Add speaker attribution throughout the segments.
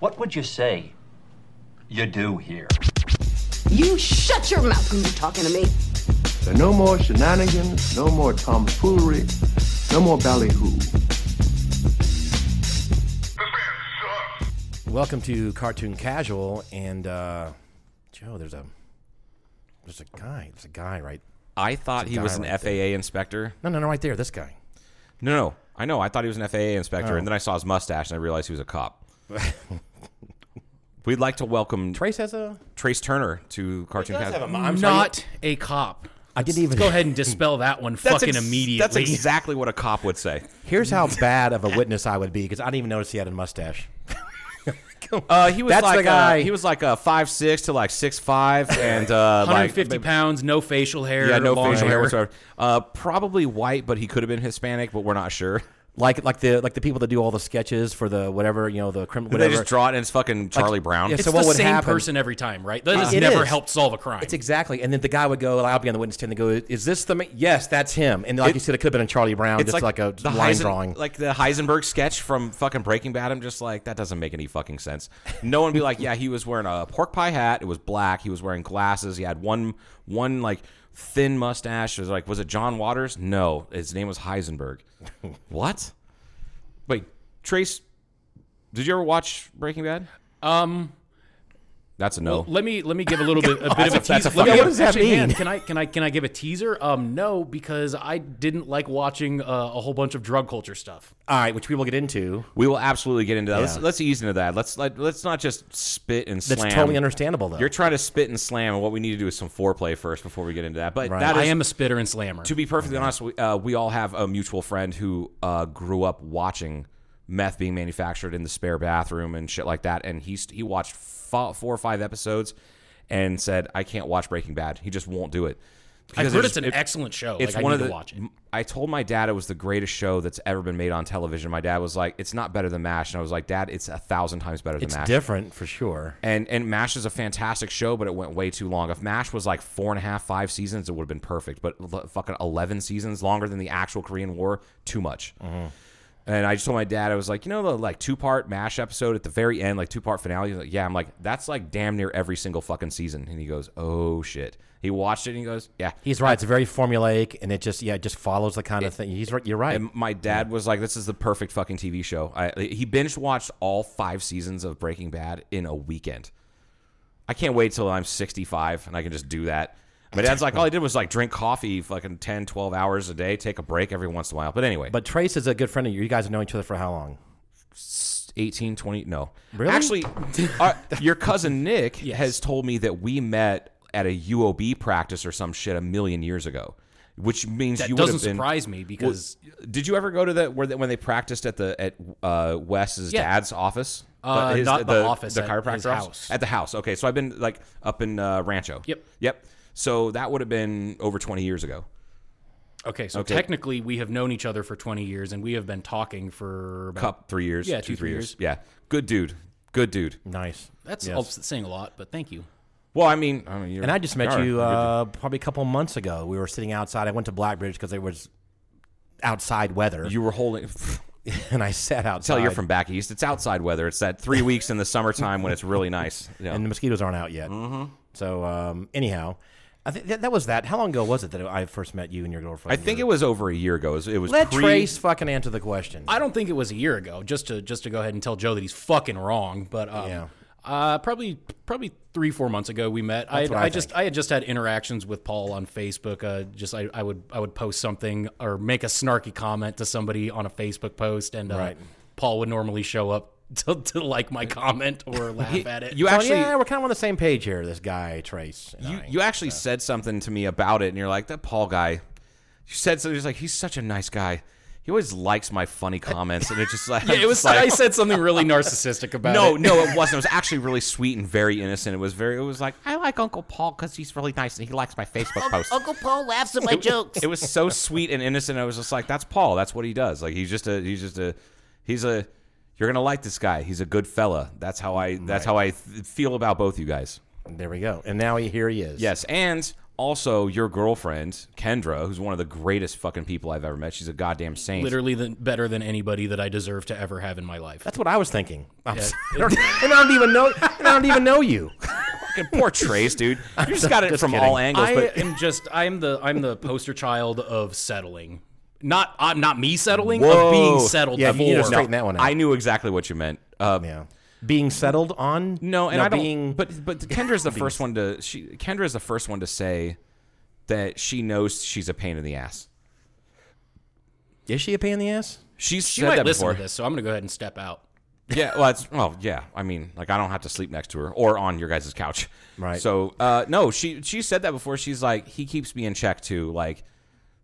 Speaker 1: What would you say you do here?
Speaker 2: You shut your mouth when you're talking to me.
Speaker 3: There are no more shenanigans, no more tomfoolery, no more ballyhoo.
Speaker 4: Welcome to Cartoon Casual, and uh, Joe, there's a there's a guy, there's a guy right.
Speaker 5: I thought he
Speaker 4: guy
Speaker 5: was an
Speaker 4: right
Speaker 5: FAA inspector.
Speaker 4: No, no, no, right there, this guy.
Speaker 5: No, no, I know. I thought he was an FAA inspector, and then I saw his mustache, and I realized he was a cop. We'd like to welcome
Speaker 4: Trace has a
Speaker 5: Trace Turner to Cartoon Casual.
Speaker 6: I'm not a cop.
Speaker 4: I didn't even
Speaker 6: Go ahead and dispel that one fucking
Speaker 5: ex-
Speaker 6: immediately.
Speaker 5: That's exactly what a cop would say.
Speaker 4: Here's how bad of a witness I would be because I didn't even notice he had a mustache.
Speaker 5: Uh, he was
Speaker 4: That's
Speaker 5: like
Speaker 4: the guy.
Speaker 5: Uh, he was like a five six to like six five, and uh, like
Speaker 6: 150 pounds, no facial hair.
Speaker 5: Yeah, no
Speaker 6: long
Speaker 5: facial hair whatsoever. Uh, probably white, but he could have been Hispanic, but we're not sure.
Speaker 4: Like like the like the people that do all the sketches for the whatever you know the criminal
Speaker 5: They
Speaker 4: whatever.
Speaker 5: just draw it, and it's fucking Charlie Brown.
Speaker 4: Yes.
Speaker 6: It's
Speaker 4: So
Speaker 6: the
Speaker 4: what would
Speaker 6: same
Speaker 4: happen-
Speaker 6: person every time, right? That has
Speaker 4: it
Speaker 6: never
Speaker 4: is.
Speaker 6: helped solve a crime.
Speaker 4: It's exactly, and then the guy would go, like, "I'll be on the witness stand." They go, "Is this the man? Yes, that's him." And like you said, it could have been a Charlie Brown, just like, a
Speaker 5: the
Speaker 4: line
Speaker 5: Heisen-
Speaker 4: drawing.
Speaker 5: like the Heisenberg sketch from fucking Breaking Bad. I'm just like, that doesn't make any fucking sense. No one be like, yeah, he was wearing a pork pie hat. It was black. He was wearing glasses. He had one one like thin mustache. It was like, was it John Waters? No, his name was Heisenberg. what? Wait, Trace, did you ever watch Breaking Bad?
Speaker 6: Um,
Speaker 5: That's a no.
Speaker 6: let me let me give a little bit a bit of a teaser.
Speaker 4: that's a
Speaker 6: Let me
Speaker 4: fucking-
Speaker 6: give-
Speaker 4: What does that
Speaker 6: actually, man,
Speaker 4: mean?
Speaker 6: can I can I can I give a teaser? Um, no, because I didn't like watching uh, a whole bunch of drug culture stuff.
Speaker 4: all right, which we will get into.
Speaker 5: we will absolutely get into that. Let's,
Speaker 4: Yeah.
Speaker 5: let's ease into that. Let's let, let's not just spit and slam.
Speaker 4: That's totally understandable, though.
Speaker 5: You're trying to spit and slam, and what we need to do is some foreplay first before we get into that. But
Speaker 4: Right.
Speaker 5: that is,
Speaker 6: I am a spitter and slammer.
Speaker 5: to be perfectly honest, we, uh, we all have a mutual friend who uh, grew up watching meth being manufactured in the spare bathroom and shit like that. And he st- he watched fo- four or five episodes and said, "I can't watch Breaking Bad. He just won't do it."
Speaker 6: I've
Speaker 5: Because
Speaker 6: heard
Speaker 5: it
Speaker 6: it's an
Speaker 5: just- it-
Speaker 6: excellent show.
Speaker 5: it's
Speaker 6: like,
Speaker 5: one
Speaker 6: I
Speaker 5: of
Speaker 6: need
Speaker 5: the.
Speaker 6: to watch it.
Speaker 5: I told my dad it was the greatest show that's ever been made on television. My dad was like, "It's not better than Mash," and I was like, "Dad, it's a thousand times better than
Speaker 4: it's
Speaker 5: Mash."
Speaker 4: different for sure.
Speaker 5: And and Mash is a fantastic show, but it went way too long. If Mash was like four and a half, five seasons, it would have been perfect. But l- fucking eleven seasons, longer than the actual Korean War, too much. And I just told my dad, I was like, you know, the like two part Mash episode at the very end, like two part finale. He's like, yeah, I'm like, that's like damn near every single fucking season. And he goes, oh shit. He watched it and he goes, yeah.
Speaker 4: He's right. It's very formulaic, and it just yeah, it just follows the kind of thing. He's right. You're right.
Speaker 5: And my dad was like, this is the perfect fucking TV show. I, he binge watched all five seasons of Breaking Bad in a weekend. I can't wait till I'm 65 and I can just do that. My dad's like, all I did was like drink coffee fucking 10, 12 hours a day, take a break every once in a while. But anyway, but
Speaker 4: But Trace is a good friend of you. You guys know each other for how long?
Speaker 5: 18, 20, no.
Speaker 4: Really?
Speaker 5: Actually, our, your cousin Nick has told me that we met at a UOB practice or some shit a million years ago. Which means
Speaker 6: That
Speaker 5: you would
Speaker 6: doesn't
Speaker 5: have been
Speaker 6: surprise me because
Speaker 5: Did you ever go to the where they, when they practiced at the at uh, Wes's
Speaker 6: Yeah.
Speaker 5: dad's office?
Speaker 6: Uh, not the office, at his house.
Speaker 5: At the house. Okay, so I've been like up in uh, Rancho.
Speaker 6: Yep.
Speaker 5: Yep. So that would have been over twenty years ago.
Speaker 6: okay, so
Speaker 5: Okay.
Speaker 6: technically we have known each other for 20 years and we have been talking for about,
Speaker 5: Cup three years.
Speaker 6: Yeah,
Speaker 5: two,
Speaker 6: two,
Speaker 5: three
Speaker 6: three
Speaker 5: years. Yeah. Good dude. Good dude.
Speaker 4: Nice.
Speaker 6: That's
Speaker 4: Yes.
Speaker 6: saying a lot, but thank you.
Speaker 5: Well, I mean, I mean you're,
Speaker 4: And I just met
Speaker 5: are
Speaker 4: you
Speaker 5: a good
Speaker 4: uh, probably a couple months ago. We were sitting outside. I went to Blackbridge because there was outside weather,
Speaker 5: dude. you were holding.
Speaker 4: and I sat outside.
Speaker 5: Tell you're from back east. It's outside weather. It's that three weeks in the summertime when it's really nice. Yeah.
Speaker 4: and the mosquitoes aren't out yet. Mm-hmm. So um, anyhow, I think that, that was that. How long ago was it that I first met you and your girlfriend?
Speaker 5: I think it was over a year ago. It was, it was
Speaker 4: Let
Speaker 5: pre-
Speaker 4: Trace fucking answer the question.
Speaker 6: I don't think it was a year ago. Just to just to go ahead and tell Joe that he's fucking wrong, but um,
Speaker 4: Yeah.
Speaker 6: uh, probably probably three four months ago we met. I,
Speaker 4: what I
Speaker 6: I, just I had just had interactions with Paul on Facebook. Uh, just I, I would I would post something or make a snarky comment to somebody on a Facebook post, and uh,
Speaker 4: Right.
Speaker 6: Paul would normally show up to, to like my comment or laugh at it.
Speaker 5: You
Speaker 4: So,
Speaker 5: actually
Speaker 4: yeah, we're kind of on the same page here. This guy Trace. And
Speaker 5: you,
Speaker 4: I.
Speaker 5: you actually said something to me about it, and you're like, that Paul guy. You said something. He's like, he's such a nice guy. He always likes my funny comments, and it just like,
Speaker 6: yeah, it was.
Speaker 5: like,
Speaker 6: I said something really narcissistic about
Speaker 5: no,
Speaker 6: it.
Speaker 5: no, it wasn't. It was actually really sweet and very innocent. It was very. It was like, I like Uncle Paul because he's really nice and he likes my Facebook posts.
Speaker 2: Uncle Paul laughs at my jokes.
Speaker 5: It was so sweet and innocent. I was just like, that's Paul. That's what he does. Like he's just a. He's just a. He's a. You're gonna like this guy. He's a good fella. That's how I. That's how I th- feel about both you guys.
Speaker 4: There we go. And now he, here he is.
Speaker 5: Yes, and Also, your girlfriend Kendra, who's one of the greatest fucking people I've ever met, she's a goddamn saint.
Speaker 6: Literally the, better than anybody that I deserve to ever have in my life.
Speaker 4: That's what I was thinking. I'm sorry. and I don't even know. And I don't even know you.
Speaker 5: Fucking poor Trace, dude. You just got it from
Speaker 4: kidding.
Speaker 5: all angles.
Speaker 6: I
Speaker 5: but
Speaker 6: am just I'm the I'm the poster child of settling. Not I'm not me settling
Speaker 5: Whoa.
Speaker 6: of being settled
Speaker 4: Yeah,
Speaker 6: for.
Speaker 4: you need to straighten that one out.
Speaker 5: I knew exactly what you meant. Uh,
Speaker 4: yeah. Being settled on?
Speaker 5: No, and I don't.
Speaker 4: being.
Speaker 5: but but Kendra's the first one to she. Kendra's the first one to say that she knows she's a pain in the ass.
Speaker 4: is she a pain in the ass?
Speaker 5: She's
Speaker 6: she
Speaker 5: said
Speaker 6: might
Speaker 5: that
Speaker 6: listen
Speaker 5: before.
Speaker 6: to this, so I'm gonna go ahead and step out.
Speaker 5: Yeah, well, it's, well, yeah. I mean, like I don't have to sleep next to her or on your guys' couch.
Speaker 4: Right.
Speaker 5: So, uh, no, she she said that before. She's like, he keeps me in check too. Like,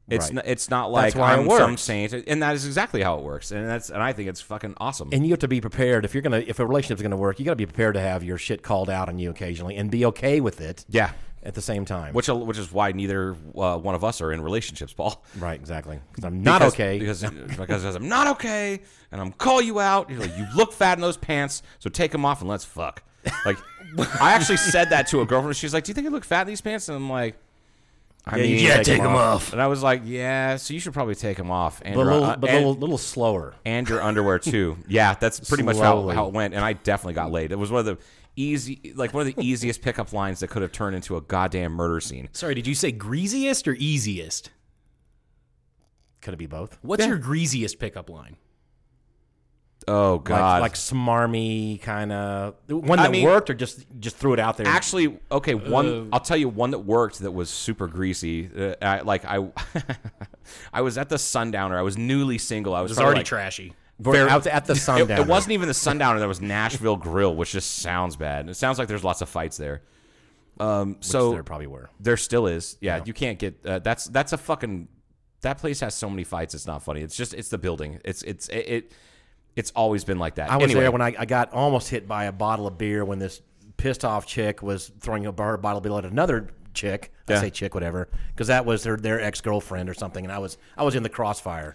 Speaker 5: it's
Speaker 4: Right.
Speaker 5: n- it's not like
Speaker 4: why it
Speaker 5: I'm some
Speaker 4: works.
Speaker 5: saint, and that is exactly how it works. And that's and I think it's fucking awesome.
Speaker 4: And you have to be prepared if you're gonna if a relationship's gonna work. You got to be prepared to have your shit called out on you occasionally and be okay with it.
Speaker 5: yeah.
Speaker 4: At the same time.
Speaker 5: Which which is why neither uh, one of us are in relationships, Paul.
Speaker 4: Right. Exactly. 'Cause I'm not
Speaker 5: Because-
Speaker 4: okay.
Speaker 5: because because I'm not okay, and I'm call you out. You're like, you look fat in those pants, so take them off and let's fuck. Like, I actually said that to a girlfriend. She's like, "Do you think you look fat in these pants?" And I'm like, "I
Speaker 4: you
Speaker 5: mean,
Speaker 4: should Yeah, take 'em take 'em off.
Speaker 5: And I was like, "Yeah, so you should probably take them off." And
Speaker 4: but a
Speaker 5: your-
Speaker 4: little,
Speaker 5: uh,
Speaker 4: but a
Speaker 5: and,
Speaker 4: little, little slower.
Speaker 5: and your underwear too. Yeah, that's pretty much how,
Speaker 4: Slowly.
Speaker 5: how it went. And I definitely got laid. It was one of the easy, like one of the easiest pickup lines that could have turned into a goddamn murder scene.
Speaker 6: Sorry, did you say greasiest or easiest?
Speaker 4: Could it be both?
Speaker 6: What's your greasiest pickup line?
Speaker 5: Oh god,
Speaker 4: Like, like smarmy kind of one
Speaker 5: I
Speaker 4: that
Speaker 5: mean-
Speaker 4: worked, or just just threw it out there.
Speaker 5: Actually, okay, one.
Speaker 4: uh,
Speaker 5: I'll tell you one that worked that was super greasy. Uh, I, like I, I was at the Sundowner. I was newly single. I was
Speaker 6: It's
Speaker 5: probably,
Speaker 6: already
Speaker 5: like-
Speaker 6: trashy.
Speaker 4: Very- out at the
Speaker 5: It,
Speaker 4: sundown.
Speaker 5: it wasn't even the Sundowner. There was Nashville Grill, which just sounds bad. It sounds like there's lots of fights there. Um, so
Speaker 4: there probably were.
Speaker 5: there still is. Yeah, you can't get. Uh, that's that's a fucking. That place has so many fights. It's not funny. It's just it's the building. It's it's it. it it's always been like that.
Speaker 4: I was
Speaker 5: anyway,
Speaker 4: there when I, I got almost hit by a bottle of beer when this pissed off chick was throwing a bar, bottle of beer at another chick. I
Speaker 5: Yeah.
Speaker 4: say chick, whatever, because that was their their ex girlfriend or something, and I was I was in the crossfire.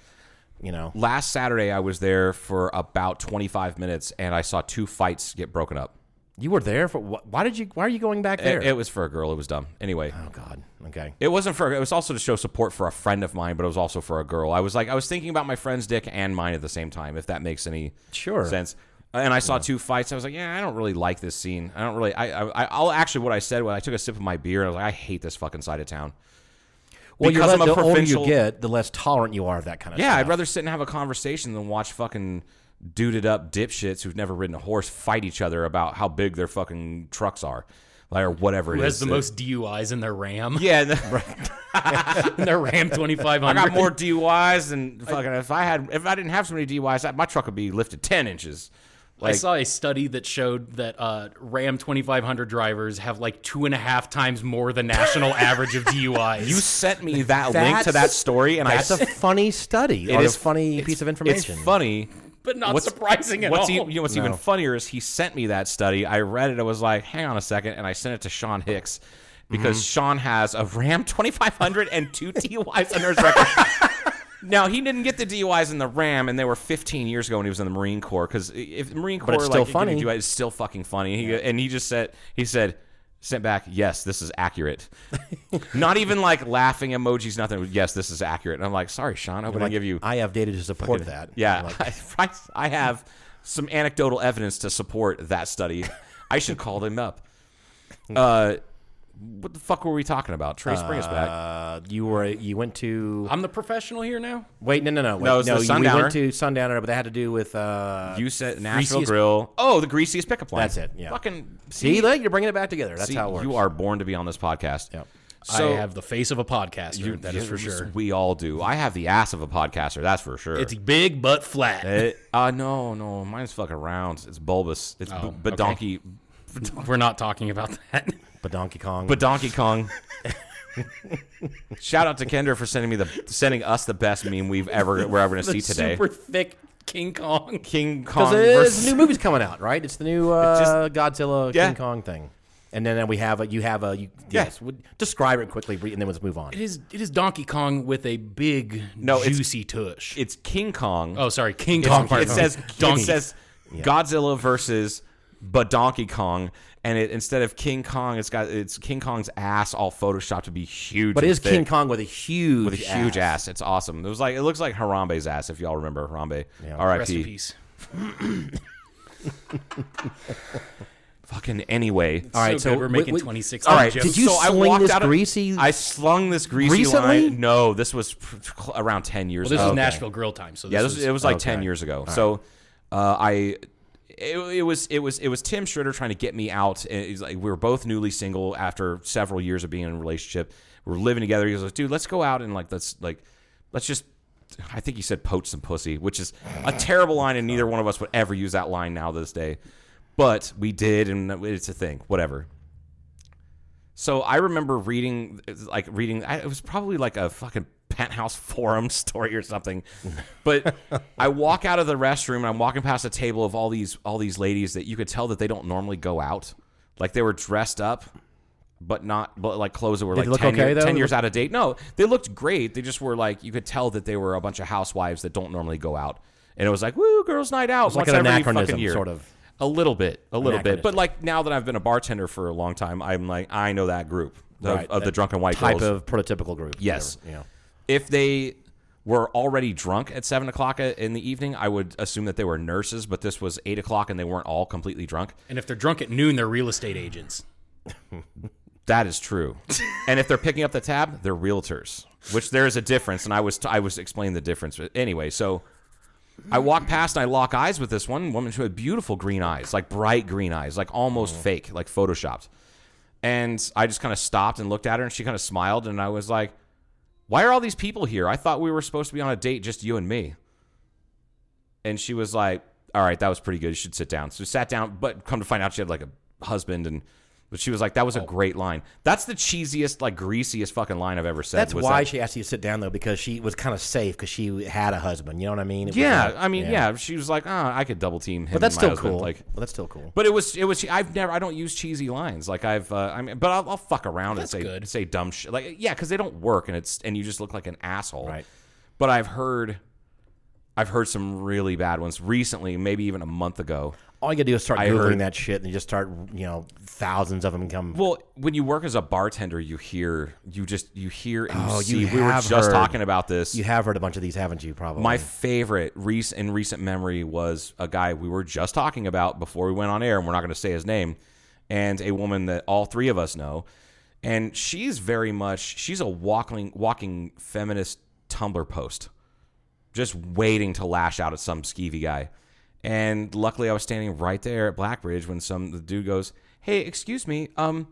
Speaker 4: You know,
Speaker 5: last Saturday I was there for about 25 minutes and I saw two fights get broken up.
Speaker 4: you were there for wh- why did you why are you going back there?
Speaker 5: It, it was for a girl. It was dumb. Anyway,
Speaker 4: oh God, okay.
Speaker 5: it wasn't for. It was also to show support for a friend of mine, but it was also for a girl. I was like, I was thinking about my friend's dick and mine at the same time, if that makes any
Speaker 4: Sure.
Speaker 5: sense. And I saw two fights. I was like, yeah, I don't really like this scene. I don't really. I, I, I'll actually what I said when I took a sip of my beer. I was like, I hate this fucking side of town.
Speaker 4: Well, you're
Speaker 5: Because
Speaker 4: le-
Speaker 5: I'm a
Speaker 4: the older you
Speaker 5: provincial-
Speaker 4: get, the less tolerant you are of that kind of
Speaker 5: Yeah,
Speaker 4: stuff.
Speaker 5: I'd rather sit and have a conversation than watch fucking duded up dipshits who've never ridden a horse fight each other about how big their fucking trucks are, like, or whatever it is.
Speaker 6: Who has the
Speaker 5: Uh,
Speaker 6: most DUIs in their Ram?
Speaker 5: Yeah, and-
Speaker 6: In their Ram 2500.
Speaker 5: I got more DUIs than fucking. If I had, if I didn't have so many DUIs, I- my truck would be lifted ten inches.
Speaker 6: I saw a study that showed that uh, Ram 2500 drivers have like two and a half times more the national average of DUIs.
Speaker 5: You sent me that link to that
Speaker 4: That's-
Speaker 5: story, and I.
Speaker 4: That's a
Speaker 5: s-
Speaker 4: funny study.
Speaker 5: it
Speaker 4: or
Speaker 5: is
Speaker 4: a funny
Speaker 5: it's-
Speaker 4: piece of information.
Speaker 5: It's funny,
Speaker 6: but not surprising at
Speaker 5: what's
Speaker 6: all.
Speaker 5: e- you know what's even funnier is he sent me that study. I read it. I was like, hang on a second, and I sent it to Sean Hicks because
Speaker 4: Mm-hmm.
Speaker 5: Sean has a Ram 2500 and two DUIs under his record. Now he didn't get the DUIs in the Ram, and they were 15 years ago when he was in the Marine Corps. Because if the Marine Corps,
Speaker 4: it's still
Speaker 5: like, you're gonna
Speaker 4: funny.
Speaker 5: do it, it's still fucking funny. He, And he just said, he said, sent back, yes, this is accurate. Not even like laughing emojis, nothing. It was, Yes, this is accurate. And I'm like, sorry, Sean, I wouldn't
Speaker 4: Like,
Speaker 5: give you.
Speaker 4: I have data to support that.
Speaker 5: Yeah,
Speaker 4: Like,
Speaker 5: I, I have some anecdotal evidence to support that study. I should call them up. Uh, what the fuck were we talking about? Trace, bring us back.
Speaker 4: uh, you were you went to
Speaker 6: I'm the professional here now.
Speaker 4: Wait, no, no, no. Wait,
Speaker 5: No,
Speaker 4: no,
Speaker 5: it's the
Speaker 4: you- we
Speaker 5: Sundowner.
Speaker 4: went to Sundowner, but that had to do with. Uh,
Speaker 5: You said Nashville
Speaker 4: greasiest-
Speaker 5: Grill. Oh, the greasiest pickup line.
Speaker 4: That's it, yeah.
Speaker 5: Fucking
Speaker 4: see, look, you're bringing it back together. That's
Speaker 5: see,
Speaker 4: how it works.
Speaker 5: You are born to be on this podcast.
Speaker 4: Yep.
Speaker 5: So
Speaker 6: I have the face of a podcaster.
Speaker 5: you,
Speaker 6: that is for sure.
Speaker 5: We all do. I have the ass of a podcaster. That's for sure.
Speaker 6: It's big but flat.
Speaker 5: It- uh, no, no, mine's fucking round. It's bulbous. It's
Speaker 4: Oh,
Speaker 5: b- but
Speaker 6: okay.
Speaker 5: donkey,
Speaker 6: We're not talking about that.
Speaker 4: But Donkey Kong.
Speaker 5: but Donkey Kong. Shout out to Kendra for sending me the sending us the best meme we've ever we're ever gonna see today.
Speaker 6: Super thick King Kong.
Speaker 5: King Kong
Speaker 4: because it's
Speaker 5: versus
Speaker 4: the new movie's coming out, right? It's the new uh, Godzilla
Speaker 5: Yeah.
Speaker 4: King Kong thing. And then, then we have a, you have a you, yes. would- Describe it quickly, Bree, and then let's move on.
Speaker 6: It is it is Donkey Kong with a big
Speaker 5: No, it's-
Speaker 6: juicy tush.
Speaker 5: it's King Kong.
Speaker 6: oh, sorry, King
Speaker 5: It's-
Speaker 6: Kong.
Speaker 5: it says
Speaker 6: Donkey
Speaker 5: it says Godzilla versus but Donkey Kong, and it instead of King Kong, it's got it's King Kong's ass all photoshopped to be huge.
Speaker 4: But it
Speaker 5: and
Speaker 4: is King
Speaker 5: thick
Speaker 4: Kong with a huge
Speaker 5: with a huge ass. It's awesome. It was like it looks like Harambe's ass if y'all remember Harambe.
Speaker 6: Rest in
Speaker 5: R.I.P.
Speaker 6: peace.
Speaker 5: Fucking anyway.
Speaker 4: All right, so,
Speaker 6: So good, we're making
Speaker 4: wait, wait.
Speaker 6: 26
Speaker 5: All right,
Speaker 6: jokes.
Speaker 4: Did you
Speaker 5: so I
Speaker 4: sling
Speaker 5: walked
Speaker 4: this
Speaker 5: out of-
Speaker 4: greasy-
Speaker 5: I slung this greasy
Speaker 4: Recently?
Speaker 5: line. No, this was pr- cl- around ten years
Speaker 6: Well, this
Speaker 5: ago.
Speaker 6: is Nashville Grill time, so Oh, this
Speaker 5: Yeah, this,
Speaker 6: is,
Speaker 5: it was like ten
Speaker 4: okay.
Speaker 5: years ago. So, uh, I. It, it was it was it was Tim Schrader trying to get me out. And He's like, we were both newly single after several years of being in a relationship. We are living together. He was like, dude, let's go out and like let's like let's just. I think he said poach some pussy, which is a terrible line, and neither one of us would ever use that line now to this day. But we did, and it's a thing. Whatever. So I remember reading, like reading, I, it was probably like a fucking penthouse forum story or something. But I walk out of the restroom and I'm walking past a table of all these all these ladies that you could tell that they don't normally go out. Like they were dressed up, but not but like clothes that were
Speaker 4: they
Speaker 5: like
Speaker 4: look
Speaker 5: 10,
Speaker 4: okay,
Speaker 5: year-
Speaker 4: though?
Speaker 5: 10
Speaker 4: They
Speaker 5: years out of date. No, they looked great. They just were like you could tell that they were a bunch of housewives that don't normally go out. And it was like, woo, girls' night out.
Speaker 4: like
Speaker 5: once
Speaker 4: an
Speaker 5: every
Speaker 4: anachronism,
Speaker 5: fucking year.
Speaker 4: sort of.
Speaker 5: A little bit, a little bit, but
Speaker 4: Anachronistic.
Speaker 5: like now that I've been a bartender for a long time, I'm like I know that group of,
Speaker 4: Right,
Speaker 5: of the
Speaker 4: that
Speaker 5: drunken white
Speaker 4: type
Speaker 5: girls.
Speaker 4: of prototypical group.
Speaker 5: yes,
Speaker 4: whatever, you know.
Speaker 5: if they were already drunk at seven o'clock a- in the evening, I would assume that they were nurses, but this was eight o'clock and they weren't all completely drunk.
Speaker 6: and if they're drunk at noon, they're real estate agents.
Speaker 5: That is true. and if they're picking up the tab, they're realtors, which there is a difference. And I was I was explaining the difference. But anyway, so I walk past and I lock eyes with this one woman who had beautiful green eyes, like bright green eyes, like almost
Speaker 4: Mm.
Speaker 5: fake, like photoshopped. And I just kind of stopped and looked at her, and she kind of smiled, and I was like, "Why are all these people here? I thought we were supposed to be on a date, just you and me." And she was like, "All right, that was pretty good. You should sit down." So sat down, but come to find out, she had like a husband, and but she was like, "That was a
Speaker 4: Oh.
Speaker 5: great line. That's the cheesiest, like greasiest fucking line I've ever said."
Speaker 4: That's
Speaker 5: was
Speaker 4: why
Speaker 5: that-
Speaker 4: she asked you to sit down though, because she was kind of safe because she had a husband. You know what I mean? It was
Speaker 5: yeah,
Speaker 4: like-
Speaker 5: I mean, yeah. she was like, "Ah, I could double team him."
Speaker 4: But that's
Speaker 5: and my
Speaker 4: still
Speaker 5: husband,"
Speaker 4: cool.
Speaker 5: Like,
Speaker 4: but that's still cool.
Speaker 5: But it was it was I've never I don't use cheesy lines like I've uh, I mean but I'll, I'll fuck around and say
Speaker 6: good.
Speaker 5: say dumb shit like yeah because they don't work and it's and you just look like an asshole
Speaker 4: Right.
Speaker 5: but I've heard I've heard some really bad ones recently maybe even a month ago
Speaker 4: All you gotta do is start
Speaker 5: I
Speaker 4: googling
Speaker 5: heard-
Speaker 4: that shit, and you just start, you know, thousands of them come.
Speaker 5: well when you work as a bartender you hear you just you hear and
Speaker 4: Oh,
Speaker 5: you see
Speaker 4: you
Speaker 5: we were
Speaker 4: have
Speaker 5: just
Speaker 4: heard.
Speaker 5: talking about this
Speaker 4: you have heard a bunch of these, haven't you? Probably.
Speaker 5: My favorite recent in recent memory was a guy we were just talking about before we went on air, and we're not going to say his name, and a woman that all three of us know, and she's very much she's a walking walking feminist Tumblr post, just waiting to lash out at some skeevy guy, and luckily I was standing right there at Blackbridge when some the dude goes, "Hey, excuse me, um,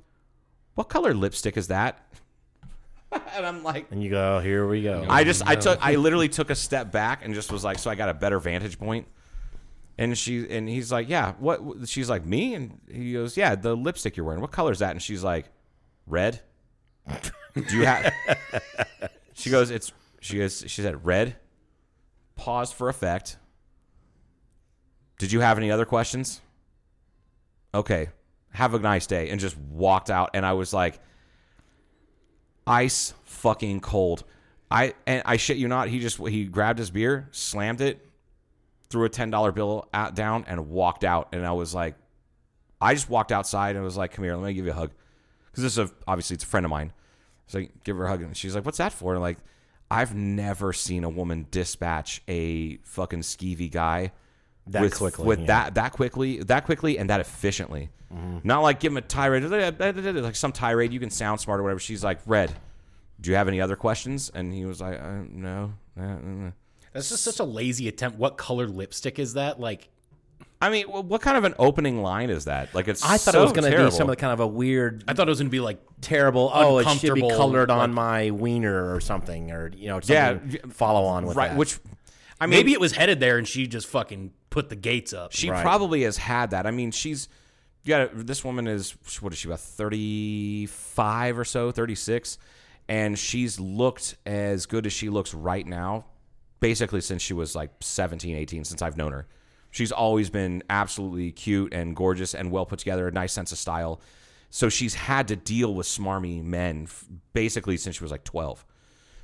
Speaker 5: what color lipstick is that?" and I'm like.
Speaker 4: and you go, "Oh, here we go.
Speaker 5: I just I took I literally took a step back and just was like, so I got a better vantage point. And she and he's like, yeah, what? She's like, me, and he goes, yeah, the lipstick you're wearing, what color is that? And she's like, red. Do you have? she goes, it's she goes, she said red. Pause for effect. Did you have any other questions? Okay, have a nice day, and just walked out. And I was like, ice fucking cold. I and I shit you not, he just he grabbed his beer, slammed it, threw a ten dollar bill out down, and walked out. And I was like, I just walked outside and was like, "Come here, let me give you a hug," because this is a, obviously it's a friend of mine. So I give her a hug, and she's like, "What's that for?" And like, I've never seen a woman dispatch a fucking skeevy guy
Speaker 4: That
Speaker 5: with,
Speaker 4: quickly,
Speaker 5: with
Speaker 4: yeah. Mm-hmm.
Speaker 5: that that quickly, that quickly, and that efficiently. Not like give him a tirade, like some tirade. You can sound smart or whatever. She's like, "Red, do you have any other questions?" And he was like, uh, "No." Uh, uh, uh."
Speaker 6: That's just such a lazy attempt. What color lipstick is that? Like,
Speaker 5: I mean, wh- what kind of an opening line is that? Like, it's
Speaker 4: I thought
Speaker 5: so
Speaker 4: it was gonna
Speaker 5: terrible.
Speaker 4: be some of the kind of a weird,
Speaker 6: I thought it was gonna be like
Speaker 4: terrible. Oh, it should be
Speaker 6: uncomfortable,
Speaker 4: colored on
Speaker 6: like-
Speaker 4: my wiener or something, or you know,
Speaker 5: Yeah,
Speaker 4: something
Speaker 5: y-
Speaker 4: follow on with
Speaker 5: right,
Speaker 4: that.
Speaker 5: which I mean,
Speaker 6: maybe it was headed there, and she just fucking put the gates up.
Speaker 5: She probably has had that. I mean, she's you got this woman is what is she about 35 or so, 36, and she's looked as good as she looks right now basically since she was like 17, 18 since I've known her. She's always been absolutely cute and gorgeous and well put together, a nice sense of style. So she's had to deal with smarmy men f- basically since she was like 12.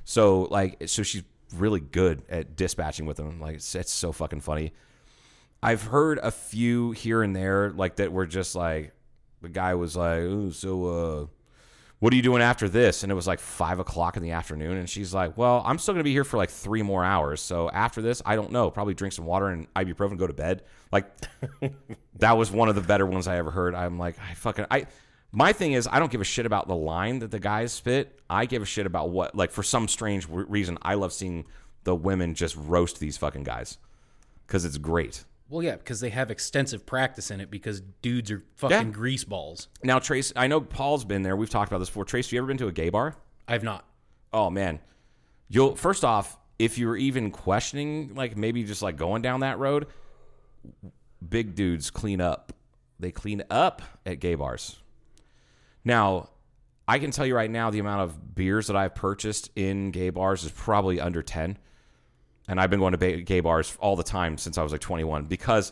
Speaker 5: So like so she's really good at dispatching with them. Like it's, it's so fucking funny. I've heard a few here and there, like that were just like the guy was like, Ooh, so uh what are you doing after this? And it was like five o'clock in the afternoon, and she's like, Well, I'm still gonna be here for like three more hours. So after this, I don't know. Probably drink some water and ibuprofen, go to bed. Like that was one of the better ones I ever heard. I'm like, I fucking I my thing is I don't give a shit about the line that the guys spit. I give a shit about what like for some strange w- reason I love seeing the women just roast these fucking guys cuz it's great.
Speaker 6: Well, yeah, because they have extensive practice in it because dudes are fucking
Speaker 5: Yeah.
Speaker 6: grease balls.
Speaker 5: Now Trace, I know Paul's been there. We've talked about this before. Trace, you ever been to a gay bar?
Speaker 6: I've not.
Speaker 5: Oh man. You'll first off, if you're even questioning like maybe just like going down that road, big dudes clean up. They clean up at gay bars. Now, I can tell you right now the amount of beers that I've purchased in gay bars is probably under 10. And I've been going to ba- gay bars all the time since I was like 21 because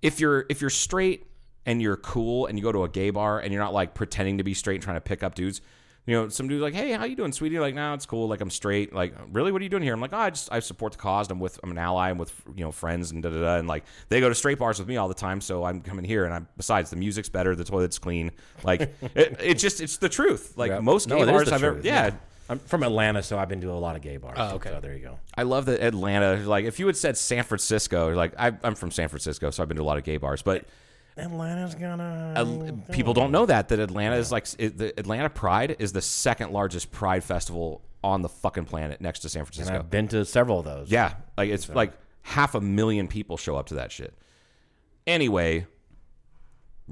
Speaker 5: if you're if you're straight and you're cool and you go to a gay bar and you're not like pretending to be straight and trying to pick up dudes, you know, some dude's like, "Hey, how you doing, sweetie?" Like, "Nah, it's cool. Like, I'm straight. Like, really, what are you doing here?" I'm like, "Oh, I just I support the cause. I'm with I'm an ally. I'm with you know friends and da da da." And like, they go to straight bars with me all the time, so I'm coming here. And I'm besides, the music's better, the toilet's clean. Like, it, it just it's the truth. Like
Speaker 4: Yeah.
Speaker 5: most
Speaker 4: No,
Speaker 5: gay
Speaker 4: it is
Speaker 5: bars
Speaker 4: the
Speaker 5: I've ever,
Speaker 4: truth,
Speaker 5: yeah.
Speaker 4: I'm from Atlanta, so I've been to a lot of gay bars.
Speaker 6: Oh, okay.
Speaker 4: So there you go.
Speaker 5: I love that Atlanta. Like, if you had said San Francisco, like I, I'm from San Francisco, so I've been to a lot of gay bars, but.
Speaker 4: Atlanta's gonna.
Speaker 5: Al- people don't know that that Atlanta is like it, the Atlanta Pride is the second largest Pride festival on the fucking planet next to San
Speaker 4: And
Speaker 5: Francisco.
Speaker 4: I've been to several of those.
Speaker 5: yeah, like it's like half a million people show up to that shit. Anyway,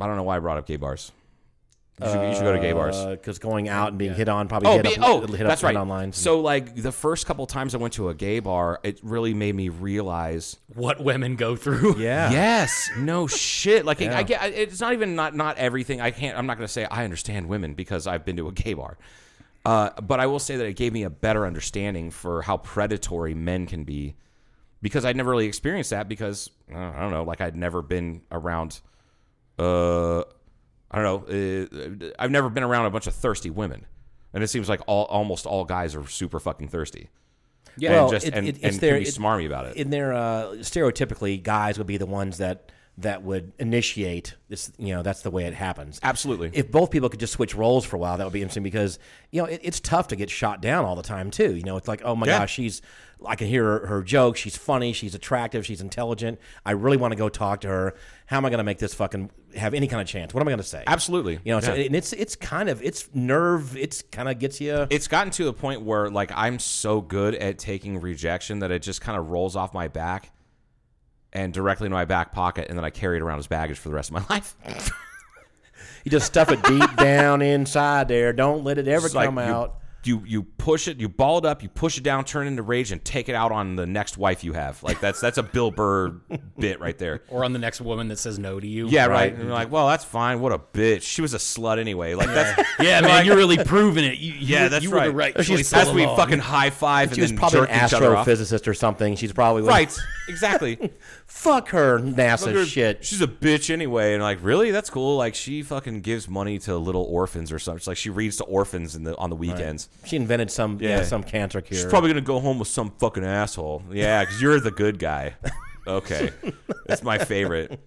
Speaker 5: I don't know why I brought up gay bars. You should, you should go to gay bars.
Speaker 4: Because going out and being hit on probably
Speaker 5: Oh,
Speaker 4: hit
Speaker 5: be-
Speaker 4: Uh, up,
Speaker 5: oh,
Speaker 4: hit up
Speaker 5: that's right.
Speaker 4: online.
Speaker 5: So like the first couple times I went to a gay bar, it really made me realize
Speaker 6: What women go through.
Speaker 4: yeah.
Speaker 5: Yes. No shit. Like I get. I- It's not even not not everything. I can't. I'm not going to say I understand women because I've been to a gay bar. Uh, but I will say that it gave me a better understanding for how predatory men can be, because I'd never really experienced that. Because uh, I don't know, like I'd never been around. Uh, I don't know. Uh, I've never been around a bunch of thirsty women, and it seems like all almost all guys are super fucking thirsty. Yeah, and
Speaker 4: Well,
Speaker 5: just
Speaker 4: it-
Speaker 5: and,
Speaker 4: it- it's
Speaker 5: and
Speaker 4: their-
Speaker 5: can be
Speaker 4: it-
Speaker 5: smarmy about it.
Speaker 4: in their uh, stereotypically guys would be the ones that that would initiate this you know that's the way it happens
Speaker 5: Absolutely.
Speaker 4: if both people could just switch roles for a while that would be interesting because you know it, it's tough to get shot down all the time too you know it's like oh my
Speaker 5: Yeah.
Speaker 4: gosh she's i can hear her, her joke she's funny she's attractive she's intelligent i really want to go talk to her how am i going to make this fucking have any kind of chance what am i going to say
Speaker 5: Absolutely.
Speaker 4: you know so,
Speaker 5: Yeah.
Speaker 4: and it's it's kind of it's nerve it's kind of gets you
Speaker 5: it's gotten to the point where like I'm so good at taking rejection that it just kind of rolls off my back and directly into my back pocket, and then I carry it around as baggage for the rest of my life.
Speaker 4: you just stuff it deep down inside there don't let it ever
Speaker 5: It's like
Speaker 4: come
Speaker 5: you-
Speaker 4: out
Speaker 5: You you push it, you ball it up, you push it down, turn it into rage, and take it out on the next wife you have. Like that's that's a Bill Burr bit right there.
Speaker 6: Or on the next woman that says no to you.
Speaker 5: Yeah, right. And you're like, well, that's fine. What a bitch. She was a slut anyway. Like that's
Speaker 6: Yeah, man, you're really proving it. You,
Speaker 5: yeah,
Speaker 6: you,
Speaker 5: that's
Speaker 6: you
Speaker 5: right.
Speaker 6: were the right
Speaker 5: She's-
Speaker 6: choice.
Speaker 5: As
Speaker 6: all
Speaker 5: we
Speaker 6: along.
Speaker 5: fucking high five and
Speaker 4: She was
Speaker 5: then
Speaker 4: probably an
Speaker 5: jerk each other off.
Speaker 4: astrophysicist or something. She's probably
Speaker 5: Right. Exactly.
Speaker 4: Fuck her NASA
Speaker 5: Look at her-
Speaker 4: shit.
Speaker 5: She's a bitch anyway. And like, really? That's cool. Like, she fucking gives money to little orphans or something. It's like she reads to orphans in the on the weekends.
Speaker 4: She invented some yeah,
Speaker 5: Yeah.
Speaker 4: some cancer cure.
Speaker 5: She's probably gonna go home with some fucking asshole. Yeah, because you're the good guy. Okay, that's my favorite.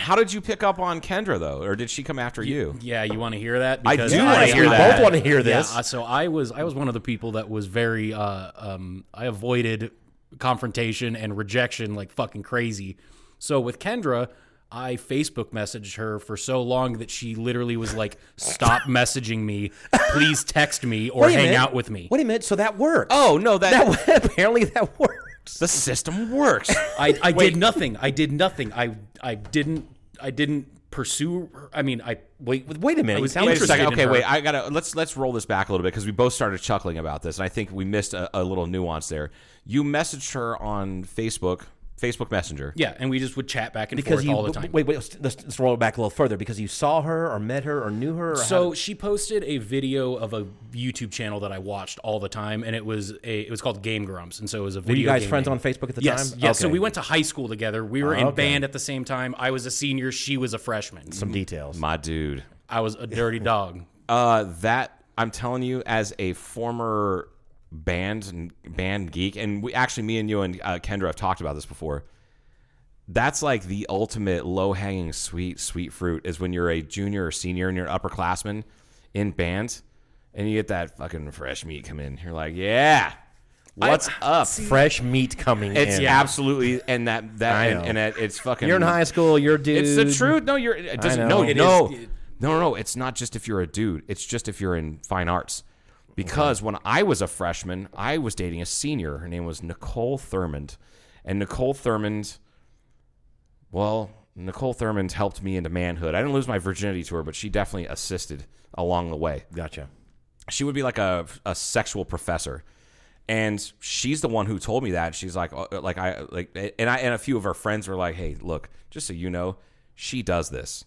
Speaker 5: How did you pick up on Kendra though, or did she come after you?
Speaker 6: Yeah, you want to hear that?
Speaker 5: I
Speaker 6: Because
Speaker 5: do wanna
Speaker 4: hear We that. both wanna hear this.
Speaker 6: Yeah, uh, so I was I was one of the people that was very uh, um, I avoided confrontation and rejection like fucking crazy. So with Kendra, I Facebook messaged her for so long that she literally was like, "Stop messaging me. Please text me or
Speaker 4: Wait a
Speaker 6: hang
Speaker 4: minute.
Speaker 6: out with me."
Speaker 4: Wait a minute. So that works.
Speaker 5: Oh no, that,
Speaker 4: that apparently that works.
Speaker 5: the system works.
Speaker 6: I, I did nothing. I did nothing. I I didn't I didn't pursue. Her. I mean, I wait.
Speaker 4: Wait a minute.
Speaker 6: I was
Speaker 4: you sound
Speaker 5: Wait a
Speaker 6: interested
Speaker 5: second.
Speaker 6: in
Speaker 5: Okay,
Speaker 6: her.
Speaker 5: wait. I gotta let's let's roll this back a little bit because we both started chuckling about this, and I think we missed a, a little nuance there. You messaged her on Facebook, Facebook Messenger.
Speaker 6: Yeah, and we just would chat back and
Speaker 4: because
Speaker 6: forth
Speaker 4: you
Speaker 6: all the time.
Speaker 4: wait wait. Let's, let's roll it back a little further because you saw her or met her or knew her. Or
Speaker 6: So
Speaker 4: how-
Speaker 6: she posted a video of a YouTube channel that I watched all the time, and it was a it was called Game Grumps, and so it was a video.
Speaker 4: were you guys
Speaker 6: game
Speaker 4: friends
Speaker 6: night.
Speaker 4: on Facebook at the
Speaker 6: Yes,
Speaker 4: time?
Speaker 6: yes. So
Speaker 4: Okay.
Speaker 6: we went to high school together. We were in
Speaker 4: okay.
Speaker 6: band at the same time. I was a senior. She was a freshman.
Speaker 4: some details.
Speaker 5: My dude.
Speaker 6: I was a dirty dog.
Speaker 5: Uh, that I'm telling you, as a former band and band geek, and we actually, me and you and uh, Kendra have talked about this before. that's like the ultimate low hanging sweet sweet fruit is when you're a junior or senior and you're an upperclassman in bands, and you get that fucking fresh meat come in. You're like, yeah, what's up?
Speaker 4: Fresh meat coming
Speaker 5: It's
Speaker 4: in.
Speaker 5: absolutely and that that
Speaker 4: I
Speaker 5: and,
Speaker 4: know.
Speaker 5: and that it's fucking.
Speaker 4: You're in high school. You're a dude.
Speaker 5: It's the truth. No, you're. It doesn't.
Speaker 4: know.
Speaker 5: No,
Speaker 4: It
Speaker 5: no,
Speaker 6: is- it-
Speaker 5: no, no, no. It's not just if you're a dude. It's just if you're in fine arts. Because when I was a freshman, I was dating a senior. Her name was Nicole Thurmond, and Nicole Thurmond. Well, Nicole Thurmond helped me into manhood. I didn't lose my virginity to her, but she definitely assisted along the way
Speaker 4: Gotcha.
Speaker 5: she would be like a, a sexual professor and she's the one who told me that she's like uh, like i like and i and a few of her friends were like hey look just so you know she does this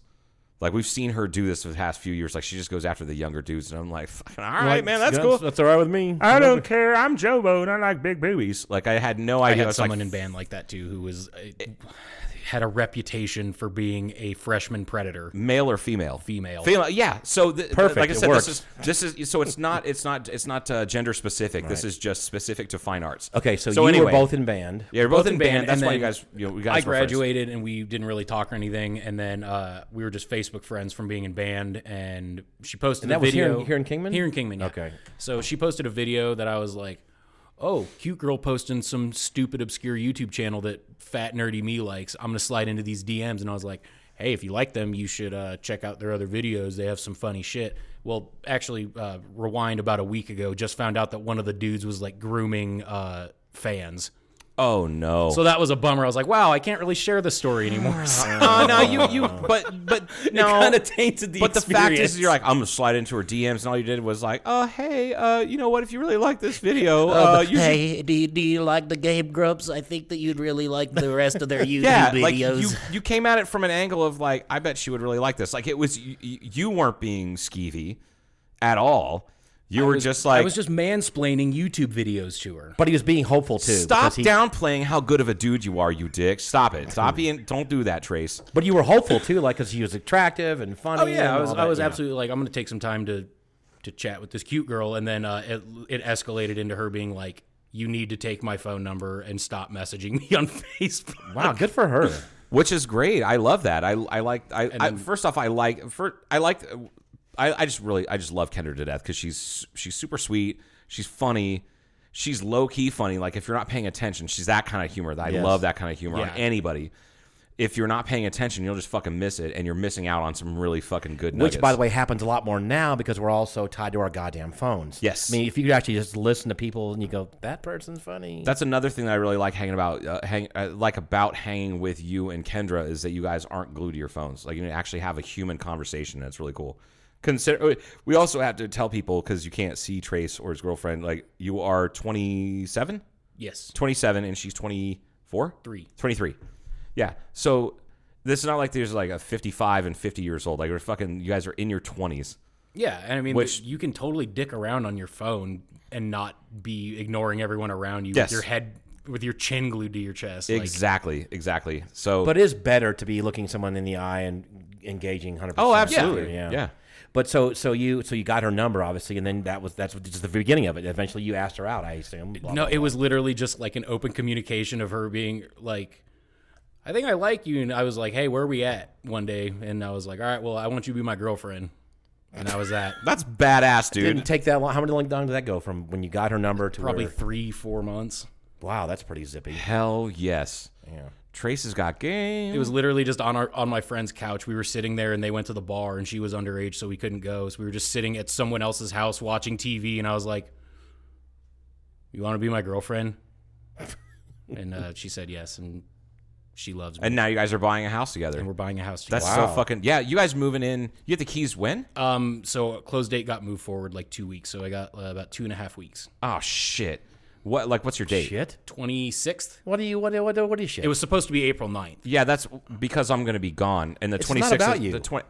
Speaker 5: like we've seen her do this for the past few years like she just goes after the younger dudes and i'm like "Fucking all right man that's cool
Speaker 4: That's all right with me.
Speaker 5: i don't care i'm jobo and i like big boobies like i had no
Speaker 6: I
Speaker 5: idea
Speaker 6: had
Speaker 5: It's like,
Speaker 6: someone in band like that too who was uh, had a reputation for being a freshman predator.
Speaker 5: male or female
Speaker 6: Female.
Speaker 5: female yeah so th- th-
Speaker 4: Perfect,
Speaker 5: like i
Speaker 4: it
Speaker 5: said
Speaker 4: works.
Speaker 5: this is this is so it's not it's not it's not uh, gender specific this is just specific to fine arts
Speaker 4: Okay, so, you were both in band.
Speaker 5: Yeah, we're both, in band.
Speaker 6: and
Speaker 5: That's why you
Speaker 6: then
Speaker 5: guys, you know, we guys.
Speaker 6: I
Speaker 5: were friends.
Speaker 6: graduated and we didn't really talk or anything, and then uh, we were just Facebook friends from being in band. And she posted
Speaker 4: And that
Speaker 6: a
Speaker 4: was here
Speaker 6: video
Speaker 4: in- here in Kingman?
Speaker 6: Here in Kingman. yeah.
Speaker 4: Okay.
Speaker 6: So she posted a video that I was like, "Oh, cute girl posting some stupid obscure YouTube channel that fat nerdy me likes. I'm gonna slide into these DMs." And I was like, "Hey, if you like them, you should uh, check out their other videos. They have some funny shit." Well, actually, uh, rewind about a week ago, just found out that one of the dudes was like grooming uh, fans.
Speaker 5: Oh no!
Speaker 6: So that was a bummer. I was like, wow, I can't really share this story anymore.
Speaker 5: uh,
Speaker 6: Oh.
Speaker 5: no, you, you, but, but no.
Speaker 6: kinda tainted the
Speaker 5: But the fact
Speaker 6: experience.
Speaker 5: is, you're like, I'm gonna slide into her DMs, and all you did was like, oh hey, uh, you know what? If you really like this video, uh, you should-
Speaker 7: Hey, do you, do you like the Game Grumps? I think that you'd really like the rest of their YouTube
Speaker 5: yeah, like
Speaker 7: videos.
Speaker 5: you, you came at it from an angle of like, I bet she would really like this. Like it was, you, you weren't being skeevy at all. You were just like,
Speaker 6: I was just mansplaining YouTube videos to her.
Speaker 4: But he was being hopeful too.
Speaker 5: stop
Speaker 4: because he-
Speaker 5: downplaying how good of a dude you are, you dick. Stop it. Stop being. Don't do that, Trace.
Speaker 4: But you were hopeful too, like because he was attractive and funny.
Speaker 6: Oh yeah,
Speaker 4: and
Speaker 6: I was
Speaker 4: all
Speaker 6: I
Speaker 4: that,
Speaker 6: was
Speaker 4: yeah.
Speaker 6: absolutely like, I'm gonna take some time to to chat with this cute girl, and then uh, it, it escalated into her being like, you need to take my phone number and stop messaging me on Facebook.
Speaker 4: Wow, Ah, good for her.
Speaker 5: which is great. I love that. I I like I, I first off I like for I like I, I just really I just love Kendra to death because she's she's super sweet. She's funny. She's low key funny. Like if you're not paying attention, she's that kind of humor. That I love that kind of humor on
Speaker 6: Yeah.
Speaker 5: anybody. If you're not paying attention, you'll just fucking miss it, and you're missing out on some really fucking good.
Speaker 4: Which, by the
Speaker 5: nuggets.
Speaker 4: way, happens a lot more now because we're all so tied to our goddamn phones.
Speaker 5: Yes.
Speaker 4: I mean, if you could actually just listen to people and you go, "That person's funny."
Speaker 5: That's another thing that I really like hanging about, uh, hang, uh, like about hanging with you and Kendra is that you guys aren't glued to your phones. Like you actually have a human conversation. That's really cool. Consider oh, we also have to tell people because you can't see Trace or his girlfriend. Like you are 27,
Speaker 6: yes,
Speaker 5: 27, and she's 24,
Speaker 6: Three.
Speaker 5: 23. Yeah. So this is not like there's like a 55 and 50 years old. Like you're fucking. You guys are in your 20s.
Speaker 6: yeah, and I mean,
Speaker 5: Which-
Speaker 6: you can totally dick around on your phone and not be ignoring everyone around you
Speaker 5: Yes.
Speaker 6: with your head with your chin glued to your chest. like-
Speaker 5: Exactly. Exactly. So
Speaker 4: But it is better to be looking someone in the eye and engaging hundred percent.
Speaker 5: Oh, absolutely.
Speaker 4: Yeah.
Speaker 5: Yeah.
Speaker 4: But so so you so you got her number obviously, and then that was that's just the beginning of it. Eventually, you asked her out. I assume. Blah,
Speaker 6: No,
Speaker 4: blah,
Speaker 6: it was literally just like an open communication of her being like, I think I like you. And I was like, hey, where are we at one day? And I was like, all right, well, I want you to be my girlfriend. And that was that.
Speaker 5: that's badass, dude.
Speaker 4: didn't take that long. How many long did that go from when you got her number to
Speaker 6: Probably
Speaker 4: where-
Speaker 6: three, four months.
Speaker 4: wow, that's pretty zippy.
Speaker 5: Hell yes. Yeah. Trace has got game.
Speaker 6: It
Speaker 4: Mm-hmm.
Speaker 6: was literally just on our on my friend's couch. We were sitting there and they went to the bar and she was underage, so we couldn't go. So we were just sitting at someone else's house watching TV and I was like, You wanna be my girlfriend? and uh, she said yes and she loves me.
Speaker 5: and now you guys are buying a house together.
Speaker 6: And we're buying a house together.
Speaker 5: That's so fucking yeah. You guys moving in? You get the keys when?
Speaker 6: Um, so close date got moved forward like two weeks, so I got uh, about two and a half weeks.
Speaker 5: oh shit! What like what's your date?
Speaker 4: Shit.
Speaker 6: Twenty sixth.
Speaker 4: What do you what do- what do, what do you shit?
Speaker 6: It was supposed to be April 9th.
Speaker 5: Yeah, that's because I'm gonna be gone. And the
Speaker 4: not
Speaker 5: twenty sixth.
Speaker 4: about you.
Speaker 5: The twenty.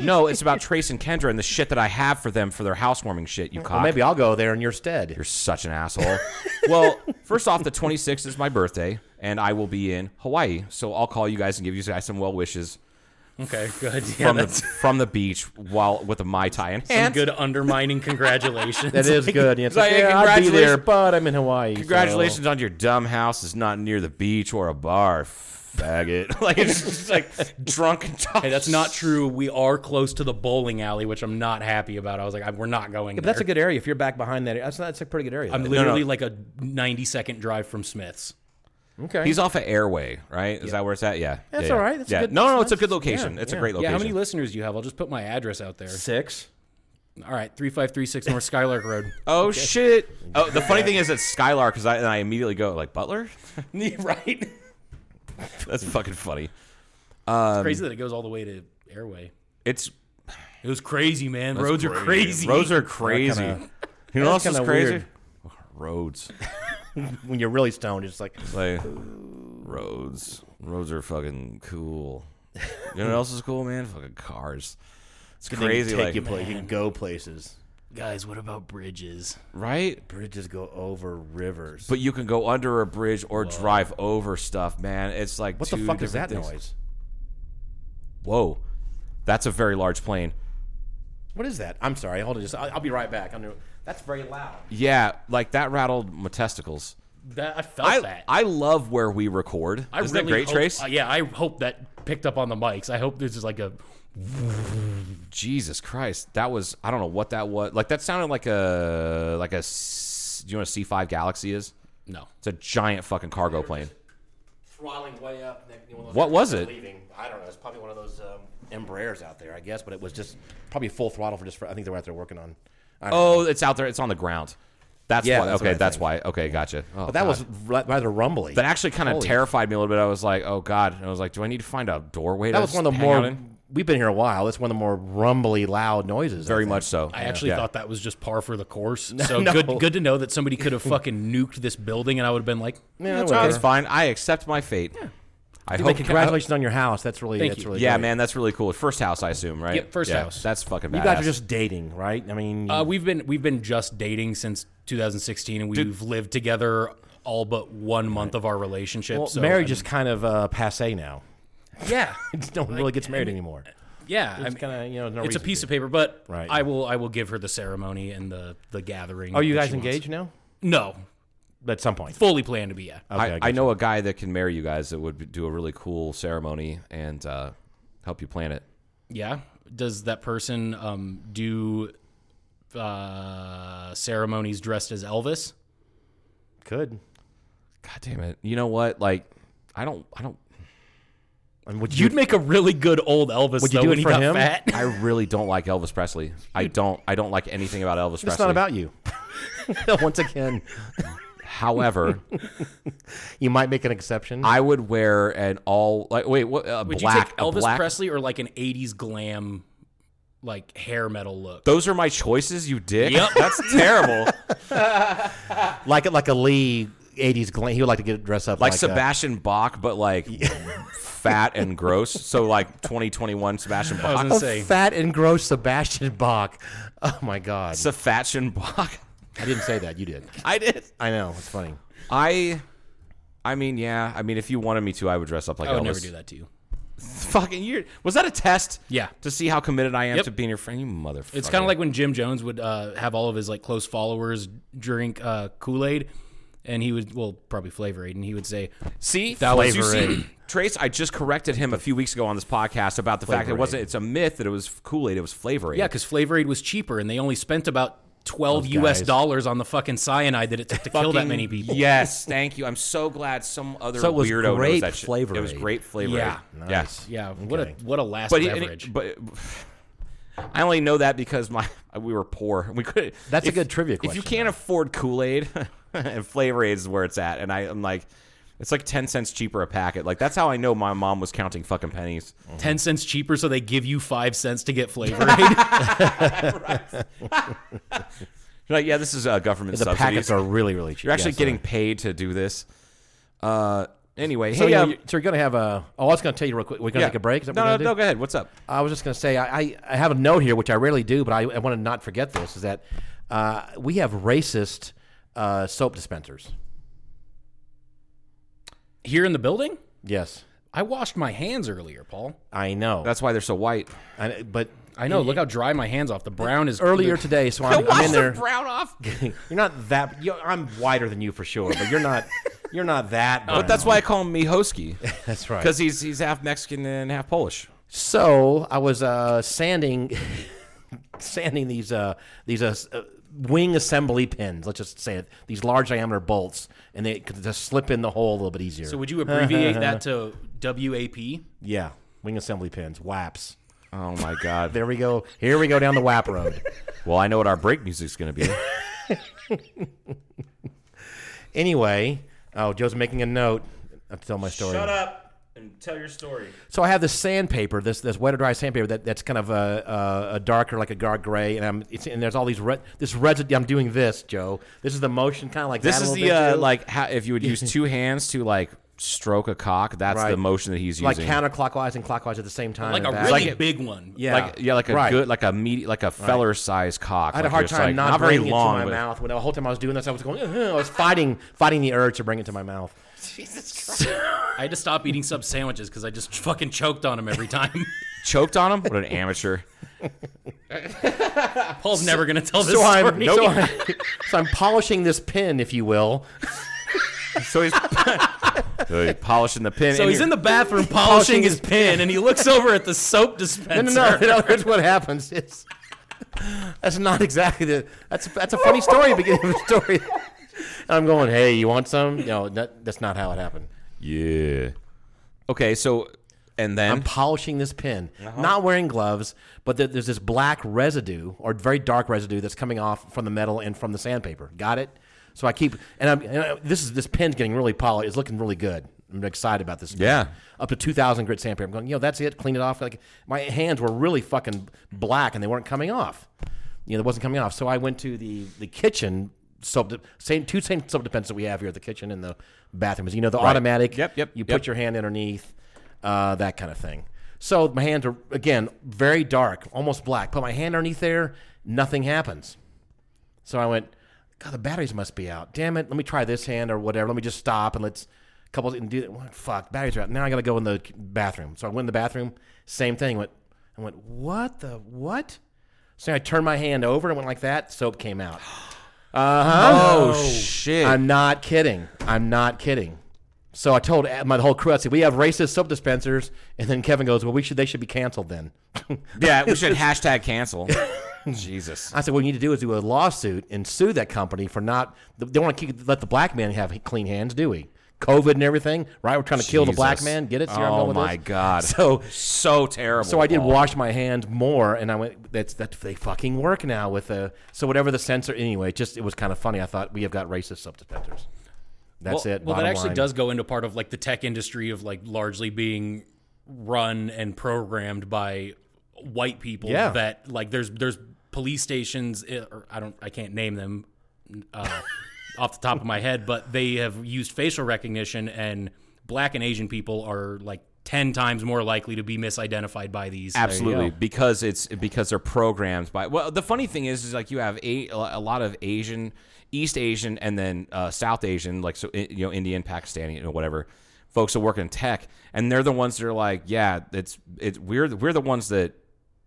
Speaker 5: no, it's about Trace and Kendra and the shit that I have for them for their housewarming shit. You
Speaker 4: well,
Speaker 5: cock.
Speaker 4: maybe I'll go there in your stead.
Speaker 5: You're such an asshole. well, first off, the 26th is my birthday, and I will be in Hawaii, so I'll call you guys and give you guys some well wishes.
Speaker 6: Okay, good. Yeah,
Speaker 5: from the
Speaker 6: that's
Speaker 5: from the beach while with a mai tai in
Speaker 6: some
Speaker 5: hand.
Speaker 6: good undermining. Congratulations.
Speaker 4: That is good. Yeah, it's like,
Speaker 5: like,
Speaker 4: yeah, I'd be there,
Speaker 5: congratulations-
Speaker 4: but I'm in Hawaii. so-
Speaker 5: Congratulations on your dumb house. It's not near the beach or a bar, faggot. like it's just like drunk and talking.
Speaker 6: Hey, that's not true. We are close to the bowling alley, which I'm not happy about. I was like, I, we're not going.
Speaker 4: Yeah, but
Speaker 6: there.
Speaker 4: that's a good area. If you're back behind that, that's not. That's a pretty good area.
Speaker 6: I'm
Speaker 4: though.
Speaker 6: literally like a 90 second drive from Smith's.
Speaker 4: okay.
Speaker 5: He's off of Airway, right? Is that where it's at? Yeah.
Speaker 4: That's
Speaker 5: yeah, yeah.
Speaker 4: all right. That's a
Speaker 5: yeah.
Speaker 4: good-
Speaker 5: no, no,
Speaker 4: that's
Speaker 5: it's a good
Speaker 4: nice.
Speaker 5: location.
Speaker 4: Yeah,
Speaker 5: it's
Speaker 4: yeah.
Speaker 5: a great
Speaker 6: Yeah,
Speaker 5: location.
Speaker 6: how many listeners do you have? I'll just put my address out there.
Speaker 4: six.
Speaker 6: All right, 3536 North Skylark Road.
Speaker 5: Oh shit! Oh, the funny thing is it's Skylar because I and I immediately go like Butler.
Speaker 6: right?
Speaker 5: That's fucking funny.
Speaker 6: It's crazy that it goes all the way to Airway.
Speaker 5: It's
Speaker 6: It was crazy, man. roads are crazy.
Speaker 5: roads are crazy. you know what else is
Speaker 4: kinda
Speaker 5: crazy?
Speaker 4: weird.
Speaker 5: Roads.
Speaker 4: When you're really stoned, it's like
Speaker 5: Like roads. Roads are fucking cool. You know what else is cool, man? Fucking cars. It's
Speaker 4: they can
Speaker 5: crazy,
Speaker 4: Take
Speaker 5: like
Speaker 4: you, pla- you can go places.
Speaker 6: Guys, what about bridges?
Speaker 5: right?
Speaker 4: Bridges go over rivers.
Speaker 5: But you can go under a bridge or drive over stuff, man. It's like
Speaker 4: what the
Speaker 5: two
Speaker 4: fuck is that
Speaker 5: different things.
Speaker 4: noise?
Speaker 5: Whoa, that's a very large plane.
Speaker 4: What is that? I'm sorry. Hold on. Just I'll, I'll be right back. I'm gonna- that's very loud.
Speaker 5: Yeah, like that rattled my testicles.
Speaker 6: That I felt
Speaker 5: I
Speaker 6: that.
Speaker 5: I love where we record.
Speaker 6: I
Speaker 5: Isn't
Speaker 6: really
Speaker 5: that great,
Speaker 6: hope,
Speaker 5: Trace?
Speaker 6: uh, yeah, I hope that picked up on the mics. I hope this is like a
Speaker 5: Jesus Christ, that was I don't know what that was. Like that sounded like a like a. s- Do you know what a C five Galaxy is?
Speaker 6: no.
Speaker 5: It's a giant fucking cargo plane.
Speaker 4: Throttling way up. Nick, one of those
Speaker 5: What was
Speaker 4: guys that are
Speaker 5: it?
Speaker 4: Leaving. I don't know. It's probably one of those um, Embraers out there, I guess. But it was just probably full throttle for just. For, I think they were out there working on. I don't know.
Speaker 5: Oh, it's out there. It's on the ground. That's
Speaker 4: Yeah,
Speaker 5: why.
Speaker 4: that's what
Speaker 5: okay,
Speaker 4: I
Speaker 5: that's
Speaker 4: think.
Speaker 5: why. Okay, gotcha. Oh,
Speaker 4: but that was ra- rather rumbly.
Speaker 5: that actually kind of
Speaker 4: Holy-
Speaker 5: terrified me a little bit. I was like, oh god. And I was like, do I need to find a doorway?
Speaker 4: That
Speaker 5: to
Speaker 4: was one of the
Speaker 5: hang out
Speaker 4: more.
Speaker 5: in?
Speaker 4: We've been here a while. That's one of the more rumbly, loud noises. I
Speaker 5: Very
Speaker 4: think.
Speaker 5: much so.
Speaker 6: I actually
Speaker 5: Yeah.
Speaker 6: thought that was just par for the course. so good good to know that somebody could have fucking nuked this building and I would have been like,
Speaker 4: Yeah,
Speaker 6: that's
Speaker 4: whatever.
Speaker 5: It's fine. I accept my fate. I
Speaker 4: But
Speaker 5: hope.
Speaker 4: congratulations on your house. That's really.
Speaker 6: Thank
Speaker 4: that's
Speaker 6: you.
Speaker 4: really
Speaker 5: Yeah,
Speaker 4: great.
Speaker 5: man, that's really cool. First house, I assume, right?
Speaker 6: Yep, first
Speaker 5: Yeah,
Speaker 6: house.
Speaker 5: That's fucking.
Speaker 4: You
Speaker 5: badass.
Speaker 4: guys are just dating, right? I mean,
Speaker 6: Uh, we've been we've been just dating since 2016, and we've lived together all but one month of our relationship.
Speaker 4: well,
Speaker 6: so
Speaker 4: marriage
Speaker 6: I
Speaker 4: is kind of uh, passe now.
Speaker 6: mean, yeah,
Speaker 4: No one really gets married anymore.
Speaker 6: yeah. I
Speaker 4: It's
Speaker 6: mean,
Speaker 4: kind of you know. No
Speaker 6: it's a
Speaker 4: reason
Speaker 6: piece
Speaker 4: to.
Speaker 6: of paper, but
Speaker 4: Right.
Speaker 6: I will I will give her the ceremony and the the gathering.
Speaker 4: Are you
Speaker 6: that
Speaker 4: guys
Speaker 6: she wants.
Speaker 4: engaged now?
Speaker 6: No,
Speaker 4: At some point.
Speaker 6: fully planned to be. Yeah,
Speaker 4: Okay,
Speaker 5: I, I
Speaker 4: gotcha.
Speaker 5: know a guy that can marry you guys that would do a really cool ceremony and uh, help you plan it.
Speaker 6: yeah. Does that person um, do uh, ceremonies dressed as Elvis?
Speaker 4: Could.
Speaker 5: God damn it! You know what? Like, I don't. I don't.
Speaker 4: I mean, would you?
Speaker 6: You'd make a really good old Elvis.
Speaker 4: Would you
Speaker 6: though,
Speaker 4: do it
Speaker 6: when he
Speaker 4: for
Speaker 6: got
Speaker 4: him?
Speaker 6: Fat.
Speaker 5: I really don't like Elvis Presley. I don't. I don't like anything about Elvis Presley.
Speaker 4: it's not about you. Once again,
Speaker 5: However,
Speaker 4: you might make an exception.
Speaker 5: I would wear an all like wait what a
Speaker 6: Would
Speaker 5: black
Speaker 6: you take Elvis
Speaker 5: a black.
Speaker 6: Presley or like an '80s glam, like hair metal look?
Speaker 5: Those are my choices, you dick.
Speaker 6: Yep.
Speaker 5: That's terrible. like,
Speaker 4: like like a Lee '80s glam. He would like to get dressed up like, uh,
Speaker 5: Sebastian Bach, but like fat and gross. So like 2021 Sebastian
Speaker 6: I was
Speaker 5: Bach.
Speaker 6: gonna
Speaker 4: a
Speaker 6: say
Speaker 4: Oh, fat and gross Sebastian Bach. Oh my God!
Speaker 5: Sebastian Bach.
Speaker 4: I didn't say that. You did.
Speaker 5: I did.
Speaker 4: I know. It's funny.
Speaker 5: I. I mean, yeah. I mean, if you wanted me to, I would dress up like
Speaker 6: I would
Speaker 5: Elvis.
Speaker 6: never do that to you.
Speaker 5: Fucking you. Was that a test?
Speaker 6: Yeah.
Speaker 5: To see how committed I am
Speaker 6: Yep.
Speaker 5: to being your friend, you motherfucker.
Speaker 6: It's kind of like when Jim Jones would uh, have all of his like close followers drink uh, Kool Aid, and he would well probably Flavor Aid, and he would say,
Speaker 5: see
Speaker 6: That was-
Speaker 5: You
Speaker 6: Flavor
Speaker 5: see, Trace, I just corrected him a few weeks ago on this podcast about the fact that it wasn't. It's a myth that it was Kool Aid. It was Flavor Aid.
Speaker 6: "Yeah, because Flavor Aid was cheaper, and they only spent about twelve
Speaker 4: Those
Speaker 6: U.S.
Speaker 4: guys.
Speaker 6: dollars on the fucking cyanide that it took to kill that
Speaker 5: Fucking-
Speaker 6: many people."
Speaker 5: Yes, thank you. I'm so glad some other
Speaker 4: So it was
Speaker 5: weirdo knows
Speaker 4: grape
Speaker 5: that shit.
Speaker 4: Flavor
Speaker 5: It was
Speaker 4: Aid.
Speaker 5: great flavor.
Speaker 6: Yeah.
Speaker 5: Aid. Yeah.
Speaker 6: yeah. What a what a last
Speaker 5: But, he, and
Speaker 6: beverage.
Speaker 5: he, but I only know that because my we were poor. We could.
Speaker 4: That's a good trivia
Speaker 5: If you
Speaker 4: question,
Speaker 5: can't afford Kool Aid, and Flavor Aid is where it's at, and I, I'm like. It's like ten cents cheaper a packet. Like that's how I know my mom was counting fucking pennies.
Speaker 6: Ten cents cheaper, so they give you five cents to get Flavor Aid.
Speaker 5: You're like, yeah, this is uh, government
Speaker 4: The
Speaker 5: subsidies.
Speaker 4: packets are really really cheap.
Speaker 5: You're actually
Speaker 4: Yeah, so-
Speaker 5: getting paid to do this. Uh, anyway,
Speaker 4: So,
Speaker 5: hey,
Speaker 4: yeah,
Speaker 5: um,
Speaker 4: you- so you're gonna have a. Oh, I was gonna tell you real quick. We're gonna
Speaker 5: yeah.
Speaker 4: take a break. Is that what
Speaker 5: no,
Speaker 4: we're
Speaker 5: no,
Speaker 4: gonna
Speaker 5: no.
Speaker 4: do?
Speaker 5: Go ahead. What's up?
Speaker 4: I was just going to say, I, I, I have a note here, which I rarely do, but I, I want to not forget this, is that uh, we have racist uh, soap dispensers.
Speaker 6: Here in the building,
Speaker 4: Yes.
Speaker 6: I washed my hands earlier, Paul.
Speaker 4: I know.
Speaker 5: That's why they're so white.
Speaker 4: I, but
Speaker 6: I know. Look how dry my hands off. The brown is
Speaker 4: earlier
Speaker 6: the-
Speaker 4: today, so I'm, I'm in there.
Speaker 5: brown off.
Speaker 4: you're not that. You, I'm whiter than you for sure, but you're not. You're not that.
Speaker 5: But that's why I call him Mihoski
Speaker 4: that's right.
Speaker 5: because he's he's half Mexican and half Polish.
Speaker 4: So I was uh, sanding, sanding these uh, these uh, s- uh, wing assembly pins. Let's just say it. These large diameter bolts, and they could just slip in the hole a little bit easier.
Speaker 6: So would you abbreviate that to WAP?
Speaker 4: yeah, wing assembly pins, WAPs.
Speaker 5: Oh my God.
Speaker 4: There we go. Here we go down the WAP road.
Speaker 5: well, I know what our break music's going to be.
Speaker 4: anyway, oh, Joe's making a note. I have to tell my story. Shut
Speaker 8: up and tell your story.
Speaker 4: So I have this sandpaper, this this wet or dry sandpaper that, that's kind of a, a, a darker, like a dark gray, and I'm it's, and there's all these red. This residue. I'm doing this, Joe. This is the motion, kind of like
Speaker 5: This
Speaker 4: that a
Speaker 5: is
Speaker 4: little
Speaker 5: the
Speaker 4: bit,
Speaker 5: uh,
Speaker 4: too.
Speaker 5: like how, if you would use two hands to like stroke a cock. That's
Speaker 4: Right.
Speaker 5: the motion that he's
Speaker 4: like
Speaker 5: using.
Speaker 4: counterclockwise and clockwise at the same time.
Speaker 6: Like a
Speaker 4: and back.
Speaker 6: really
Speaker 5: Like a-
Speaker 6: big one.
Speaker 4: yeah,
Speaker 5: like yeah, like a
Speaker 4: right.
Speaker 5: good, like a meat, like a feller sized cock.
Speaker 4: I had a hard time not,
Speaker 5: very
Speaker 4: bringing
Speaker 5: long,
Speaker 4: it to my
Speaker 5: but-
Speaker 4: mouth. When the whole time I was doing this, I was going. "Uh-huh," I was fighting, fighting the urge to bring it to my mouth.
Speaker 6: I had to stop eating sub sandwiches because I just fucking choked on them every time.
Speaker 5: Choked on him. What an amateur!
Speaker 6: Paul's never gonna tell this
Speaker 4: So I'm,
Speaker 6: story.
Speaker 4: so, I'm, so I'm polishing this pin, if you will.
Speaker 5: So he's, so he's polishing the pin.
Speaker 6: So
Speaker 5: and
Speaker 6: he's
Speaker 5: you're-
Speaker 6: in the bathroom polishing his pin, and he looks over at the soap
Speaker 4: No,
Speaker 6: dispenser.
Speaker 4: no, no. no that's what happens. It's, that's not exactly the. That's that's a funny story. Beginning of a story. And I'm going. Hey, you want some? No, that, that's not how it happened.
Speaker 5: Yeah. Okay, so and then
Speaker 4: I'm polishing this pin, not wearing gloves, but there- there's this black residue or very dark residue that's coming off from the metal and from the sandpaper. Got it? So I keep and I'm and I, this is this pin's getting really polished. It's looking really good. I'm excited about this.
Speaker 5: Yeah.
Speaker 4: up to 2,000 grit sandpaper. I'm going, you know, that's it. Clean it off. Like my hands were really fucking black and they weren't coming off. You know, it wasn't coming off. So I went to the the kitchen. Soap, di- same two same soap depends that we have here at the kitchen and the bathrooms. You know the automatic.
Speaker 5: Yep, yep,
Speaker 4: You
Speaker 5: yep.
Speaker 4: put your hand underneath, uh, that kind of thing. So my hands are again very dark, almost black. Put my hand underneath there, nothing happens. So I went, God, the batteries must be out. Damn it, let me try this hand or whatever. Let me just stop and let's couple and do that. Well, Fuck, batteries are out. Now I gotta go in the bathroom. So I went in the bathroom, same thing. Went, I went, what the what? So I turned my hand over and went like that. Soap came out.
Speaker 5: oh shit.
Speaker 4: I'm not kidding. I'm not kidding. So I told my whole crew, I said, we have racist soap dispensers. And then Kevin goes, well, we should, they should be canceled then.
Speaker 5: yeah, we should hashtag cancel. Jesus.
Speaker 4: I said, what you need to do is do a lawsuit and sue that company for not, they don't want to keep, let the black man have clean hands, do we? COVID and everything, right? We're trying to kill the black
Speaker 5: Jesus.
Speaker 4: man. Get it? See where I'm
Speaker 5: oh
Speaker 4: going with
Speaker 5: my
Speaker 4: this?
Speaker 5: god.
Speaker 4: So
Speaker 5: so terrible.
Speaker 4: So I did
Speaker 5: Paul.
Speaker 4: wash my hands more, and I went. That's that they fucking work now with the so whatever the sensor. Anyway, just it was kind of funny. I thought we have got racist sub detectors. That's
Speaker 6: well,
Speaker 4: it.
Speaker 6: Well, that
Speaker 4: bottom
Speaker 6: actually
Speaker 4: line.
Speaker 6: does go into part of like the tech industry of like largely being run and programmed by white people.
Speaker 4: Yeah.
Speaker 6: That like there's there's police stations. eh, Or I don't I can't name them uh, off the top of my head, but they have used facial recognition, and black and Asian people are like ten times more likely to be misidentified by these.
Speaker 5: Absolutely, because it's because they're programmed by. Well, the funny thing is, is like you have a, a lot of Asian, East Asian, and then uh, South Asian, like so i- you know Indian, Pakistani, you know whatever, folks that work in tech, and they're the ones that are like, yeah, it's it's we're the- we're the ones that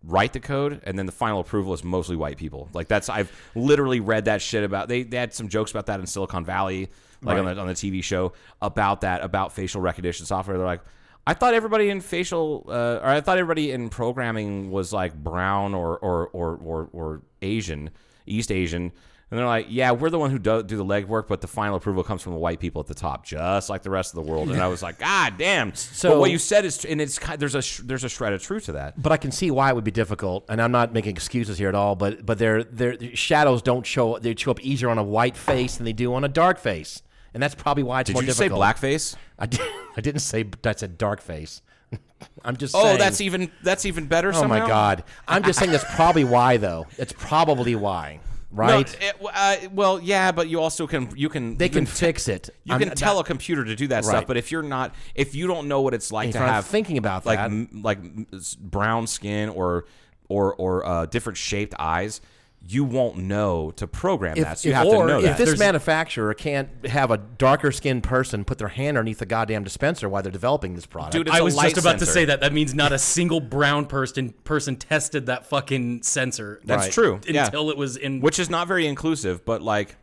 Speaker 5: write the code, and then the final approval is mostly white people. Like that's I've literally read that shit about. They they had some jokes about that in Silicon Valley, like on the on the TV show about that about facial recognition software. They're like. I thought everybody in facial, uh, or I thought everybody in programming was like brown or or or or, or Asian, East Asian, and they're like, yeah, we're the one who do, do the legwork, but the final approval comes from the white people at the top, just like the rest of the world. And I was like, God damn! So
Speaker 4: So-
Speaker 5: but what you said is, and it's ki- there's a sh- there's a shred of truth to that.
Speaker 4: but I can see why it would be difficult, and I'm not making excuses here at all. But but their their shadows don't show. They show up easier on a white face than they do on a dark face, and that's probably why it's
Speaker 5: Did
Speaker 4: more
Speaker 5: you just say
Speaker 4: difficult.
Speaker 5: blackface?
Speaker 4: I, did, I didn't say. I said dark face. I'm just.
Speaker 5: Oh,
Speaker 4: saying-
Speaker 5: that's even that's even better.
Speaker 4: Oh my god! I'm just saying that's probably why though. That's probably why, right?
Speaker 5: uh, well, yeah, but you also can you can
Speaker 4: they can fix it.
Speaker 5: You
Speaker 4: I'm-
Speaker 5: can
Speaker 4: that-
Speaker 5: tell a computer to do that stuff,
Speaker 4: Right.
Speaker 5: but if you're not, if you don't know what it's like
Speaker 4: If
Speaker 5: to
Speaker 4: you're not
Speaker 5: have
Speaker 4: thinking about
Speaker 5: like
Speaker 4: that.
Speaker 5: m- like m- s- brown skin or or or uh, different shaped eyes, you won't know to program that. So you
Speaker 4: if-
Speaker 5: have
Speaker 4: or
Speaker 5: to know
Speaker 4: if
Speaker 5: that.
Speaker 4: this manufacturer can't have a darker skinned person put their hand underneath the goddamn dispenser while they're developing this product,
Speaker 5: Dude, it's
Speaker 6: I
Speaker 5: a
Speaker 6: was
Speaker 5: light
Speaker 6: just about to
Speaker 5: sensor.
Speaker 6: say that. That means not a single brown person person tested that fucking sensor.
Speaker 5: That's
Speaker 6: Right.
Speaker 5: true. Yeah.
Speaker 6: Until it was in
Speaker 5: which is not very inclusive but like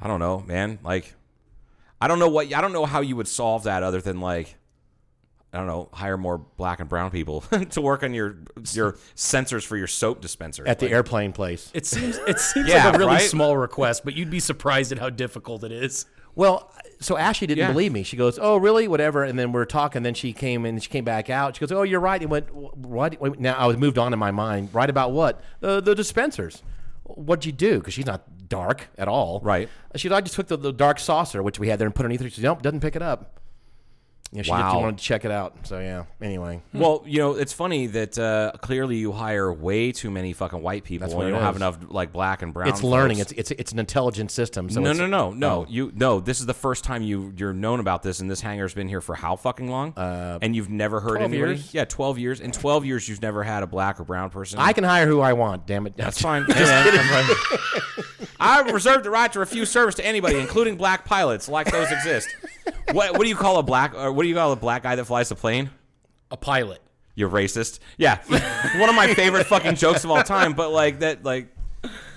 Speaker 5: i don't know man like i don't know what i don't know how you would solve that other than like i don't know hire more black and brown people to work on your your sensors for your soap dispenser
Speaker 4: at the
Speaker 5: Like,
Speaker 4: airplane place.
Speaker 6: It seems it seems
Speaker 5: Yeah,
Speaker 6: like a really
Speaker 5: right?
Speaker 6: small request, but you'd be surprised at how difficult it is.
Speaker 4: Well, so Ashley didn't
Speaker 5: Yeah.
Speaker 4: believe me. She goes, "Oh, really? Whatever." And then we're talking. Then she came and she came back out. She goes, "Oh, you're right." And went, "Wh- "What?" Wait, Now I was moved on in my mind. Right about what? The the dispensers. What'd you do? Because she's not dark at all.
Speaker 5: Right.
Speaker 4: She like just took the, the dark saucer which we had there and put it underneath her. She said, nope, doesn't pick it up. You know, she, just
Speaker 5: Wow.
Speaker 4: wanted to check it out. So yeah. Anyway,
Speaker 5: well you know it's funny that uh, clearly you hire way too many fucking white people
Speaker 4: what
Speaker 5: and you
Speaker 4: it
Speaker 5: don't have
Speaker 4: is.
Speaker 5: enough like black and brown
Speaker 4: it's learning.
Speaker 5: folks.
Speaker 4: It's it's it's an intelligent system. So
Speaker 5: no,
Speaker 4: it's, oh.
Speaker 5: no, no, no. You no. This is the first time you you're known about this, and this hangar's been here for how fucking long? Uh, and you've never heard
Speaker 4: 12
Speaker 5: anybody?
Speaker 4: years.
Speaker 5: Yeah, twelve years. In twelve years, you've never had a black or brown person.
Speaker 4: I can hire who I want. Damn it.
Speaker 5: That's fine. Hey, man, I'm fine. I reserve the right to refuse service to anybody, including black pilots, like those exist. What What do you call a black? Or what do you call a black guy that flies a plane?
Speaker 6: A pilot.
Speaker 5: You're racist. Yeah, one of my favorite fucking jokes of all time. But like that, like,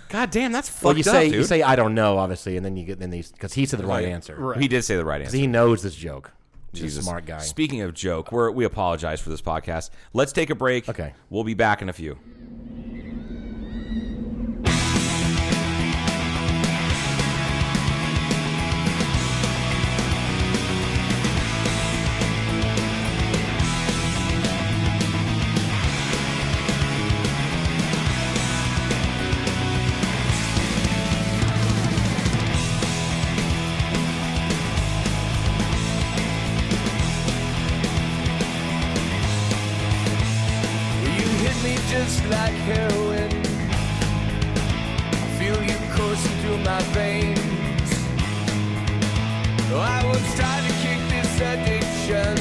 Speaker 5: god damn, that's fucked
Speaker 4: Well, you say
Speaker 5: up, dude.
Speaker 4: you say I don't know, obviously, and then you get then these because he said the right
Speaker 5: Like,
Speaker 4: answer.
Speaker 5: He did say the right answer.
Speaker 4: He knows this joke. He's
Speaker 5: Jesus.
Speaker 4: a smart guy.
Speaker 5: Speaking of joke, we're, we apologize for this podcast. Let's take a break.
Speaker 4: Okay.
Speaker 5: We'll be back in a few.
Speaker 9: You hit me just like heroin. I feel you coursing through my veins. Oh, I was trying to kick this addiction.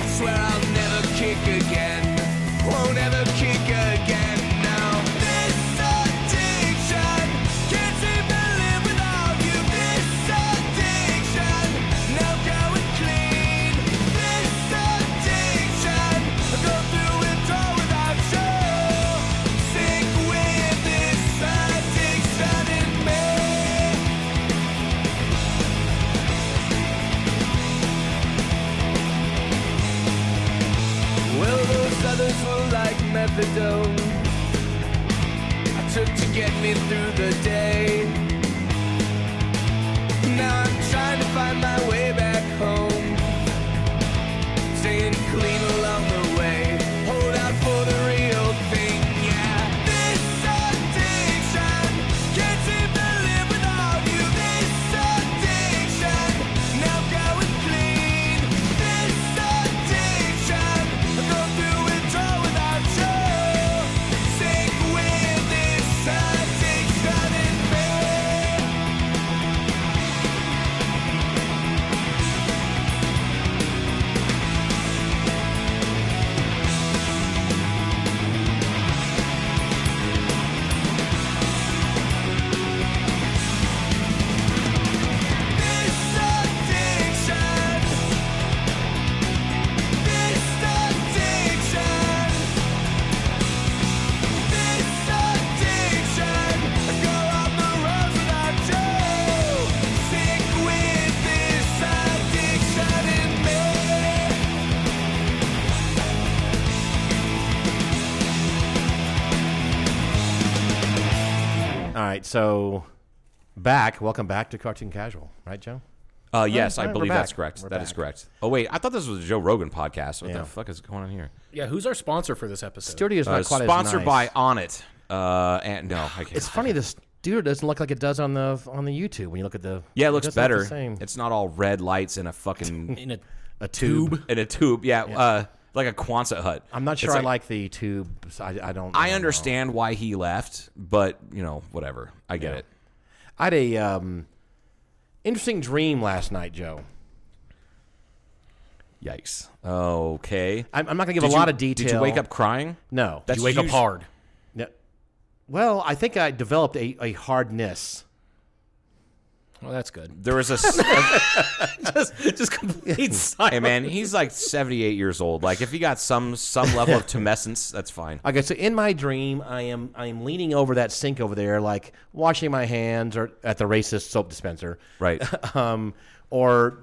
Speaker 9: I swear I'll never kick again. Won't ever kick again. now. This addiction can't seem to live without you. This addiction, now going clean. This addiction, I go through withdrawal without you. Sick with this addiction in me. Well, those others were like methadone. I took to get me through the day. Now I'm trying to find my way back home. Staying clean along the way. Hold out for the real thing, yeah. This addiction can't seem to live without you. This addiction now going clean. This addiction I go through withdrawal without you. Sick with this addiction in me. This addiction. This addiction. This addiction. I go on the road without you. Sick with this addiction in me.
Speaker 4: All right, so back. Welcome back to Cartoon Casual, right, Joe?
Speaker 5: Uh, yes, I
Speaker 4: fine, we're
Speaker 5: believe that's
Speaker 4: back.
Speaker 5: correct. That
Speaker 4: We're
Speaker 5: is
Speaker 4: back.
Speaker 5: correct. Oh wait, I thought this was a Joe Rogan podcast. What
Speaker 4: Yeah.
Speaker 5: the fuck is going on here?
Speaker 6: Yeah, who's our sponsor for this episode?
Speaker 4: Studio's
Speaker 5: Uh,
Speaker 4: not quite
Speaker 5: sponsored
Speaker 4: as
Speaker 5: by
Speaker 4: nice.
Speaker 5: Onnit. Uh, and no, I can't.
Speaker 4: It's funny this dude doesn't look like it does on the on the YouTube when you look at the.
Speaker 5: Yeah, it looks
Speaker 4: doesn't look
Speaker 5: better.
Speaker 4: the same.
Speaker 5: It's not all red lights in a fucking
Speaker 6: in a
Speaker 4: a tube.
Speaker 5: in a tube. Yeah, Uh, like a Quonset hut.
Speaker 4: I'm not
Speaker 5: It's
Speaker 4: sure I
Speaker 5: like-
Speaker 4: like the tube. so I, I don't.
Speaker 5: I
Speaker 4: don't
Speaker 5: understand why he left, but you know, whatever. I get it.
Speaker 4: know. I had a um, interesting dream last night, Joe.
Speaker 5: Yikes. Okay.
Speaker 4: I'm, I'm not gonna give
Speaker 5: Did
Speaker 4: a
Speaker 5: you-
Speaker 4: lot of detail.
Speaker 5: Did you wake up crying?
Speaker 4: No.
Speaker 5: That's
Speaker 6: you wake up
Speaker 5: usu-
Speaker 6: hard.
Speaker 4: No. Well, I think I developed a, a hardness.
Speaker 6: Well, that's good.
Speaker 5: There was a, s- a-
Speaker 6: Just complete
Speaker 5: hey man, he's like seventy eight years old. Like if he got some some level of tumescence, that's fine.
Speaker 4: Okay, so in my dream, I am I am leaning over that sink over there, like washing my hands, or at the racist soap dispenser,
Speaker 5: Right.
Speaker 4: um, or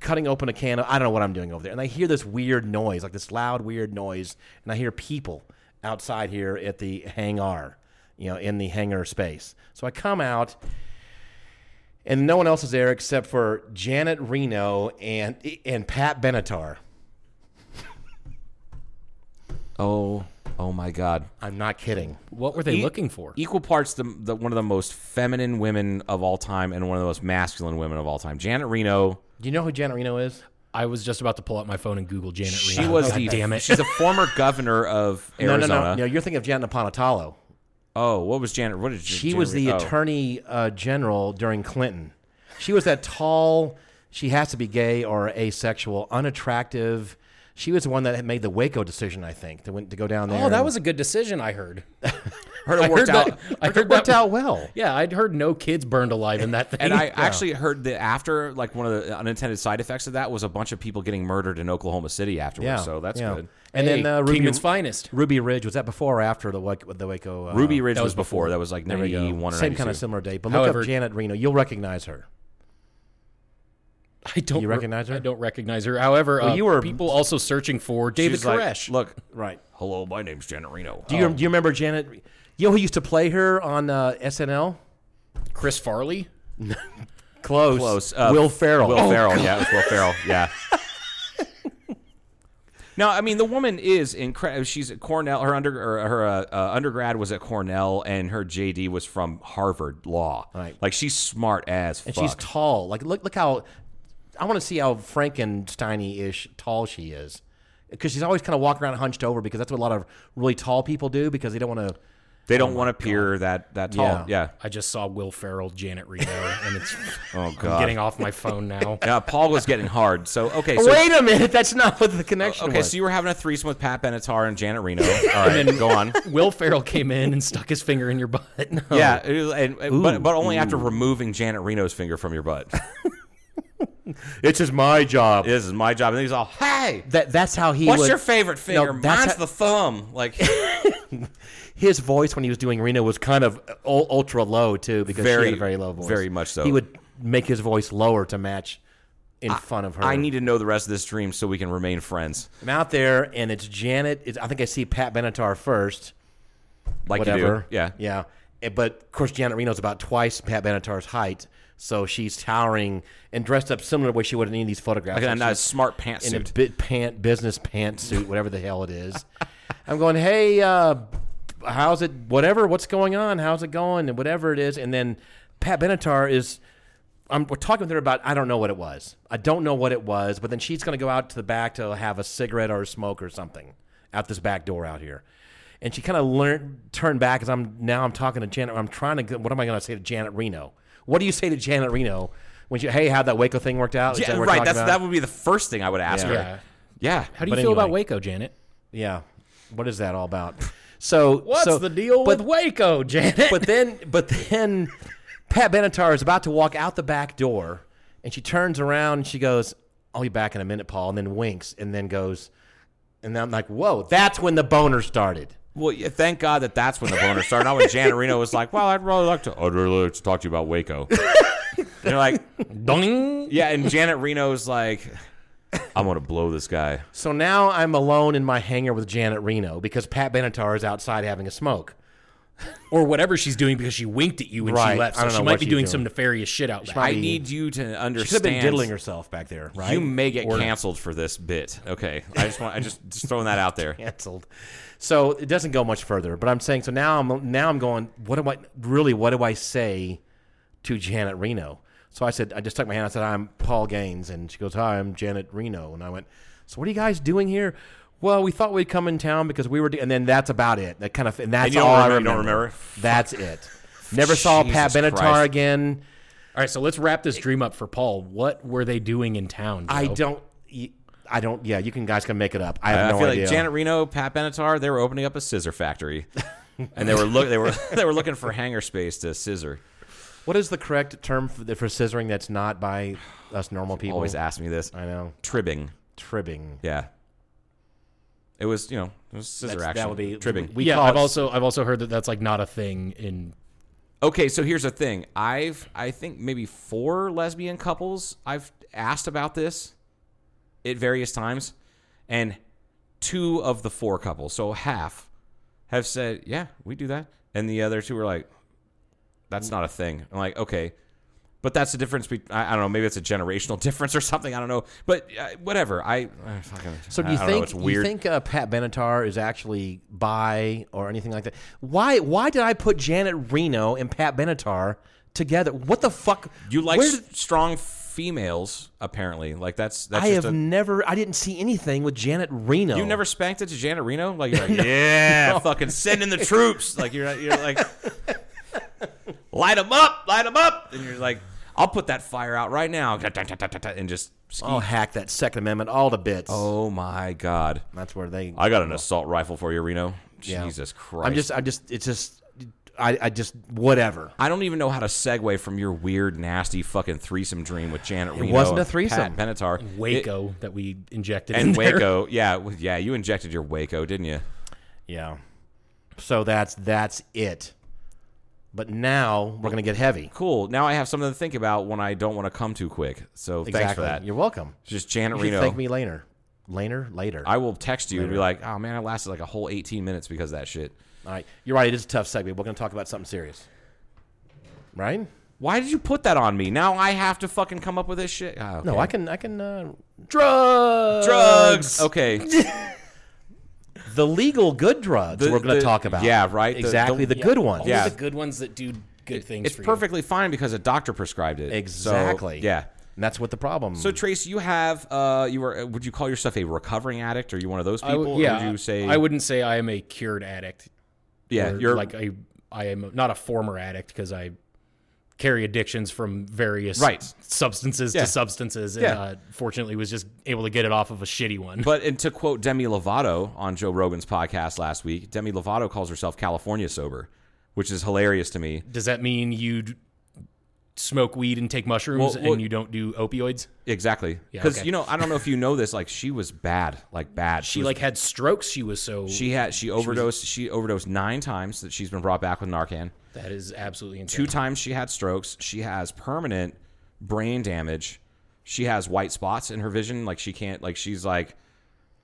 Speaker 4: cutting open a can. Of, I don't know what I'm doing over there, and I hear this weird noise, like this loud weird noise, and I hear people outside here at the hangar, you know, in the hangar space. So I come out, and no one else is there except for Janet Reno and and Pat Benatar.
Speaker 5: Oh, oh my God.
Speaker 4: I'm not kidding.
Speaker 6: What were they looking for?
Speaker 5: Equal parts the, the one of the most feminine women of all time and one of the most masculine women of all time. Janet Reno.
Speaker 4: Do you know who Janet Reno is?
Speaker 6: I was just about to pull out my phone and Google Janet
Speaker 5: She
Speaker 6: Reno.
Speaker 5: was
Speaker 6: God
Speaker 5: the
Speaker 6: damn it.
Speaker 5: She's the former governor of Arizona.
Speaker 4: No, no, no, no. You're thinking of Janet Napolitano.
Speaker 5: Oh, what was Janet? What did
Speaker 4: She
Speaker 5: Janet
Speaker 4: was the
Speaker 5: Reno- oh.
Speaker 4: attorney uh, general during Clinton. She was that tall. She has to be gay or asexual, unattractive. She was the one that had made the Waco decision, I think, that went to go down there.
Speaker 6: Oh, that
Speaker 4: and-
Speaker 6: was a good decision. I heard.
Speaker 5: Heard it
Speaker 6: I
Speaker 5: worked
Speaker 6: heard
Speaker 5: out.
Speaker 6: that. I
Speaker 4: It
Speaker 6: heard
Speaker 4: worked
Speaker 6: that,
Speaker 4: out well.
Speaker 6: Yeah, I'd heard no kids burned alive in that thing.
Speaker 5: And I actually heard that after, like, one of the unintended side effects of that was a bunch of people getting murdered in Oklahoma City afterwards.
Speaker 4: Yeah,
Speaker 5: So that's
Speaker 4: yeah.
Speaker 5: good.
Speaker 4: And
Speaker 6: Hey,
Speaker 4: then uh, Ruby,
Speaker 6: Kingman's finest.
Speaker 4: Ruby Ridge was that before or after the, Wa- the Waco? Uh,
Speaker 5: Ruby Ridge
Speaker 6: that
Speaker 5: was,
Speaker 6: was
Speaker 5: before.
Speaker 6: before.
Speaker 5: Um, That was like
Speaker 6: There we go.
Speaker 5: 91 or
Speaker 4: same kind of
Speaker 5: 92.
Speaker 4: similar date. But look
Speaker 6: However-
Speaker 4: up Janet Reno. You'll recognize her.
Speaker 6: I don't
Speaker 4: You recognize her?
Speaker 6: I don't recognize her. However, uh,
Speaker 4: you were-
Speaker 6: people also searching for David
Speaker 5: She's like,
Speaker 6: Koresh.
Speaker 5: Look,
Speaker 4: Right.
Speaker 5: hello, my name's Janet Reno.
Speaker 4: Do you, do you remember Janet? You know who used to play her on uh, SNL?
Speaker 6: Chris Farley.
Speaker 4: Close.
Speaker 5: Close. Uh,
Speaker 4: Will Ferrell.
Speaker 5: Will Ferrell. Yeah, it was Will Ferrell. Yeah. Now, I mean, the woman is incredible. She's at Cornell. Her under her, her uh, uh, undergrad was at Cornell, and her JD was from Harvard Law.
Speaker 4: Right.
Speaker 5: Like she's smart as
Speaker 4: and
Speaker 5: fuck.
Speaker 4: she's tall. Like look look how I want to see how Frankensteiny ish tall she is because she's always kind of walking around hunched over because that's what a lot of really tall people do because they don't want to.
Speaker 5: they don't want to appear that that tall.
Speaker 4: Yeah.
Speaker 5: Oh Yeah.
Speaker 6: I just saw Will Ferrell, Janet Reno, and it's
Speaker 5: Oh
Speaker 6: I'm
Speaker 5: god.
Speaker 6: getting off my phone now.
Speaker 5: Yeah, Paul was getting hard. So okay. So,
Speaker 4: Wait a minute, that's not what the connection
Speaker 5: okay,
Speaker 4: was.
Speaker 5: so you were having a threesome with Pat Benatar and Janet Reno. All right, go on.
Speaker 6: Will Ferrell came in and stuck his finger in your butt. No.
Speaker 5: Yeah, it was- and, and- but but only after removing Janet Reno's finger from your butt.
Speaker 4: it's just my job.
Speaker 5: this is my job, and he's all, "Hey,
Speaker 4: That that's how he.
Speaker 5: What's
Speaker 4: would-
Speaker 5: your favorite finger?
Speaker 4: No, that's
Speaker 5: Mine's
Speaker 4: how-
Speaker 5: the thumb. Like
Speaker 4: his voice when he was doing Reno was kind of u- ultra low too because
Speaker 5: Very-
Speaker 4: she had a very low voice.
Speaker 5: very much so.
Speaker 4: He would make his voice lower to match in front of her.
Speaker 5: I need to know the rest of this dream so we can remain friends.
Speaker 4: I'm out there and it's Janet. It's, I think I see Pat Benatar first.
Speaker 5: Like you
Speaker 4: whatever.
Speaker 5: do. Yeah.
Speaker 4: yeah. Eh, But of course, Janet Reno's about twice Pat Benatar's height, so she's towering and dressed up similar to the way she would in any of these photographs.
Speaker 5: Like a
Speaker 4: Like
Speaker 5: nice
Speaker 4: she's
Speaker 5: smart
Speaker 4: in
Speaker 5: pantsuit.
Speaker 4: a bit pant business pantsuit, whatever the hell it is. I'm going, hey, uh, how's it? Whatever, what's going on? How's it going? And whatever it is, and then Pat Benatar is. I'm, we're talking with her about I don't know what it was. I don't know what it was, but then she's going to go out to the back to have a cigarette or a smoke or something out this back door out here. And she kind of learned turned back as I'm now I'm talking to Janet. I'm trying to go- what am I going to say to Janet Reno? What do you say to Janet Reno when she hey how that Waco thing worked out? Is
Speaker 5: Yeah,
Speaker 4: that what we're
Speaker 5: right.
Speaker 4: talking
Speaker 5: That's
Speaker 4: about?
Speaker 5: that would be the first thing I would ask her.
Speaker 6: Yeah.
Speaker 5: Yeah.
Speaker 6: How do you
Speaker 4: But
Speaker 6: feel about
Speaker 4: anyway.
Speaker 6: Waco, Janet?
Speaker 4: Yeah. What is that all about? So
Speaker 6: What's
Speaker 4: so-
Speaker 6: the deal
Speaker 4: but,
Speaker 6: with Waco, Janet?
Speaker 4: But then, but then, Pat Benatar is about to walk out the back door, and she turns around and she goes, "I'll be back in a minute, Paul," and then winks, and then goes, and I'm like, "Whoa!" That's when the boner started.
Speaker 5: Well, yeah, thank God that that's when the boner started. Not when Janet Reno was like, "Well, I'd really like to. I'd really like to talk to you about Waco." and you're like,
Speaker 6: Dong.
Speaker 5: "Yeah," and Janet Reno's like, "I'm gonna blow this guy."
Speaker 4: So now I'm alone in my hangar with Janet Reno because Pat Benatar is outside having a smoke.
Speaker 6: or whatever she's doing because she winked at you when
Speaker 4: Right.
Speaker 6: she left.
Speaker 4: I
Speaker 6: So
Speaker 4: don't
Speaker 6: she
Speaker 4: know what
Speaker 6: might be
Speaker 4: she's
Speaker 6: doing,
Speaker 4: doing.
Speaker 6: some nefarious shit out there.
Speaker 5: I need you to
Speaker 4: She could have
Speaker 5: understand.
Speaker 4: been diddling herself back there, right?
Speaker 5: You may get
Speaker 4: Or-
Speaker 5: canceled for this bit. Okay, I just want I just just throwing that out there.
Speaker 4: canceled. So it doesn't go much further. But I'm saying so now. I'm now I'm going. What do I really? What do I say to Janet Reno? So I said I just took my hand. I said I'm Paul Gaines, and she goes, "Hi, I'm Janet Reno." And I went, "So what are you guys doing here?" Well, we thought we'd come in town because we were, do-, and then that's about it. That kind of, and that's
Speaker 5: And you don't
Speaker 4: all I
Speaker 5: remember- you
Speaker 4: remember.
Speaker 5: don't remember?
Speaker 4: That's it. Never saw Pat
Speaker 5: Jesus
Speaker 4: Benatar
Speaker 5: Christ.
Speaker 4: again.
Speaker 6: All right, so let's wrap this dream up for Paul. What were they doing in town?
Speaker 4: I
Speaker 6: Joe?
Speaker 4: don't. I don't. Yeah, you can guys can make it up. I have
Speaker 5: I
Speaker 4: no
Speaker 5: feel
Speaker 4: idea.
Speaker 5: like Janet Reno, Pat Benatar, they were opening up a scissor factory. and they were look they were they were looking for hangar space to scissor.
Speaker 4: What is the correct term for, for scissoring that's not by us normal people?
Speaker 5: Always ask me this.
Speaker 4: I know.
Speaker 5: Tribbing.
Speaker 4: Tribbing.
Speaker 5: Yeah. It was, you know, it was scissor
Speaker 4: That's-
Speaker 5: action.
Speaker 4: that would be-
Speaker 5: tribbing.
Speaker 4: we-
Speaker 6: yeah,
Speaker 4: call
Speaker 6: I've
Speaker 4: it-
Speaker 6: also I've also heard that that's like not a thing in
Speaker 5: okay, so here's the thing. I've I think maybe four lesbian couples I've asked about this at various times, and two of the four couples, so half, have said, "Yeah, we do that," and the other two were like, "That's not a thing." I'm like, "Okay." But that's the difference. Be- I, I don't know. Maybe it's a generational difference or something. I don't know. But uh, whatever. I, I fucking,
Speaker 4: So do
Speaker 5: I
Speaker 4: you
Speaker 5: don't know,
Speaker 4: think
Speaker 5: it's weird.
Speaker 4: you think uh, Pat Benatar is actually bi or anything like that? Why why did I put Janet Reno and Pat Benatar together? What the fuck?
Speaker 5: You like
Speaker 4: Where
Speaker 5: s-
Speaker 4: did-
Speaker 5: strong females, apparently. Like that's that's
Speaker 4: I
Speaker 5: just
Speaker 4: have
Speaker 5: a,
Speaker 4: never. I didn't see anything with Janet Reno.
Speaker 5: you never spanked it to Janet Reno. Like you're like, yeah, fucking send in the troops. Like you're you're like, light them up, light them up, and you're like, I'll put that fire out right now, and just ski.
Speaker 4: I'll hack that Second Amendment all to bits.
Speaker 5: oh my god,
Speaker 4: that's where they.
Speaker 5: I got an assault rifle for you, Reno.
Speaker 4: Yeah.
Speaker 5: Jesus Christ,
Speaker 4: I'm just. I just. It's just. I. I just. Whatever.
Speaker 5: I don't even know how to segue from your weird, nasty, fucking threesome dream with Janet Reno.
Speaker 4: wasn't a
Speaker 5: and
Speaker 4: threesome.
Speaker 5: Pat Benatar It-
Speaker 6: Waco that we injected in
Speaker 5: and
Speaker 6: there.
Speaker 5: Waco. Yeah, w- yeah, you injected your Waco, didn't you?
Speaker 4: Yeah. So that's that's it. But now we're gonna get heavy.
Speaker 5: Cool. Now I have something to think about when I don't want to come too quick. So thanks for that.
Speaker 4: You're welcome.
Speaker 5: Just Janet
Speaker 4: You should
Speaker 5: Reno.
Speaker 4: thank me later. Later. Later.
Speaker 5: I will text you and be like, "Oh man, I lasted like a whole 18 minutes because of that shit."
Speaker 4: All right. You're right. It is a tough segment. We're going to talk about something serious. Right?
Speaker 5: Why did you put that on me? Now I have to fucking come up with this shit. Ah, okay.
Speaker 4: No, I can. I can. Uh, drugs.
Speaker 5: drugs. Okay,
Speaker 4: The legal good drugs
Speaker 5: The-
Speaker 4: we're going
Speaker 5: the-
Speaker 4: to talk about.
Speaker 5: yeah, right. The-
Speaker 4: Exactly. The,
Speaker 5: the-
Speaker 4: good ones.
Speaker 7: Only
Speaker 5: Yeah.
Speaker 7: the good ones that do good things
Speaker 5: it's
Speaker 7: for you.
Speaker 5: perfectly fine because a doctor prescribed it. So,
Speaker 4: Exactly.
Speaker 5: yeah.
Speaker 4: And that's what the problem.
Speaker 5: So Trace, you have uh, you were would you call yourself a recovering addict? Are you one of those
Speaker 6: I
Speaker 5: people?
Speaker 6: would-
Speaker 5: Or
Speaker 6: yeah,
Speaker 5: would you say
Speaker 6: I wouldn't say I am a cured addict.
Speaker 5: Yeah,
Speaker 6: or
Speaker 5: you're
Speaker 6: like I I am not a former addict because I carry addictions from various
Speaker 5: Right.
Speaker 6: substances
Speaker 5: Yeah.
Speaker 6: to substances and
Speaker 5: Yeah.
Speaker 6: uh, fortunately was just able to get it off of a shitty one.
Speaker 5: But and to quote Demi Lovato on Joe Rogan's podcast last week, Demi Lovato calls herself California sober, which is hilarious to me.
Speaker 6: Does that mean you'd smoke weed and take mushrooms
Speaker 5: Well, well-
Speaker 6: and you don't do opioids?
Speaker 5: Exactly. Because
Speaker 6: okay.
Speaker 5: you know, I don't know if you know this, like she was bad, like bad.
Speaker 6: She
Speaker 5: was-
Speaker 6: like had strokes. She was so
Speaker 5: she had she overdosed. she overdosed nine times. That she's been brought back with Narcan.
Speaker 6: that is absolutely
Speaker 5: Two
Speaker 6: insane.
Speaker 5: times she had strokes. She has permanent brain damage. She has white spots in her vision. Like she can't. Like she's like,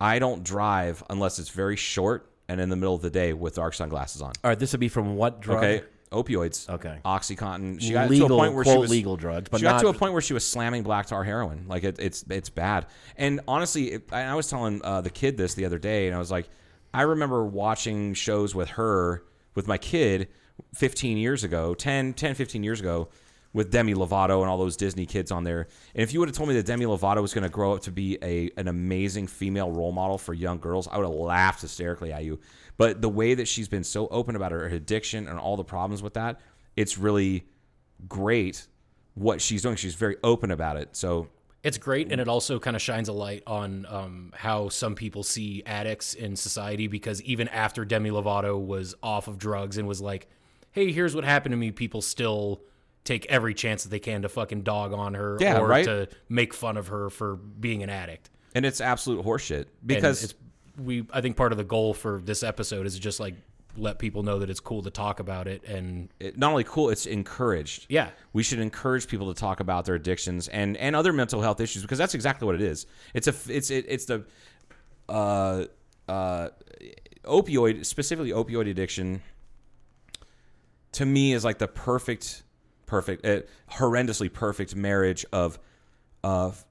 Speaker 5: I don't drive unless it's very short and in the middle of the day with dark sunglasses on.
Speaker 4: All right. This would be from what drug?
Speaker 5: Okay. Opioids.
Speaker 4: Okay.
Speaker 5: OxyContin. She got to
Speaker 4: Legal,
Speaker 5: a point where she
Speaker 4: quote,
Speaker 5: was
Speaker 4: legal drugs, but
Speaker 5: she got to a
Speaker 4: not-
Speaker 5: point where she was slamming black tar heroin. Like it, it's it's bad. And honestly, it, I I was telling uh, the kid this the other day, and I was like, I remember watching shows with her with my kid 15 years ago, 10, 10 15 years ago. With Demi Lovato and all those Disney kids on there, and if you would have told me that Demi Lovato was going to grow up to be a an amazing female role model for young girls, I would have laughed hysterically at you. But the way that she's been so open about her addiction and all the problems with that, it's really great what she's doing. She's very open about it. So
Speaker 6: It's great, and it also kind of shines a light on um, how some people see addicts in society. Because even after Demi Lovato was off of drugs and was like, "Hey, here's what happened to me," people still take every chance that they can to fucking dog on her
Speaker 5: Yeah,
Speaker 6: or
Speaker 5: right.
Speaker 6: to make fun of her for being an addict.
Speaker 5: and it's absolute horseshit
Speaker 6: And
Speaker 5: because
Speaker 6: it's, we, I think part of the goal for this episode is just like let people know that it's cool to talk about it and
Speaker 5: it- not only cool, it's encouraged.
Speaker 6: Yeah.
Speaker 5: we should encourage people to talk about their addictions and and other mental health issues because that's exactly what it is. It's a f- it's it, it's the uh uh opioid specifically opioid addiction to me is like the perfect perfect uh, horrendously perfect marriage of of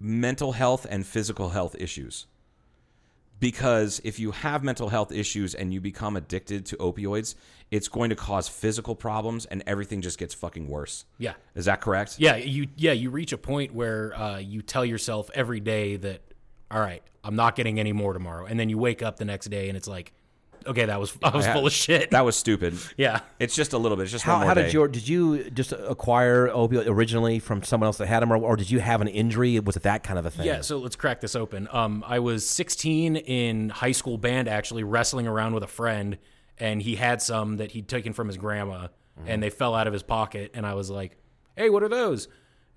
Speaker 5: mental health and physical health issues because if you have mental health issues and you become addicted to opioids it's going to cause physical problems and everything just gets fucking worse
Speaker 6: Yeah.
Speaker 5: is that correct
Speaker 6: Yeah, you yeah you reach a point where uh, you tell yourself every day that, all right, I'm not getting any more tomorrow, and then you wake up the next day and it's like, okay, that was I was
Speaker 5: Yeah.
Speaker 6: full of shit.
Speaker 5: that was stupid
Speaker 6: yeah,
Speaker 5: it's just a little bit it's just
Speaker 4: How,
Speaker 5: one more
Speaker 4: how
Speaker 5: day.
Speaker 4: did your did you just acquire opioid originally from someone else that had them, or, or did you have an injury? Was it that kind of a thing?
Speaker 6: yeah. So let's crack this open. Um, I was 16 in high school band, actually wrestling around with a friend, and he had some that he'd taken from his grandma, and they fell out of his pocket. And I was like, "Hey, what are those?"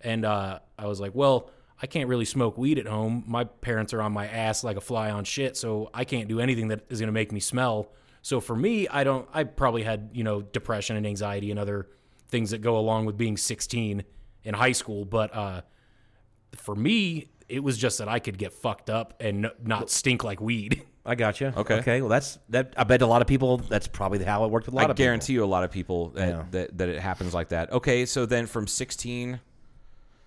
Speaker 6: And uh, I was like, "Well, I can't really smoke weed at home. My parents are on my ass like a fly on shit, so I can't do anything that is going to make me smell. So for me, I don't. I probably had you know depression and anxiety and other things that go along with being 16 in high school, but." uh for me, it was just that I could get fucked up and n- not stink like weed.
Speaker 4: I got you.
Speaker 5: Okay.
Speaker 4: Okay. Well, that's that. I bet a lot of people. That's probably how it worked with a lot
Speaker 5: I
Speaker 4: of people.
Speaker 5: guarantee you a lot of people that, that that it happens like that. Okay, so then from 16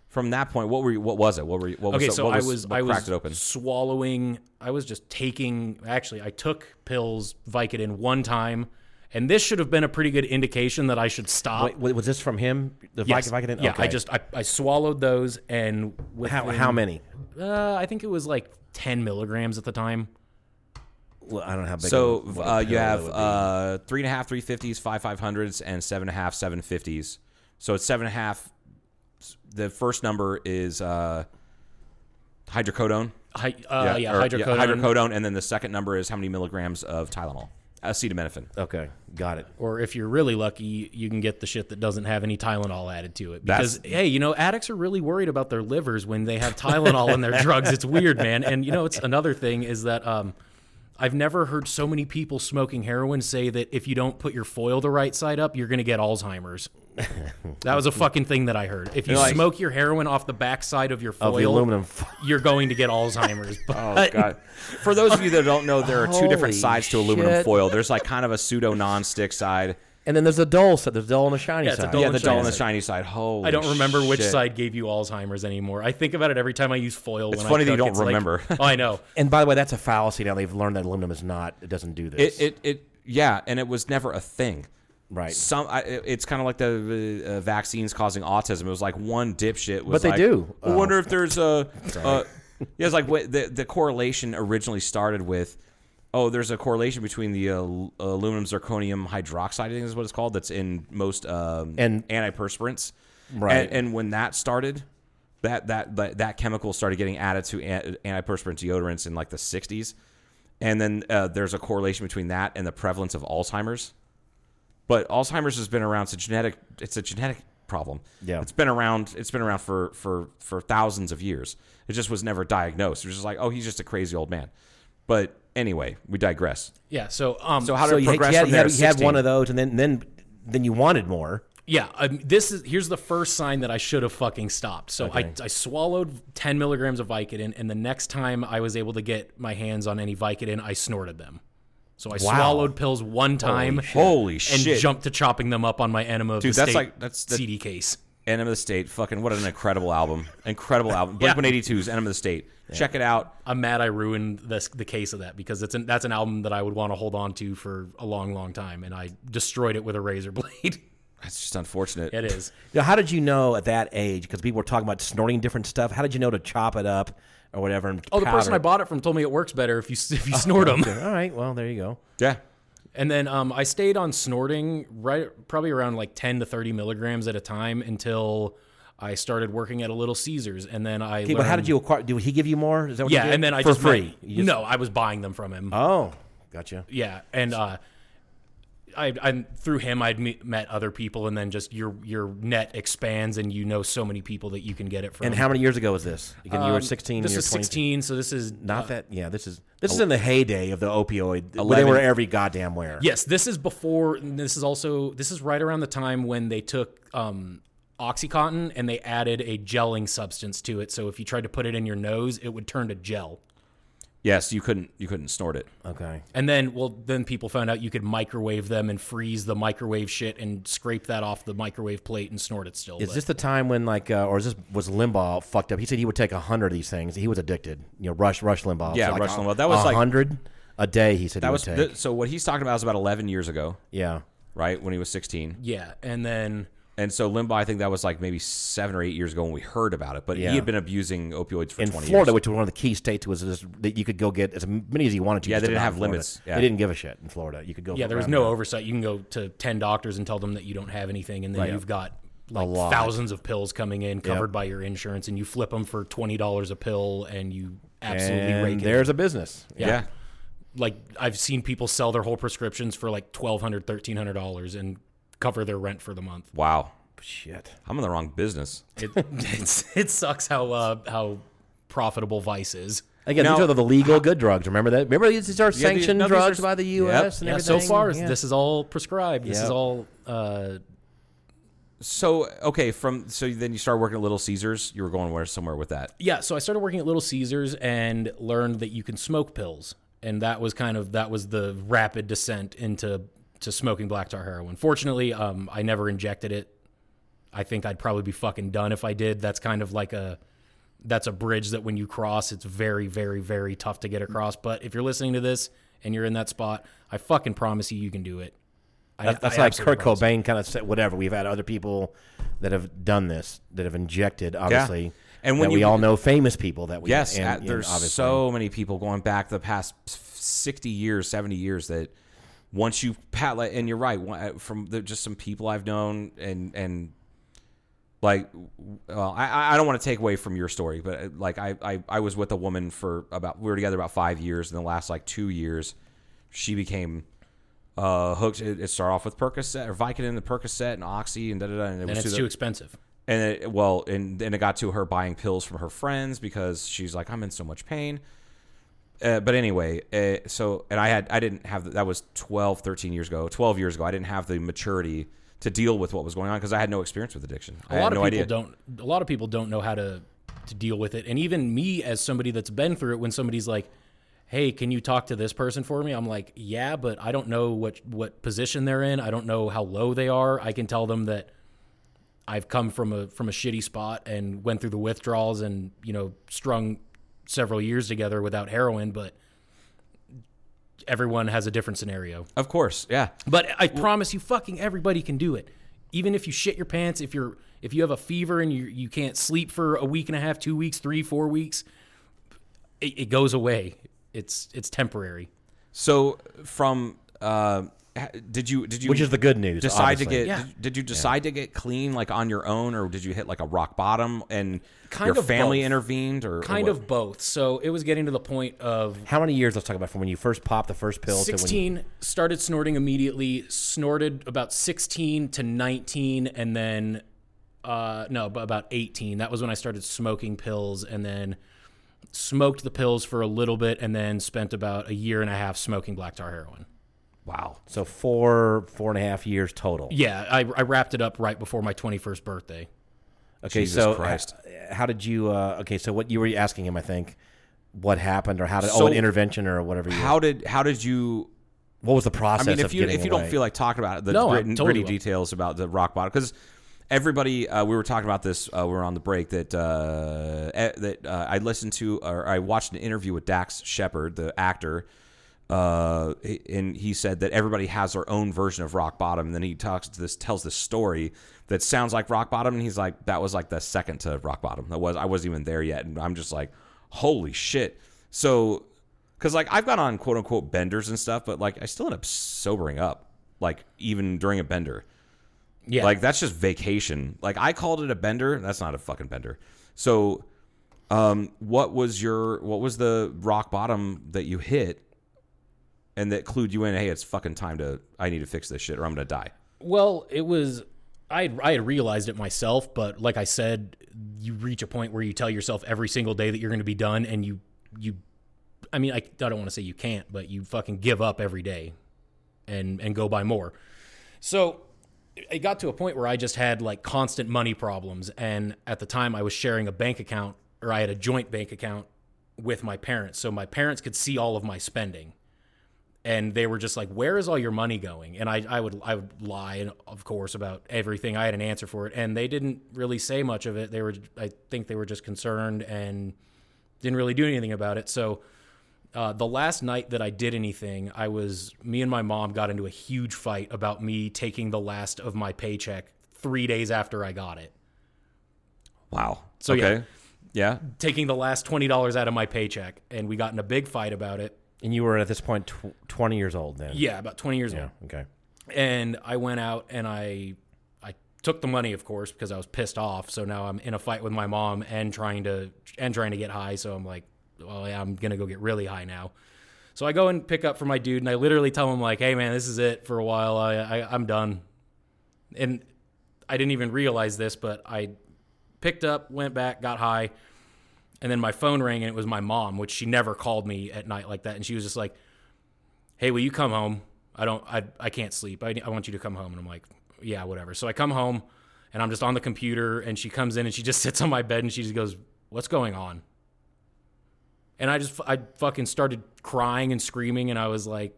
Speaker 5: from that point, what were you, what was it? What were you, what was
Speaker 6: Okay,
Speaker 5: it-
Speaker 6: so
Speaker 5: what
Speaker 6: I was
Speaker 5: what
Speaker 6: I
Speaker 5: cracked
Speaker 6: was
Speaker 5: it open.
Speaker 6: swallowing. I was just taking. Actually, I took pills Vicodin one time, and this should have been a pretty good indication that I should stop.
Speaker 4: Wait, wait, was this from him? The
Speaker 6: Yes.
Speaker 4: Vic- Vicodin?
Speaker 6: Yeah, I
Speaker 4: Okay.
Speaker 6: just I, I swallowed those and with
Speaker 4: how how many?
Speaker 6: Uh, I think it was like ten milligrams at the time.
Speaker 4: Well, I don't know how big.
Speaker 5: So
Speaker 4: of a- what a
Speaker 5: uh, you
Speaker 4: pill that
Speaker 5: have
Speaker 4: would be.
Speaker 5: uh, three and a half 350s, five 500s, and seven and a half 750s. So it's seven and a half. The first number is uh, hydrocodone.
Speaker 6: Hi, uh, yeah,
Speaker 5: or-
Speaker 6: hydrocodone.
Speaker 5: hydrocodone. And then the second number is how many milligrams of Tylenol, acetaminophen.
Speaker 4: okay, got it.
Speaker 6: or if you're really lucky, you can get the shit that doesn't have any Tylenol added to it.
Speaker 5: That's-
Speaker 6: Because hey, you know, addicts are really worried about their livers when they have Tylenol in their drugs. It's weird, man. And you know, it's another thing is that um, I've never heard so many people smoking heroin say that if you don't put your foil the right side up, you're gonna get Alzheimer's. that was a fucking thing that I heard. If you
Speaker 5: like-
Speaker 6: smoke your heroin off the back side of your foil,
Speaker 4: Of the aluminum. f-
Speaker 6: you're going to get Alzheimer's. But
Speaker 5: Oh god! For those of you that don't know, there are two
Speaker 4: Holy
Speaker 5: different sides to aluminum
Speaker 4: shit.
Speaker 5: foil. There's like kind of a pseudo non-stick side.
Speaker 4: And then there's a dull side. There's dull and a shiny
Speaker 6: Yeah, it's a
Speaker 4: side.
Speaker 6: dull
Speaker 5: yeah,
Speaker 6: and
Speaker 5: the dull and the
Speaker 6: shiny
Speaker 5: shiny side. Holy!
Speaker 6: I don't remember which
Speaker 5: shit.
Speaker 6: side gave you Alzheimer's anymore. I think about it every time I use foil.
Speaker 5: It's
Speaker 6: when
Speaker 5: funny
Speaker 6: I
Speaker 5: that you
Speaker 6: cook.
Speaker 5: don't
Speaker 6: It's like-
Speaker 5: remember.
Speaker 6: oh, I know.
Speaker 4: And by the way, that's a fallacy. Now they've learned that aluminum is not. It doesn't do this.
Speaker 5: It, it it yeah, and it was never a thing.
Speaker 4: right.
Speaker 5: Some I, it- it's kind of like the uh, vaccines causing autism. It was like one dipshit
Speaker 4: But
Speaker 5: was.
Speaker 4: they
Speaker 5: like,
Speaker 4: do. Oh.
Speaker 5: I wonder if there's a. a yeah, it's like what the the correlation originally started with. Oh, there's a correlation between the uh, al- aluminum zirconium hydroxide, I think is what it's called, that's in most um,
Speaker 4: And-
Speaker 5: antiperspirants.
Speaker 4: Right.
Speaker 5: And, and when that started, that that that, that chemical started getting added to an, antiperspirant deodorants in like the 60s. And then uh, there's a correlation between that and the prevalence of Alzheimer's. But Alzheimer's has been around. It's a genetic. It's a genetic problem.
Speaker 4: Yeah.
Speaker 5: It's been around. It's been around for for for thousands of years. It just was never diagnosed. It was just like, oh, he's just a crazy old man. But anyway, we digress.
Speaker 6: Yeah. So, um,
Speaker 5: So how
Speaker 4: so
Speaker 5: did it
Speaker 4: you had,
Speaker 5: progress
Speaker 4: you had,
Speaker 5: from
Speaker 4: you
Speaker 5: there?
Speaker 4: had, you had
Speaker 5: 16?
Speaker 4: one of those, and then then then you wanted more.
Speaker 6: yeah, um, this is here's the first sign that I should have fucking stopped. So I, I swallowed 10 milligrams of Vicodin, and the next time I was able to get my hands on any Vicodin, I snorted them. So I swallowed pills one time.
Speaker 5: Holy
Speaker 6: and
Speaker 5: shit!
Speaker 6: jumped to chopping them up on my enema of
Speaker 5: Dude,
Speaker 6: the
Speaker 5: that's
Speaker 6: state
Speaker 5: like- that's- that-
Speaker 6: CD case.
Speaker 5: Enema of the State. Fucking what an incredible album. Incredible album. Blink 182's Enema of the State. Check it out.
Speaker 6: I'm mad I ruined this, the case of that because it's an, that's an album that I would want to hold on to for a long, long time, and I destroyed it with a razor blade.
Speaker 5: That's just unfortunate.
Speaker 6: it is.
Speaker 4: Now, how did you know at that age? Because people were talking about snorting different stuff. How did you know to chop it up or whatever? And
Speaker 6: Oh, the person
Speaker 4: powder
Speaker 6: I
Speaker 4: it?
Speaker 6: bought it from told me it works better if you s- if you snort them.
Speaker 4: All right. Well, there you go.
Speaker 5: Yeah.
Speaker 6: And then um, I stayed on snorting right probably around like 10 to 30 milligrams at a time until I started working at a Little Caesars. And then I.
Speaker 4: Okay, but how
Speaker 6: learned-
Speaker 4: did you acquire? Did he give you more? Is that what you
Speaker 6: Yeah,
Speaker 4: did?
Speaker 6: and then I
Speaker 4: for
Speaker 6: just met-
Speaker 4: free. You just-
Speaker 6: no, I was buying them from him.
Speaker 4: Oh, gotcha.
Speaker 6: yeah, and uh, I, I through him I'd me- met other people, and then just your your net expands, and you know so many people that you can get it from.
Speaker 4: And how many years ago was this? Again, you were sixteen.
Speaker 6: This
Speaker 4: you were
Speaker 6: is
Speaker 4: 22.
Speaker 6: 16, so this is
Speaker 4: Not that. Yeah, this is this is in the heyday of the opioid. where They
Speaker 5: 11.
Speaker 4: were every goddamn where.
Speaker 6: Yes, this is before. and This is also this is right around the time when they took um, OxyContin and they added a gelling substance to it. So if you tried to put it in your nose, it would turn to gel.
Speaker 5: Yes, you couldn't you couldn't snort it.
Speaker 4: Okay.
Speaker 6: And then, well, then people found out you could microwave them and freeze the microwave shit and scrape that off the microwave plate and snort it still.
Speaker 4: Is
Speaker 6: but-
Speaker 4: this the time when like, uh, or is this was Limbaugh fucked up? He said he would take a hundred of these things. He was addicted. You know, Rush Rush Limbaugh.
Speaker 5: Yeah,
Speaker 4: like
Speaker 5: Rush
Speaker 4: a-
Speaker 5: Limbaugh. That was
Speaker 4: a
Speaker 5: like-
Speaker 4: hundred a day. He said
Speaker 5: That
Speaker 4: he
Speaker 5: was
Speaker 4: would
Speaker 5: th-
Speaker 4: take.
Speaker 5: so. What he's talking about is about 11 years ago,
Speaker 4: yeah.
Speaker 5: right? When he was 16.
Speaker 6: yeah, and then
Speaker 5: And so Limbaugh, I think that was like maybe seven or eight years ago when we heard about it. But
Speaker 4: Yeah.
Speaker 5: he had been abusing opioids for
Speaker 4: in
Speaker 5: 20
Speaker 4: Florida,
Speaker 5: years.
Speaker 4: which was one of the key states, was this, that you could go get as many as you wanted to.
Speaker 5: Yeah,
Speaker 4: just
Speaker 5: they didn't
Speaker 4: about in
Speaker 5: have
Speaker 4: Florida.
Speaker 5: limits. Yeah.
Speaker 4: They didn't give a shit in Florida. You could go.
Speaker 6: yeah, there was
Speaker 4: around
Speaker 6: no
Speaker 4: that.
Speaker 6: oversight. You can go to ten doctors and tell them that you don't have anything, and then you've got like
Speaker 4: lot.
Speaker 6: thousands of pills coming in covered by your insurance, and you flip them for twenty dollars a pill, and you absolutely
Speaker 4: And
Speaker 6: rake it.
Speaker 4: there's a business.
Speaker 5: yeah.
Speaker 6: like I've seen people sell their whole prescriptions for like $1,200, $1,300 and cover their rent for the month.
Speaker 5: Wow.
Speaker 4: Shit.
Speaker 5: I'm in the wrong business.
Speaker 6: It, it's, it sucks how, uh, how profitable Vice is.
Speaker 4: Again, these
Speaker 5: Now-
Speaker 4: are the legal good drugs. Remember that? Remember these are
Speaker 5: these-
Speaker 4: sanctioned
Speaker 5: no, these are
Speaker 4: drugs
Speaker 5: s-
Speaker 4: by the
Speaker 5: Yep.
Speaker 4: U.S. and
Speaker 6: Yeah, so
Speaker 4: everything.
Speaker 6: far,
Speaker 4: Yeah.
Speaker 6: this is all prescribed. This
Speaker 4: Yeah.
Speaker 6: is all uh,
Speaker 5: So okay, from so then you start working at Little Caesars. You were going where somewhere with that.
Speaker 6: yeah so i started working at little caesars and learned that you can smoke pills and that was kind of that was the rapid descent into to smoking black tar heroin fortunately um, i never injected it i think i'd probably be fucking done if i did that's kind of like a that's a bridge that when you cross it's very very very tough to get across but if you're listening to this and you're in that spot i fucking promise you you can do it I-
Speaker 4: That- that's
Speaker 6: I
Speaker 4: like
Speaker 6: absolutely
Speaker 4: Kurt
Speaker 6: promise.
Speaker 4: Cobain kind of said, whatever. We've had other people that have done this, that have injected, obviously.
Speaker 5: And when
Speaker 4: that we
Speaker 5: you-
Speaker 4: all know famous people that we
Speaker 5: Yes,
Speaker 4: and,
Speaker 5: at-
Speaker 4: and
Speaker 5: there's
Speaker 4: obviously.
Speaker 5: so many people going back the past sixty years, seventy years that once you pat like, and you're right one- uh, from the, just some people I've known and and like well, I- I I don't want to take away from your story, but uh, like I, I I was with a woman for about we were together about five years, and the last like two years, she became. Uh, hooked. It, it started off with Percocet or Vicodin, and Percocet, and Oxy, and da da da. And, it
Speaker 6: and
Speaker 5: was
Speaker 6: it's
Speaker 5: the-
Speaker 6: too expensive
Speaker 5: and it, well, and then it got to her buying pills from her friends because she's like, I'm in so much pain. Uh, but anyway, uh, so and I had I didn't have that was 12, 13 years ago, 12 years ago. I didn't have the maturity to deal with what was going on because I had no experience with addiction. I
Speaker 6: a lot
Speaker 5: had
Speaker 6: of
Speaker 5: no
Speaker 6: people
Speaker 5: idea.
Speaker 6: don't a lot of people don't know how to to deal with it and even me as somebody that's been through it when somebody's like hey can you talk to this person for me i'm like yeah but i don't know what what position they're in i don't know how low they are i can tell them that i've come from a from a shitty spot and went through the withdrawals and you know strung several years together without heroin but everyone has a different scenario
Speaker 5: Of course, yeah.
Speaker 6: but I promise you, fucking everybody can do it. Even if you shit your pants, if you're if you have a fever and you you can't sleep for a week and a half, two weeks, three, four weeks, it, it goes away. It's it's temporary.
Speaker 5: So from uh, ha- did you did you
Speaker 4: Which is the good news,
Speaker 5: decide to
Speaker 4: obviously.
Speaker 5: get
Speaker 6: Yeah.
Speaker 5: did, did you decide to get clean like on your own or did you hit like a rock bottom and
Speaker 6: Kind
Speaker 5: your
Speaker 6: of
Speaker 5: family
Speaker 6: both.
Speaker 5: intervened or or
Speaker 6: Kind
Speaker 5: what?
Speaker 6: of both. So it was getting to the point of
Speaker 4: How many years? Let's talk about from when you first popped the first pill to when you,
Speaker 6: 16 started snorting immediately snorted about 16 to 19 and then uh no ab- about 18 that was when i started smoking pills and then smoked the pills for a little bit and then spent about a year and a half smoking black tar heroin
Speaker 5: wow
Speaker 4: so four four and a half years total.
Speaker 6: yeah i, I wrapped it up right before my 21st birthday
Speaker 4: Okay,
Speaker 5: Jesus
Speaker 4: so uh,
Speaker 5: Christ.
Speaker 4: h- how did you? Uh, okay, so what you were asking him, I think, what happened or how did? oh,
Speaker 5: So-
Speaker 4: an intervention or whatever. You,
Speaker 5: how did how did you
Speaker 4: what was the
Speaker 5: I
Speaker 4: process?
Speaker 5: mean, if
Speaker 4: of
Speaker 5: you
Speaker 4: getting
Speaker 5: if you
Speaker 4: away?
Speaker 5: don't feel like talking about it, the
Speaker 6: No, I
Speaker 5: grit- gritty,
Speaker 6: totally will.
Speaker 5: details about the rock bottom, because everybody, uh, we were talking about this. Uh, we were on the break that uh, eh, that uh, I listened to or I watched an interview with Dax Shepard, the actor, uh, and he said that everybody has their own version of rock bottom. And then he talks to this, tells this story that sounds like rock bottom, and he's like, "That was like the second to rock bottom. That was I wasn't even there yet." And I'm just like, "Holy shit!" So because like I've gone on quote unquote benders and stuff, but like I still end up sobering up, like even during a bender.
Speaker 6: yeah
Speaker 5: Like that's just vacation. Like I called it a bender. That's not a fucking bender. So, um, what was your what was the rock bottom that you hit, and that clued you in? Hey, it's fucking time to. I need to fix this shit, or I'm gonna die.
Speaker 6: Well, it was I had, I had realized it myself, but like I said, you reach a point where you tell yourself every single day that you're going to be done, and you you, I mean, I, I don't want to say you can't, but you fucking give up every day, and and go buy more. So it got to a point where I just had like constant money problems, and at the time I was sharing a bank account, or I had a joint bank account with my parents, so my parents could see all of my spending and they were just like, "Where is all your money going?" And I, I would, I would lie, and of course, about everything. I had an answer for it, and they didn't really say much of it. They were, I think, they were just concerned and didn't really do anything about it. So, uh, the last night that I did anything, I was, me and my mom got into a huge fight about me taking the last of my paycheck three days after I got it,
Speaker 5: Wow.
Speaker 6: So,
Speaker 5: okay. Yeah.
Speaker 6: taking the last twenty dollars out of my paycheck, and we got in a big fight about it.
Speaker 4: and you were at this point tw- twenty years old then.
Speaker 6: Yeah, about twenty years
Speaker 4: Yeah.
Speaker 6: old.
Speaker 4: Okay.
Speaker 6: and I went out and I I took the money, of course, because I was pissed off. So now I'm in a fight with my mom and trying to and trying to get high. So I'm like, well, yeah, I'm gonna go get really high now. So I go and pick up for my dude, and I literally tell him like, "Hey man, this is it for a while. I, I I'm done." And I didn't even realize this, but I picked up, went back, got high, and then my phone rang, and it was my mom, which she never called me at night like that, and she was just like, "Hey, will you come home? I don't, I, I can't sleep. I, I want you to come home." And I'm like, "Yeah, whatever." So I come home, and I'm just on the computer, and she comes in, and she just sits on my bed, and she just goes, "What's going on?" And I just, I fucking started crying and screaming, and I was like,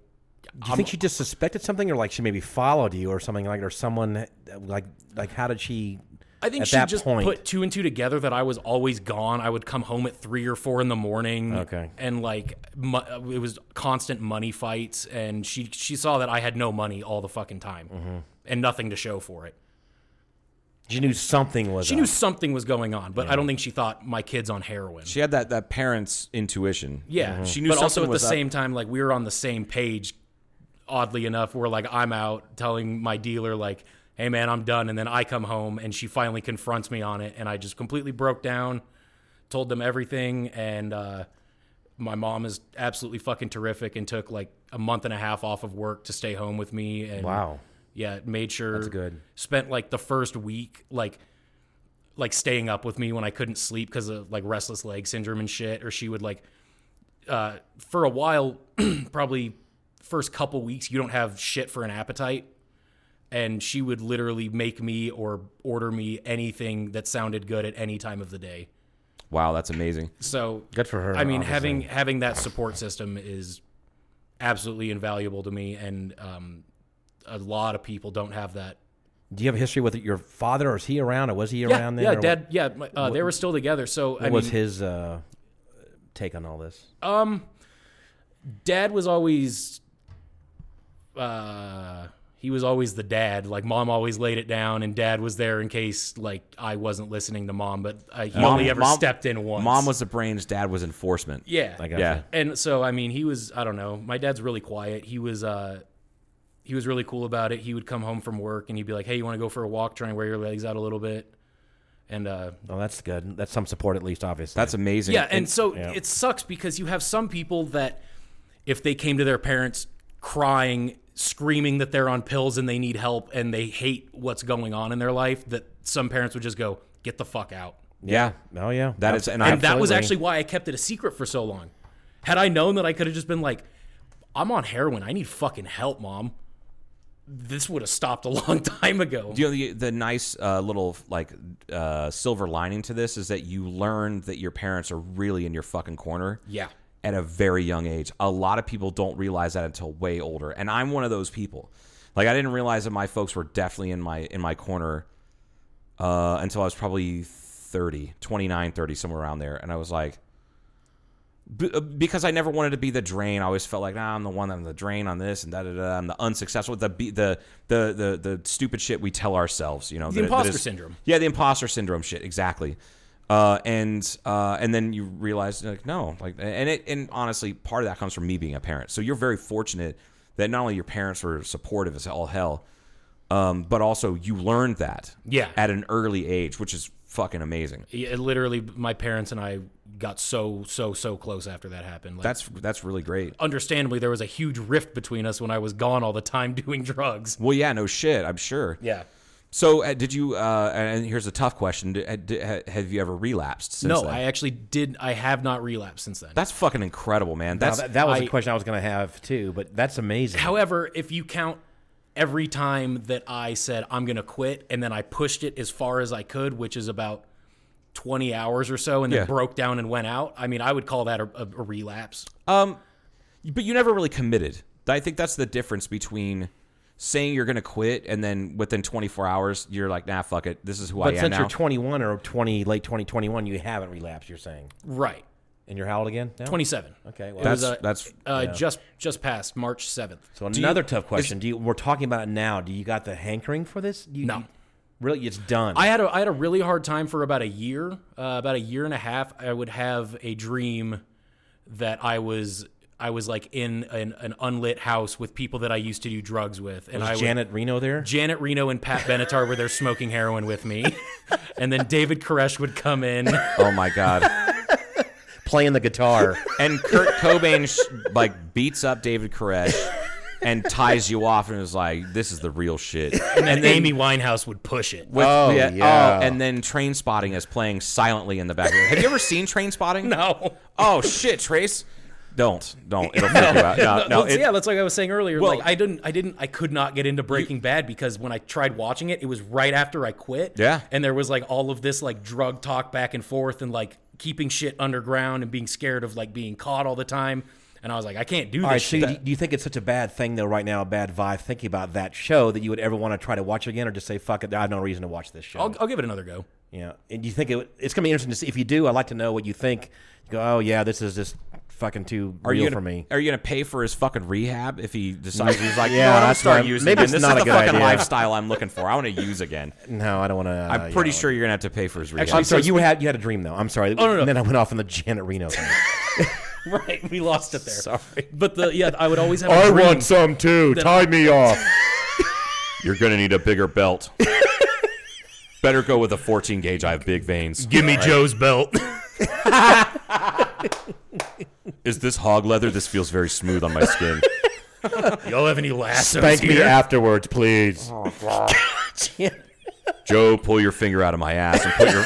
Speaker 4: Do you think she just suspected something, or like she maybe followed you, or something like, or someone like like how did she?
Speaker 6: I think
Speaker 4: at
Speaker 6: she
Speaker 4: that
Speaker 6: just
Speaker 4: point,
Speaker 6: put two and two together that I was always gone. I would come home at three or four in the morning.
Speaker 4: Okay.
Speaker 6: and like mo- it was constant money fights, and she she saw that I had no money all the fucking time and nothing to show for it.
Speaker 4: she knew something was.
Speaker 6: She
Speaker 4: up.
Speaker 6: knew something was going on, but I don't think she thought my kids on heroin.
Speaker 5: She had that that parents intuition.
Speaker 6: yeah,
Speaker 5: She knew
Speaker 6: Mm-hmm. but
Speaker 5: something
Speaker 6: also at the
Speaker 5: was up.
Speaker 6: same time, like we were on the same page. Oddly enough, we're like I'm out telling my dealer like. Hey man, I'm done. And then I come home and she finally confronts me on it. And I just completely broke down. told them everything and uh, my mom is absolutely fucking terrific and took like a month and a half off of work to stay home with me and
Speaker 4: Wow.
Speaker 6: yeah made sure that's
Speaker 5: good.
Speaker 6: spent like the first week like like staying up with me when i couldn't sleep because of like restless leg syndrome and shit or she would like uh, for a while probably first couple weeks you don't have shit for an appetite and she would literally make me or order me anything that sounded good at any time of the day
Speaker 5: Wow, that's amazing.
Speaker 6: so
Speaker 4: Good for her,
Speaker 6: I mean,
Speaker 4: obviously.
Speaker 6: having having that support system is absolutely invaluable to me, and um, a lot of people don't have that.
Speaker 4: Do you have a history with your father, or is he around, or was he
Speaker 6: Yeah,
Speaker 4: around then?
Speaker 6: yeah,
Speaker 4: or what-
Speaker 6: dad, yeah, my- uh, they were still together. So I
Speaker 4: What was
Speaker 6: mean,
Speaker 4: his uh, take on all this?
Speaker 6: dad was always uh he was always the dad like mom always laid it down and dad was there in case like i wasn't listening to mom but uh, he only ever
Speaker 5: mom-
Speaker 6: stepped in once
Speaker 5: Mom was the brains, dad was enforcement.
Speaker 6: yeah
Speaker 4: I gotcha.
Speaker 5: Yeah.
Speaker 6: and so i mean he was i don't know my dad's really quiet he was uh he was really cool about it he would come home from work and he'd be like hey you want to go for a walk try and wear your legs out a little bit and uh
Speaker 4: Oh, that's good. That's some support, at least, obviously.
Speaker 5: That's amazing.
Speaker 6: yeah and so it sucks because you have some people that if they came to their parents crying screaming that they're on pills and they need help and they hate what's going on in their life that some parents would just go get the fuck out
Speaker 5: yeah.
Speaker 4: oh yeah,
Speaker 5: That is and,
Speaker 6: and
Speaker 5: I
Speaker 6: that was
Speaker 4: Absolutely.
Speaker 6: actually why I kept it a secret for so long. Had I known that, I could have just been like, "I'm on heroin. I need fucking help, mom." This would have stopped a long time ago.
Speaker 5: Do you know the, the nice uh, little like uh, silver lining to this is that you learn that your parents are really in your fucking corner.
Speaker 6: Yeah.
Speaker 5: At a very young age, a lot of people don't realize that until way older, and I'm one of those people. Like I didn't realize that my folks were definitely in my in my corner uh, until I was probably 30, 29, 30, somewhere around there, and I was like. b- uh, Because I never wanted to be the drain, I always felt like nah, I'm the one, I'm the drain on this, and da da da. I'm the unsuccessful, the be- the the the the stupid shit we tell ourselves, you know, that-
Speaker 6: The
Speaker 5: that
Speaker 6: imposter
Speaker 5: is-
Speaker 6: syndrome.
Speaker 5: yeah, the imposter syndrome shit, exactly. Uh, and uh, and then you realize like no, like and it and honestly, part of that comes from me being a parent. So you're very fortunate that not only your parents were supportive as all hell, um, but also you learned that
Speaker 6: Yeah.
Speaker 5: at an early age, which is fucking amazing.
Speaker 6: Yeah, literally, my parents and I got so so so close after that happened. Like,
Speaker 5: That's that's really great.
Speaker 6: understandably there was a huge rift between us when I was gone all the time doing drugs.
Speaker 5: Well, yeah, no shit, I'm sure.
Speaker 6: Yeah.
Speaker 5: So uh, did you? Uh, and and here's a tough question: Did- uh, did- ha- Have you ever relapsed? Since
Speaker 6: no,
Speaker 5: then?
Speaker 6: I actually did. I have not relapsed since then.
Speaker 5: That's fucking incredible, man.
Speaker 4: Now,
Speaker 5: That's
Speaker 4: that, that was a
Speaker 6: I-
Speaker 4: question I was going to have too. But that's amazing.
Speaker 6: However, if you count every time that I said I'm going to quit and then I pushed it as far as I could, which is about 20 hours or so, and then
Speaker 5: Yeah.
Speaker 6: broke down and went out, I mean, I would call that a, a, a relapse.
Speaker 5: but you never really committed. I think that's the difference between saying you're going to quit and then within 24 hours you're like, nah, fuck it. This is who I
Speaker 4: but
Speaker 5: am
Speaker 4: since
Speaker 5: now.
Speaker 4: you're 21 or 20, late 2021, you haven't relapsed. You're saying,
Speaker 6: Right.
Speaker 4: and you're how old again? Now?
Speaker 6: 27.
Speaker 4: Okay, well,
Speaker 6: It was,
Speaker 5: That's-
Speaker 6: uh,
Speaker 5: that's-
Speaker 6: uh, just just past March 7th.
Speaker 4: So another
Speaker 5: you-
Speaker 4: tough question. Do you? We're talking about it now. Do you got the hankering for this? Do You,
Speaker 6: No.
Speaker 4: you- really, it's done.
Speaker 6: I had a I had a really hard time for about a year, uh, about a year and a half. I would have a dream that I was I was like in an, an unlit house with people that I used to do drugs with, and I
Speaker 4: was
Speaker 6: would-
Speaker 4: Janet Reno there.
Speaker 6: Janet Reno and Pat Benatar were there smoking heroin with me. And then David Koresh would come in.
Speaker 5: oh my God.
Speaker 4: playing the guitar.
Speaker 5: And Kurt Cobain sh- like beats up David Koresh and ties you off and is like, "This is the real shit."
Speaker 6: and then Amy Winehouse would push it.
Speaker 5: With-
Speaker 4: Oh, yeah.
Speaker 5: Oh, and then Train Spotting is playing silently in the background. Have you ever seen Train Spotting?
Speaker 6: No.
Speaker 5: Oh shit, Trace. Don't don't. It'll freak you out. No, no.
Speaker 6: Well,
Speaker 5: it-
Speaker 6: yeah, that's like I was saying earlier.
Speaker 5: Well-
Speaker 6: like I didn't, I didn't, I could not get into Breaking Bad because when I tried watching it, it was right after I quit.
Speaker 5: Yeah.
Speaker 6: and there was like all of this like drug talk back and forth and like keeping shit underground and being scared of like being caught all the time. And I was like, I can't do this.
Speaker 4: All right, so
Speaker 6: shit.
Speaker 4: do you, do you think it's such a bad thing, though, right now, a bad vibe, thinking about that show that you would ever want to try to watch again or just say, fuck it, I have no reason to watch this show?
Speaker 6: I'll, I'll give it another go.
Speaker 4: Yeah, and you think it, would- it's gonna be interesting to see if you do. I'd like to know what you think. You go, oh yeah, this is just fucking too
Speaker 5: Are
Speaker 4: real
Speaker 5: you gonna,
Speaker 4: for me.
Speaker 5: Are you gonna pay for his fucking rehab if he decides he's like,
Speaker 4: Yeah,
Speaker 5: yeah, no, I'm gonna
Speaker 4: that's
Speaker 5: start
Speaker 4: my-
Speaker 5: using
Speaker 4: maybe
Speaker 5: again.
Speaker 4: it's
Speaker 5: This
Speaker 4: not
Speaker 5: is
Speaker 4: a
Speaker 5: the
Speaker 4: good
Speaker 5: fucking
Speaker 4: idea."
Speaker 5: lifestyle I'm looking for. I want to use again.
Speaker 4: No, I don't want to. Uh,
Speaker 5: I'm pretty sure you're gonna have to pay for his rehab.
Speaker 4: I'm sorry, you had you had a dream though. I'm sorry.
Speaker 6: no, no.
Speaker 4: And then I went off on the Janet Reno thing.
Speaker 6: Right, we lost it there. Sorry, but the yeah, I would always have. a
Speaker 4: I
Speaker 6: dream.
Speaker 4: want some too. Tie me off.
Speaker 5: You're gonna need a bigger belt. Better go with a 14 gauge. I have big veins.
Speaker 6: Give me Joe's belt.
Speaker 5: Is this hog leather? This feels very smooth on my skin.
Speaker 6: Y'all have any lassos
Speaker 4: Thank me
Speaker 6: here?
Speaker 4: afterwards, please.
Speaker 5: Joe, pull your finger out of my ass and put your.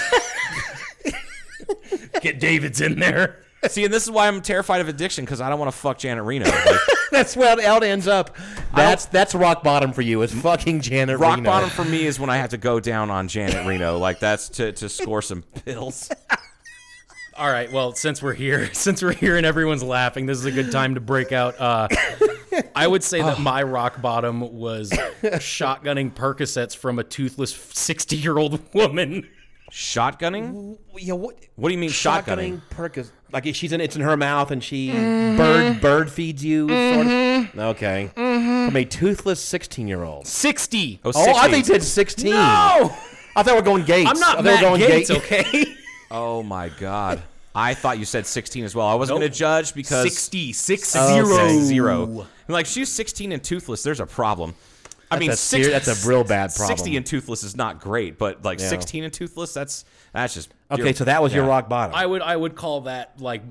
Speaker 6: Get David's in there.
Speaker 5: See, and this is why I'm terrified of addiction because I don't want to fuck Janet Reno. Like,
Speaker 4: that's where it all ends up. That's that's rock bottom for you. Is fucking Janet
Speaker 5: rock
Speaker 4: Reno.
Speaker 5: bottom for me is when I have to go down on Janet Reno. Like that's to to score some pills.
Speaker 6: All right. Well, since we're here, since we're here and everyone's laughing, this is a good time to break out. Uh, I would say
Speaker 4: Oh.
Speaker 6: that my rock bottom was shotgunning Percocets from a toothless sixty-year-old woman.
Speaker 5: Shotgunning?
Speaker 4: Yeah, what?
Speaker 5: What do you mean shotgunning?
Speaker 4: Perkins. Like she's in it's in her mouth and she bird bird feeds you. Sort of. Okay. From a toothless sixteen year old.
Speaker 6: Sixty.
Speaker 5: Oh,
Speaker 4: Mm-hmm. Oh, I
Speaker 5: 16.
Speaker 4: think you said sixteen.
Speaker 6: No!
Speaker 4: I thought we are going Gates.
Speaker 6: I'm not
Speaker 4: I thought we were
Speaker 6: Matt
Speaker 4: going
Speaker 6: Gates,
Speaker 4: Gates.
Speaker 6: okay?
Speaker 5: Oh my god. I thought you said 16 as well. I wasn't going to judge because
Speaker 6: 60, six,
Speaker 5: Okay,
Speaker 6: zero.
Speaker 5: zero. And like she's 16 and toothless, there's a problem. I mean,
Speaker 4: a
Speaker 5: six-
Speaker 4: ser- that's a real bad problem.
Speaker 5: 60 and toothless is not great, but like 16 and toothless, that's that's just
Speaker 4: Okay, so that was your
Speaker 5: Yeah.
Speaker 4: rock bottom.
Speaker 6: I would I would call that like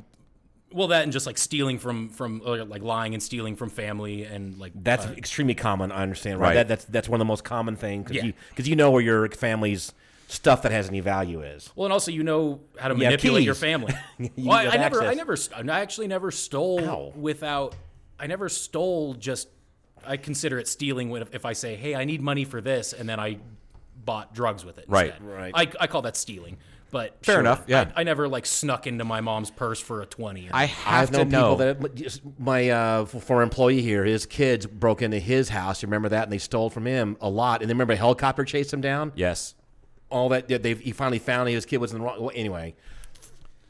Speaker 6: well that and just like stealing from from uh, like lying and stealing from family and like
Speaker 4: that's
Speaker 6: uh,
Speaker 4: extremely common. I understand, right?
Speaker 5: Right.
Speaker 4: That, that's that's one of the most common things because
Speaker 6: Yeah.
Speaker 4: you because you know where your family's stuff that has any value is.
Speaker 6: Well, and also you know how to
Speaker 4: You have
Speaker 6: manipulate your
Speaker 4: keys.
Speaker 6: family.
Speaker 4: You
Speaker 6: well, I,
Speaker 4: have
Speaker 6: I never, I
Speaker 4: access.
Speaker 6: never, st- I actually never stole
Speaker 4: Ow.
Speaker 6: without. I never stole. Just I consider it stealing when- if I say, "Hey, I need money for this," and then I bought drugs with it.
Speaker 5: Right.
Speaker 6: instead.
Speaker 4: Right.
Speaker 6: I, I call that stealing. But
Speaker 5: Fair enough, yeah.
Speaker 6: I, I never like snuck into my mom's purse for a twenty.
Speaker 5: I have to
Speaker 4: known
Speaker 5: know.
Speaker 4: people that my uh, f- former employee here, his kids broke into his house. You remember that, and they stole from him a lot. And then remember, a helicopter chased him down.
Speaker 5: yes.
Speaker 4: All that they he finally found his kid was in the wrong. Well, anyway,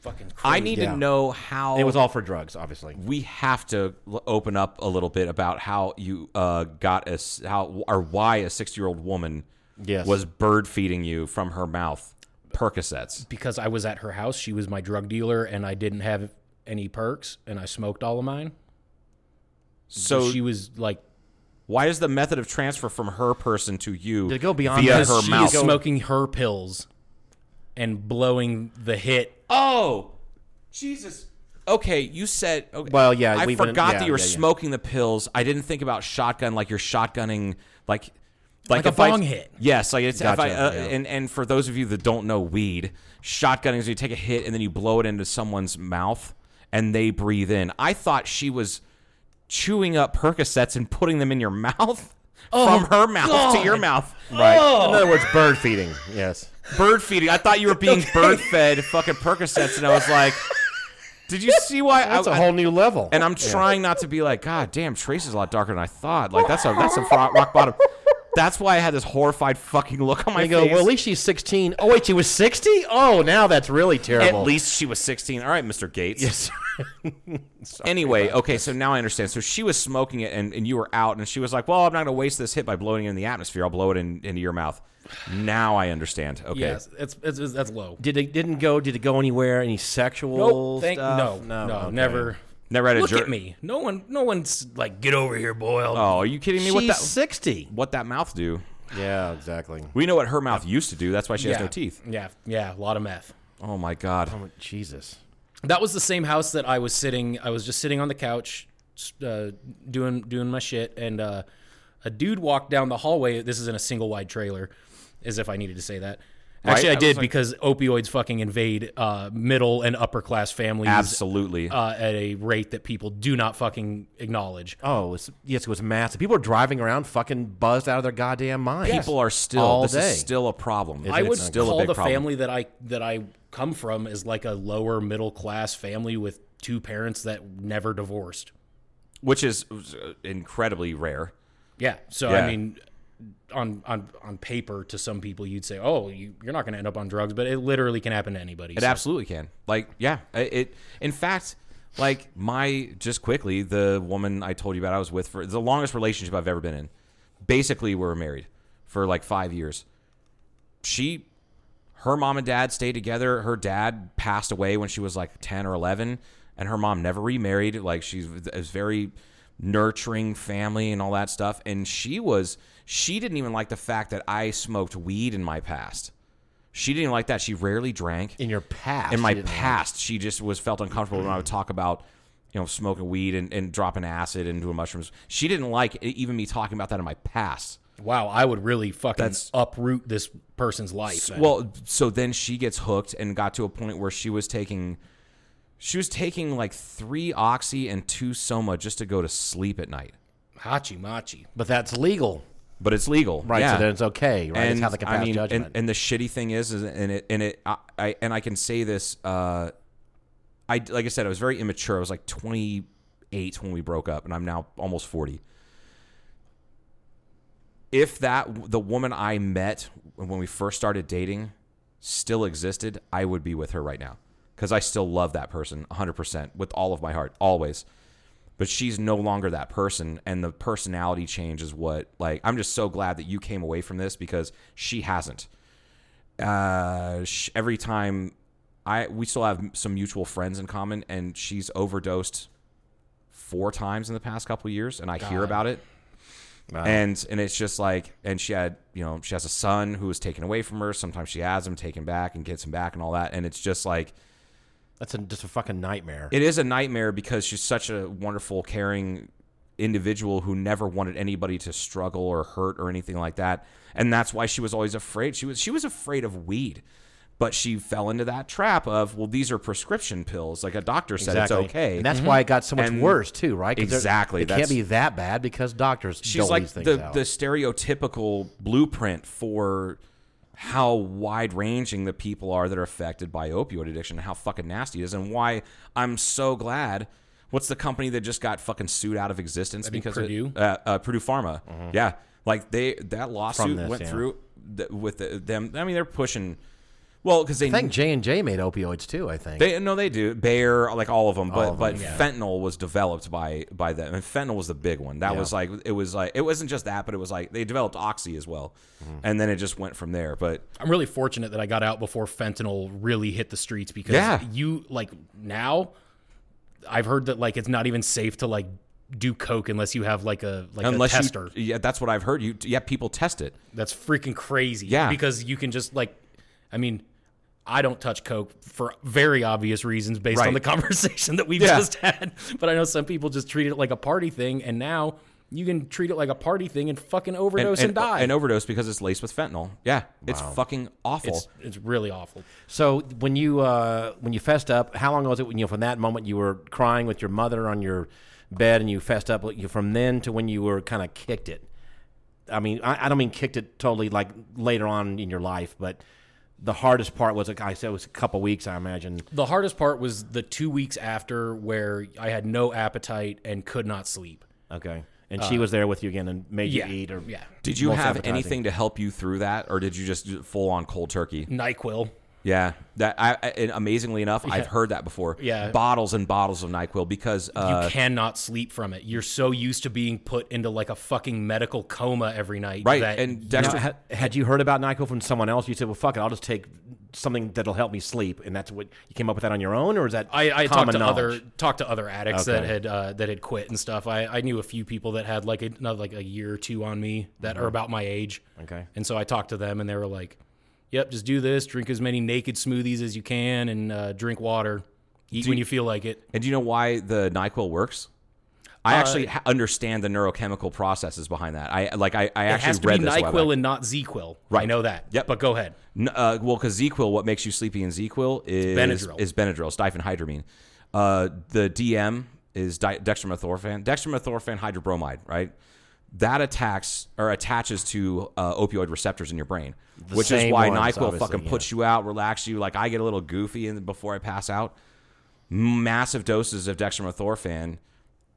Speaker 6: fucking crazy.
Speaker 5: I need
Speaker 4: Yeah.
Speaker 5: to know how
Speaker 4: it was all for drugs, obviously.
Speaker 5: we have to l- open up a little bit about how you uh, got a s- how or why a six year old woman
Speaker 4: Yes.
Speaker 5: was bird feeding you from her mouth Percocets.
Speaker 6: because I was at her house. She was my drug dealer, and I didn't have any perks, and I smoked all of mine.
Speaker 5: So
Speaker 6: she was like
Speaker 5: why is the method of transfer from her person to you
Speaker 4: To go beyond
Speaker 5: via
Speaker 4: that,
Speaker 5: her
Speaker 6: she
Speaker 5: mouth?
Speaker 6: is smoking her pills and blowing the hit.
Speaker 5: oh, Jesus. Okay, you said. Okay,
Speaker 4: Well, yeah,
Speaker 5: I
Speaker 4: we went-
Speaker 5: forgot
Speaker 4: yeah,
Speaker 5: that you were
Speaker 4: yeah, yeah.
Speaker 5: smoking the pills. I didn't think about shotgun like you're shotgunning like
Speaker 6: Like a
Speaker 5: if I-
Speaker 6: bong hit.
Speaker 5: Yes, like it's if I,
Speaker 4: Gotcha,
Speaker 5: uh,
Speaker 4: yeah.
Speaker 5: and and for those of you that don't know weed, shotgunning is you take a hit and then you blow it into someone's mouth and they breathe in. I thought she was chewing up Percocets and putting them in your mouth
Speaker 4: Oh
Speaker 5: from her mouth to your mouth.
Speaker 4: Right. In other words, bird feeding. Yes.
Speaker 5: bird feeding. I thought you were being bird fed fucking Percocets, and I was like, "Did you see why?"
Speaker 4: That's
Speaker 5: I,
Speaker 4: a
Speaker 5: I-
Speaker 4: whole new level.
Speaker 5: and I'm trying not to be like, "God damn, Trace is a lot darker than I thought." Like that's a that's a rock, rock bottom. That's why I had this horrified fucking look on my
Speaker 4: I go,
Speaker 5: face.
Speaker 4: well, at least she's 16. Oh, wait, she was 60? Oh, now that's really terrible.
Speaker 5: at least she was 16. All right, Mr. Gates.
Speaker 4: Yes.
Speaker 5: Anyway, okay, so now I understand. So she was smoking it, and, and you were out, and she was like, "Well, I'm not gonna waste this hit by blowing it in the atmosphere. I'll blow it in, into your mouth." Now I understand. Okay.
Speaker 6: Yes, it's, it's, it's- that's low. Oh,
Speaker 4: Did it didn't go? Did it go anywhere? Any sexual
Speaker 6: Thank- no,
Speaker 4: stuff?
Speaker 6: no,
Speaker 4: okay.
Speaker 6: never.
Speaker 5: Never had a
Speaker 6: Look
Speaker 5: jerk.
Speaker 6: at me. No one, no one's like, get over here, boy. I'll-
Speaker 5: Oh, are you kidding me?
Speaker 4: She's
Speaker 5: what that
Speaker 4: 60.
Speaker 5: what that mouth do?
Speaker 4: Yeah, exactly.
Speaker 5: We know what her mouth used to do. That's why she has no teeth.
Speaker 6: Yeah, yeah, a lot of meth.
Speaker 5: Oh my god.
Speaker 4: Jesus.
Speaker 6: that was the same house that I was sitting. I was just sitting on the couch, s- uh, doing doing my shit, and uh, a dude walked down the hallway. This is in a single wide trailer, as if I needed to say that. Actually,
Speaker 5: Right?
Speaker 6: I
Speaker 5: I
Speaker 6: did
Speaker 5: was like-
Speaker 6: because opioids fucking invade uh, middle and upper class families
Speaker 5: Absolutely.
Speaker 6: uh, at a rate that people do not fucking acknowledge.
Speaker 4: Oh, it was, yes, it was massive. People are driving around fucking buzzed out of their goddamn minds.
Speaker 5: People are still
Speaker 4: all
Speaker 5: this
Speaker 4: day.
Speaker 5: is still a problem.
Speaker 6: I
Speaker 5: It's
Speaker 6: would
Speaker 5: still
Speaker 6: call
Speaker 5: a big
Speaker 6: the
Speaker 5: problem.
Speaker 6: family that I that I come from as like a lower middle class family with two parents that never divorced.
Speaker 5: which is uh, incredibly rare.
Speaker 6: Yeah. So
Speaker 5: Yeah.
Speaker 6: I mean, on on on paper, to some people, you'd say, "Oh, you, you're not going to end up on drugs," but it literally can happen to anybody.
Speaker 5: It
Speaker 6: So-
Speaker 5: absolutely can. Like, yeah, I- it. In fact, like my just quickly, the woman I told you about, I was with for the longest relationship I've ever been in. Basically, we were married for like five years. She, her mom and dad stayed together. Her dad passed away when she was like ten or eleven, and her mom never remarried. Like she's it was very nurturing family and all that stuff. And she was she didn't even like the fact that I smoked weed in my past. She didn't even like that. She rarely drank
Speaker 4: in your past.
Speaker 5: in my
Speaker 4: you didn't-
Speaker 5: past, she just was felt uncomfortable when I would talk about, you know, smoking weed and, and dropping acid and doing mushrooms. She didn't like i- even me talking about that in my past.
Speaker 6: Wow, I would really fucking
Speaker 5: That's-
Speaker 6: uproot this person's life. man.
Speaker 5: Well, so then she gets hooked and got to a point where she was taking, she was taking like three oxy and two soma just to go to sleep at night.
Speaker 6: hachi machi.
Speaker 4: But that's legal,
Speaker 5: But it's legal,
Speaker 4: right?
Speaker 5: Yeah.
Speaker 4: So then it's okay, right?
Speaker 5: And
Speaker 4: it's how they can
Speaker 5: I
Speaker 4: pass
Speaker 5: mean,
Speaker 4: judgment.
Speaker 5: And, and the shitty thing is, is and it and it I, I and I can say this. Uh, I like I said, I was very immature. I was like 28 when we broke up, and I'm now almost 40. If that the woman I met when we first started dating still existed, I would be with her right now because I still love that person 100% with all of my heart, always but she's no longer that person and the personality change is what like i'm just so glad that you came away from this because she hasn't uh sh- every time i we still have m- some mutual friends in common and she's overdosed four times in the past couple of years and i hear about it and and it's just like and she had you know she has a son who was taken away from her sometimes she has him taken back and gets him back and all that and it's just like
Speaker 4: that's a, just a fucking nightmare.
Speaker 5: it is a nightmare because she's such a wonderful, caring individual who never wanted anybody to struggle or hurt or anything like that. And that's why she was always afraid. She was she was afraid of weed. But she fell into that trap of, well, these are prescription pills. Like a doctor said, it's okay.
Speaker 4: and that's why it got so much
Speaker 5: And-
Speaker 4: worse too, right? 'Cause they're-
Speaker 5: Exactly,
Speaker 4: it can't
Speaker 5: that's-
Speaker 4: be that bad because doctors
Speaker 5: she's
Speaker 4: dole
Speaker 5: like
Speaker 4: these things
Speaker 5: the,
Speaker 4: out.
Speaker 5: the stereotypical blueprint for how wide ranging the people are that are affected by opioid addiction and how fucking nasty it is and why I'm so glad. What's the company that just got fucking sued out of existence because of-
Speaker 6: Purdue?
Speaker 5: uh, uh, Purdue Pharma? Yeah, like they that lawsuit
Speaker 4: Mm-hmm. this,
Speaker 5: went
Speaker 4: yeah.
Speaker 5: through th- with the, them. I mean, they're pushing. Well, because they
Speaker 4: I think J and J made opioids too. I think
Speaker 5: they no, they do. Bayer, like all of them, but but fentanyl was developed by by them, and fentanyl was the big one. That was like it was like it wasn't just that, but it was like they developed oxy as well,
Speaker 6: Mm-hmm.
Speaker 5: and then it just went from there. But
Speaker 6: I'm really fortunate that I got out before fentanyl really hit the streets because
Speaker 5: Yeah.
Speaker 6: you like now. I've heard that like it's not even safe to like do coke unless you have like a like
Speaker 5: unless
Speaker 6: a tester.
Speaker 5: you, yeah, that's what I've heard. You yeah, people test it.
Speaker 6: That's freaking crazy.
Speaker 5: Yeah.
Speaker 6: Because you can just like, I mean, I don't touch coke for very obvious reasons based
Speaker 5: Right.
Speaker 6: on the conversation that we've
Speaker 5: Yeah.
Speaker 6: just had. But I know some people just treat it like a party thing, and now you can treat it like a party thing and fucking overdose and, die.
Speaker 5: and overdose because it's laced with fentanyl. Yeah, it's fucking awful.
Speaker 6: it's, it's really awful.
Speaker 4: so. When you uh, when you fessed up, how long was it? When you know, from that moment you were crying with your mother on your bed, and you fessed up. like, you- From then to when you were kind of kicked it. I mean, I, I don't mean kicked it totally like later on in your life, but the hardest part was like I said, it was a couple weeks. I imagine.
Speaker 6: The hardest part was the two weeks after where I had no appetite and could not sleep.
Speaker 4: Okay, and she was there with you again and made
Speaker 6: Uh, yeah,
Speaker 4: you eat or
Speaker 6: yeah.
Speaker 5: did you
Speaker 4: most
Speaker 5: have
Speaker 4: appetizing.
Speaker 5: anything to help you through that, or did you just full on cold turkey?
Speaker 6: NyQuil.
Speaker 5: Yeah, that I, I and amazingly enough, I've heard that before.
Speaker 6: Yeah.
Speaker 5: bottles and bottles of Nyquil because
Speaker 6: You
Speaker 5: uh,
Speaker 6: cannot sleep from it. You're so used to being put into like a fucking medical coma every night.
Speaker 5: right
Speaker 6: that-
Speaker 5: and
Speaker 4: Now,
Speaker 5: Dexter
Speaker 4: Uh, ha- had you heard about Nyquil from someone else? You said, "Well, fuck it, I'll just take something that'll help me sleep," and that's what you came up with that on your own, or is that
Speaker 6: I, I talked
Speaker 4: common
Speaker 6: to
Speaker 4: knowledge?
Speaker 6: other talked to other addicts that
Speaker 4: Okay.
Speaker 6: had uh, that had quit and stuff. I, I knew a few people that had like a, another like a year or two on me that are about my age.
Speaker 4: Okay.
Speaker 6: and so I talked to them and they were like, "Yep, just do this. Drink as many naked smoothies as you can and uh, drink water." Eat when you feel like it.
Speaker 5: And do you know why the Nyquil works?
Speaker 6: Uh,
Speaker 5: I actually ha- understand the neurochemical processes behind that. I like I, I
Speaker 6: It
Speaker 5: actually
Speaker 6: has to be
Speaker 5: read this. web
Speaker 6: Nyquil and not ZQuil. I
Speaker 5: Right.
Speaker 6: know that.
Speaker 5: Yep.
Speaker 6: But go ahead.
Speaker 5: N- uh, well, because Zequil, what makes you sleepy in Zequil is
Speaker 6: Benadryl.
Speaker 5: Is Benadryl, diphenhydramine. Uh, the DM is di- dextromethorphan, dextromethorphan hydrobromide, right? That attacks or attaches to uh, opioid receptors in your brain, which is
Speaker 4: same
Speaker 5: why
Speaker 4: ones,
Speaker 5: Nyquil
Speaker 4: obviously,
Speaker 5: fucking puts you out, relax you. Like I get a little goofy in, before I pass out. Massive doses of dextromethorphan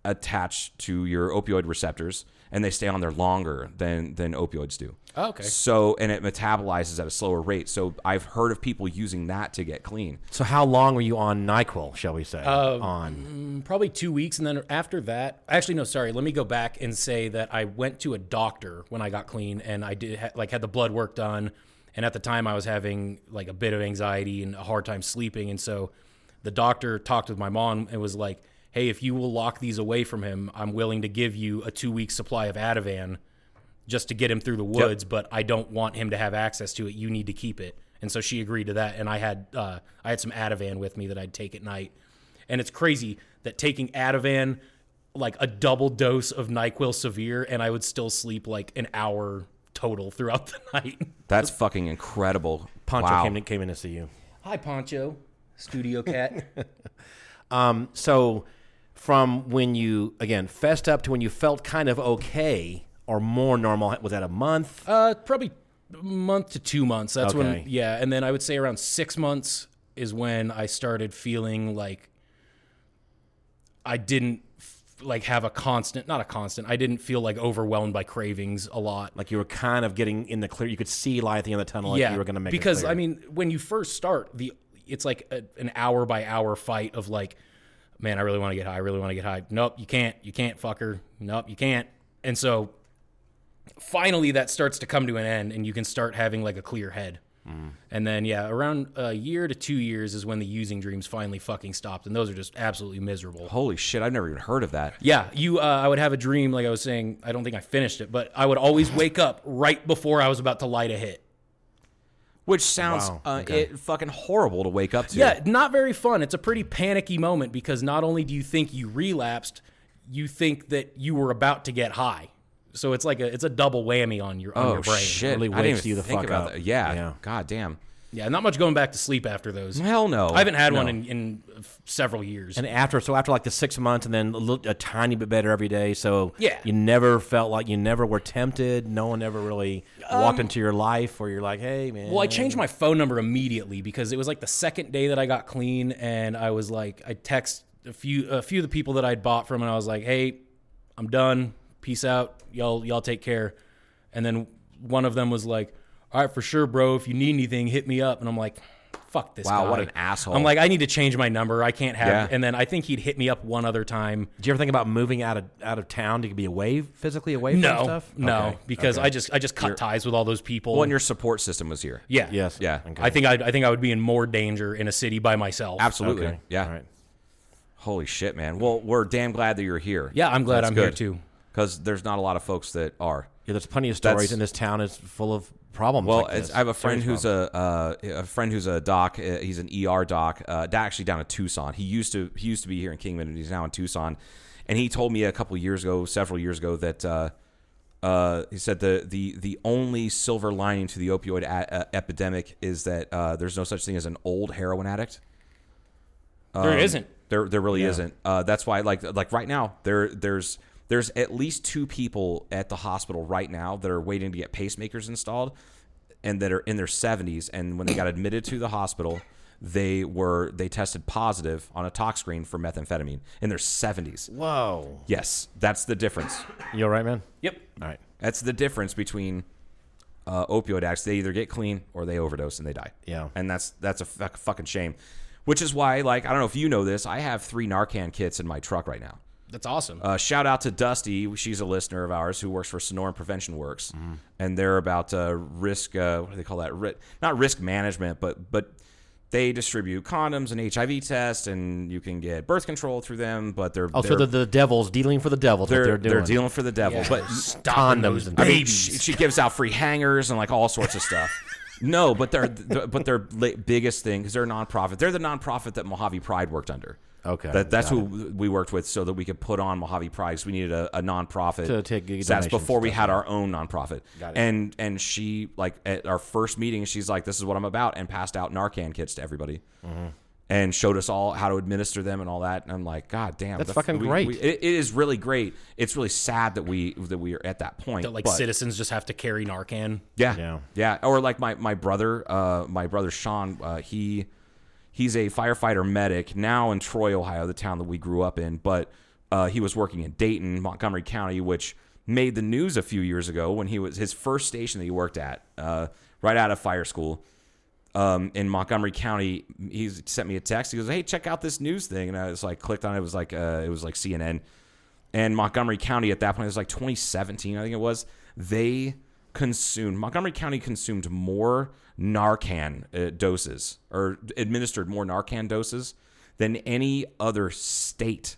Speaker 5: attach to your opioid receptors, and they stay on there longer than than opioids do.
Speaker 6: Oh, okay.
Speaker 5: So and it metabolizes at a slower rate. So I've heard of people using that to get clean.
Speaker 4: So how long were you on Nyquil? Shall we say
Speaker 6: Uh,
Speaker 4: on?
Speaker 6: Probably two weeks. And then after that, actually, no, sorry. Let me go back and say that I went to a doctor when I got clean and I did ha- like had the blood work done. And at the time I was having like a bit of anxiety and a hard time sleeping. And so the doctor talked with my mom and was like, Hey, if you will lock these away from him, I'm willing to give you a two week supply of Ativan just to get him through the woods, but I don't want him to have access to it. You need to keep it. And so she agreed to that. And I had uh, I had some Ativan with me that I'd take at night. And it's crazy that taking Ativan, like a double dose of Nyquil Severe, and I would still sleep like an hour total throughout the night.
Speaker 5: That's fucking incredible.
Speaker 4: Poncho
Speaker 5: Wow.
Speaker 4: came, to, came in to see you.
Speaker 6: Hi, Poncho, Studio Cat.
Speaker 4: So from when you again fessed up to when you felt kind of okay or more normal was that a month?
Speaker 6: uh, probably a month to two months. That's
Speaker 4: Okay.
Speaker 6: when yeah. And then I would say around six months is when I started feeling like I didn't f- like have a constant, not a constant. I didn't feel like overwhelmed by cravings a lot.
Speaker 4: like you were kind of getting in the clear. You could see light at the end of the tunnel. Like you were going to make it
Speaker 6: because
Speaker 4: clear.
Speaker 6: I mean when you first start the it's like a, an hour by hour fight of like man I really want to get high I really want to get high nope you can't you can't fucker nope you can't and so finally that starts to come to an end and you can start having like a clear head
Speaker 4: Mm.
Speaker 6: and then yeah around a year to two years is when the using dreams finally fucking stopped and those are just absolutely miserable
Speaker 5: Holy shit! I've never even heard of that.
Speaker 6: yeah, you. Uh, I would have a dream, like I was saying. I don't think I finished it, but I would always wake up right before I was about to light a hit,
Speaker 5: Which sounds uh, it fucking horrible to wake up to.
Speaker 6: Yeah, not very fun. It's a pretty panicky moment because not only do you think you relapsed, you think that you were about to get high. So it's like a it's a double whammy on your on
Speaker 5: Oh
Speaker 6: your brain.
Speaker 5: shit!
Speaker 4: really
Speaker 5: I didn't
Speaker 4: wakes
Speaker 5: even
Speaker 4: you the
Speaker 5: think
Speaker 4: fuck
Speaker 5: about
Speaker 4: up.
Speaker 5: that. Yeah.
Speaker 4: Yeah.
Speaker 5: God damn.
Speaker 6: Yeah, not much going back to sleep after those.
Speaker 5: Hell no.
Speaker 6: I haven't had one in, in several years.
Speaker 4: and after so after like the six months, and then a, little, a tiny bit better every day. So
Speaker 6: Yeah.
Speaker 4: you never felt like you never were tempted. No one ever really walked into your life where you're like, hey man.
Speaker 6: Um, Well, I changed my phone number immediately because it was like the second day that I got clean, and I was like, I text a few a few of the people that I'd bought from, and I was like, Hey, I'm done. Peace out. Y'all y'all take care. And then one of them was like, All right, for sure, bro. If you need anything, hit me up. And I'm like, Fuck this.
Speaker 5: Wow,
Speaker 6: guy.
Speaker 5: what an asshole.
Speaker 6: I'm like, I need to change my number. I can't have.
Speaker 5: Yeah.
Speaker 6: And then I think he'd hit me up one other time.
Speaker 4: Did you ever think about moving out of out of town to be away physically away from
Speaker 6: No,
Speaker 4: stuff?
Speaker 6: no,
Speaker 4: Okay.
Speaker 6: because I just I just cut ties with all those people.
Speaker 5: Well, and your support system was here.
Speaker 6: yeah,
Speaker 4: Yes.
Speaker 5: Yeah.
Speaker 6: I think I'd, I think I would be in more danger in a city by myself.
Speaker 5: Absolutely.
Speaker 4: Okay.
Speaker 5: Yeah.
Speaker 4: All right.
Speaker 5: Holy shit, man. Well, we're damn glad that you're here.
Speaker 6: Yeah, I'm glad I'm here, too.
Speaker 5: Because there's not a lot of folks that are.
Speaker 4: Yeah, there's plenty of
Speaker 5: That's-
Speaker 4: stories, and this town is full of problems.
Speaker 5: Well,
Speaker 4: like
Speaker 5: it's,
Speaker 4: this.
Speaker 5: I have a friend
Speaker 4: Serious
Speaker 5: who's a uh, a friend who's a doc. Uh, he's an ER doc. Uh, da- actually, down in Tucson. He used to he used to be here in Kingman, and he's now in Tucson. And he told me a couple years ago, several years ago, that uh, uh, he said the the the only silver lining to the opioid a- uh, epidemic is that uh, there's no such thing as an old heroin addict. Um,
Speaker 6: there isn't.
Speaker 5: There, there really isn't. Uh, that's why, like, like right now, there, there's, there's at least two people at the hospital right now that are waiting to get pacemakers installed, and that are in their 70s. And when they got admitted to the hospital, they were they tested positive on a tox screen for methamphetamine in their 70s.
Speaker 4: problem. Whoa.
Speaker 5: Yes, that's the difference.
Speaker 4: You all right, man?
Speaker 6: Yep.
Speaker 4: All right.
Speaker 5: That's the difference between uh, opioid addicts. They either get clean or they overdose and they die.
Speaker 4: Yeah.
Speaker 5: and that's that's a fuck, fucking shame. Which is why, like, I don't know if you know this, I have three Narcan kits in my truck right now.
Speaker 6: That's awesome.
Speaker 5: Uh, shout out to Dusty. She's a listener of ours who works for Sonoran Prevention Works,
Speaker 4: Mm-hmm.
Speaker 5: and they're about uh, risk. Uh, what do they call that? Ri- not risk management, but but they distribute condoms and HIV tests, and you can get birth control through them. But they're
Speaker 4: Oh, so
Speaker 5: they're,
Speaker 4: the, the devil's dealing for the devil.
Speaker 5: they're,
Speaker 4: what they're doing.
Speaker 5: they're dealing for the devil. But
Speaker 4: condoms and
Speaker 5: I mean, she, she gives out free hangers and like all sorts of stuff. No, but they're th- but their la- biggest thing because they're a nonprofit. They're the nonprofit that Mojave Pride worked under.
Speaker 4: Okay,
Speaker 5: that, that's who we worked with so that we could put on Mojave Pride. 'cause we needed a, a nonprofit.
Speaker 4: To take donations
Speaker 5: so that's before we
Speaker 4: and
Speaker 5: had our own nonprofit.
Speaker 4: it.
Speaker 5: Got And and she like at our first meeting, she's like, "This is what I'm about," and passed out Narcan kits to everybody.
Speaker 4: Mm-hmm.
Speaker 5: And showed us all how to administer them and all that, and I'm like, God damn,
Speaker 4: That's
Speaker 5: the f-
Speaker 4: fucking
Speaker 5: we-
Speaker 4: great.
Speaker 5: we- it, it is really great. It's really sad that we that we are at that point.
Speaker 6: That like
Speaker 5: but-
Speaker 6: citizens just have to carry Narcan.
Speaker 5: yeah.
Speaker 4: Yeah.
Speaker 5: Yeah. Or like my my brother, uh, my brother Sean, uh, he he's a firefighter medic now in Troy, Ohio, the town that we grew up in, but uh, he was working in Dayton, Montgomery County, which made the news a few years ago when he was his first station that he worked at, uh, right out of fire school um, in Montgomery County, he sent me a text. He goes, "Hey, check out this news thing," and I was like, clicked on it. It was like, uh, it was like CNN, and Montgomery County at that point it was like 2017, I think it was. They consumed Montgomery County consumed more Narcan uh, doses or administered more Narcan doses than any other state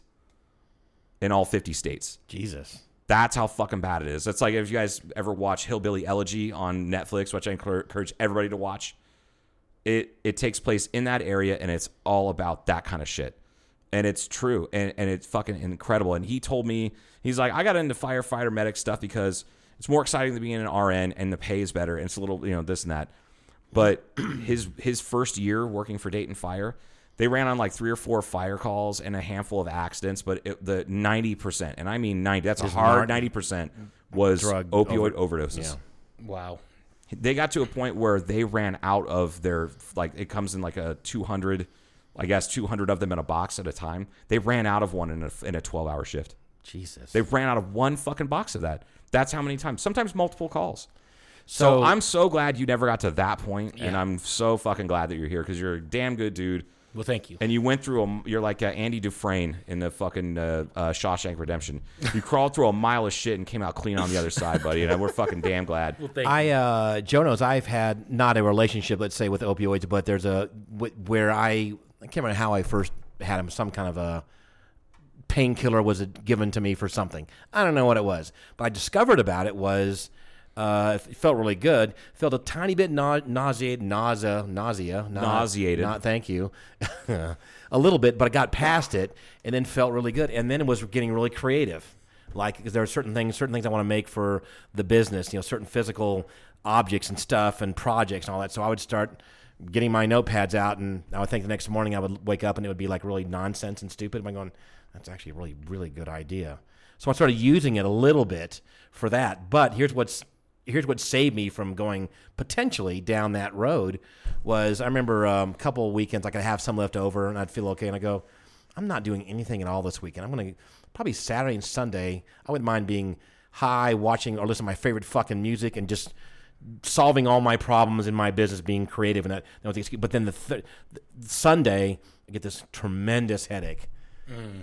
Speaker 5: in all 50 states.
Speaker 4: Jesus.
Speaker 5: That's how fucking bad it is. It's like if you guys ever watch Hillbilly Elegy on Netflix, which I encour- encourage everybody to watch. It it takes place in that area, and it's all about that kind of shit. And it's true, and and it's fucking incredible. And he told me he's like, I got into firefighter medic stuff because it's more exciting than being an RN, and the pay is better. And it's a little, you know, this and that. But his his first year working for Dayton Fire, they ran on like three or four fire calls and a handful of accidents, but it, the ninety percent, and I mean ninety, that's a hard ninety percent was
Speaker 4: Drug
Speaker 5: opioid
Speaker 4: over-
Speaker 5: overdoses.
Speaker 6: Wow.
Speaker 5: They got to a point where they ran out of their like it comes in like a two hundred, I guess two hundred of them in a box at a time. They ran out of one in a in a twelve hour shift.
Speaker 4: Jesus.
Speaker 5: They ran out of one fucking box of that. That's how many times. Sometimes multiple calls.
Speaker 4: so,
Speaker 5: I'm so glad you never got to that point, and I'm so fucking glad that you're here because you're a damn good dude,
Speaker 6: Well, thank you.
Speaker 5: and you went through a. You're like uh, Andy Dufresne in the fucking uh, uh, Shawshank Redemption. You crawled through a mile of shit and came out clean on the other side, buddy, and we're fucking damn glad.
Speaker 4: I uh, Joe knows I've had not a relationship, let's say, with opioids, but there's a wh- where I I can't remember how I first had them. Some kind of a painkiller was given to me for something. I don't know what it was, but I discovered about it was uh, it felt really good. Felt a tiny bit nau- nauseated, nausea, nausea, na-
Speaker 5: Nauseated.
Speaker 4: Not thank you, a little bit, but I got past it and then felt really good. And then it was getting really creative. Like 'cause there are certain things, certain things I want to make for the business. You know, certain physical objects and stuff and projects and all that. So I would start getting my notepads out, and I would think the next morning I would wake up and it would be like really nonsense and stupid. And I'm going, that's actually a really, really good idea. So I started using it a little bit for that. But here's what's here's what saved me from going potentially down that road was I remember um, a couple weekends I could have some left over and I'd feel okay and I go I'm not doing anything at all this weekend I'm gonna probably Saturday and Sunday I wouldn't mind being high watching or listening to my favorite fucking music and just solving all my problems in my business being creative and that, that was the excuse. but then the th- Sunday I get this tremendous headache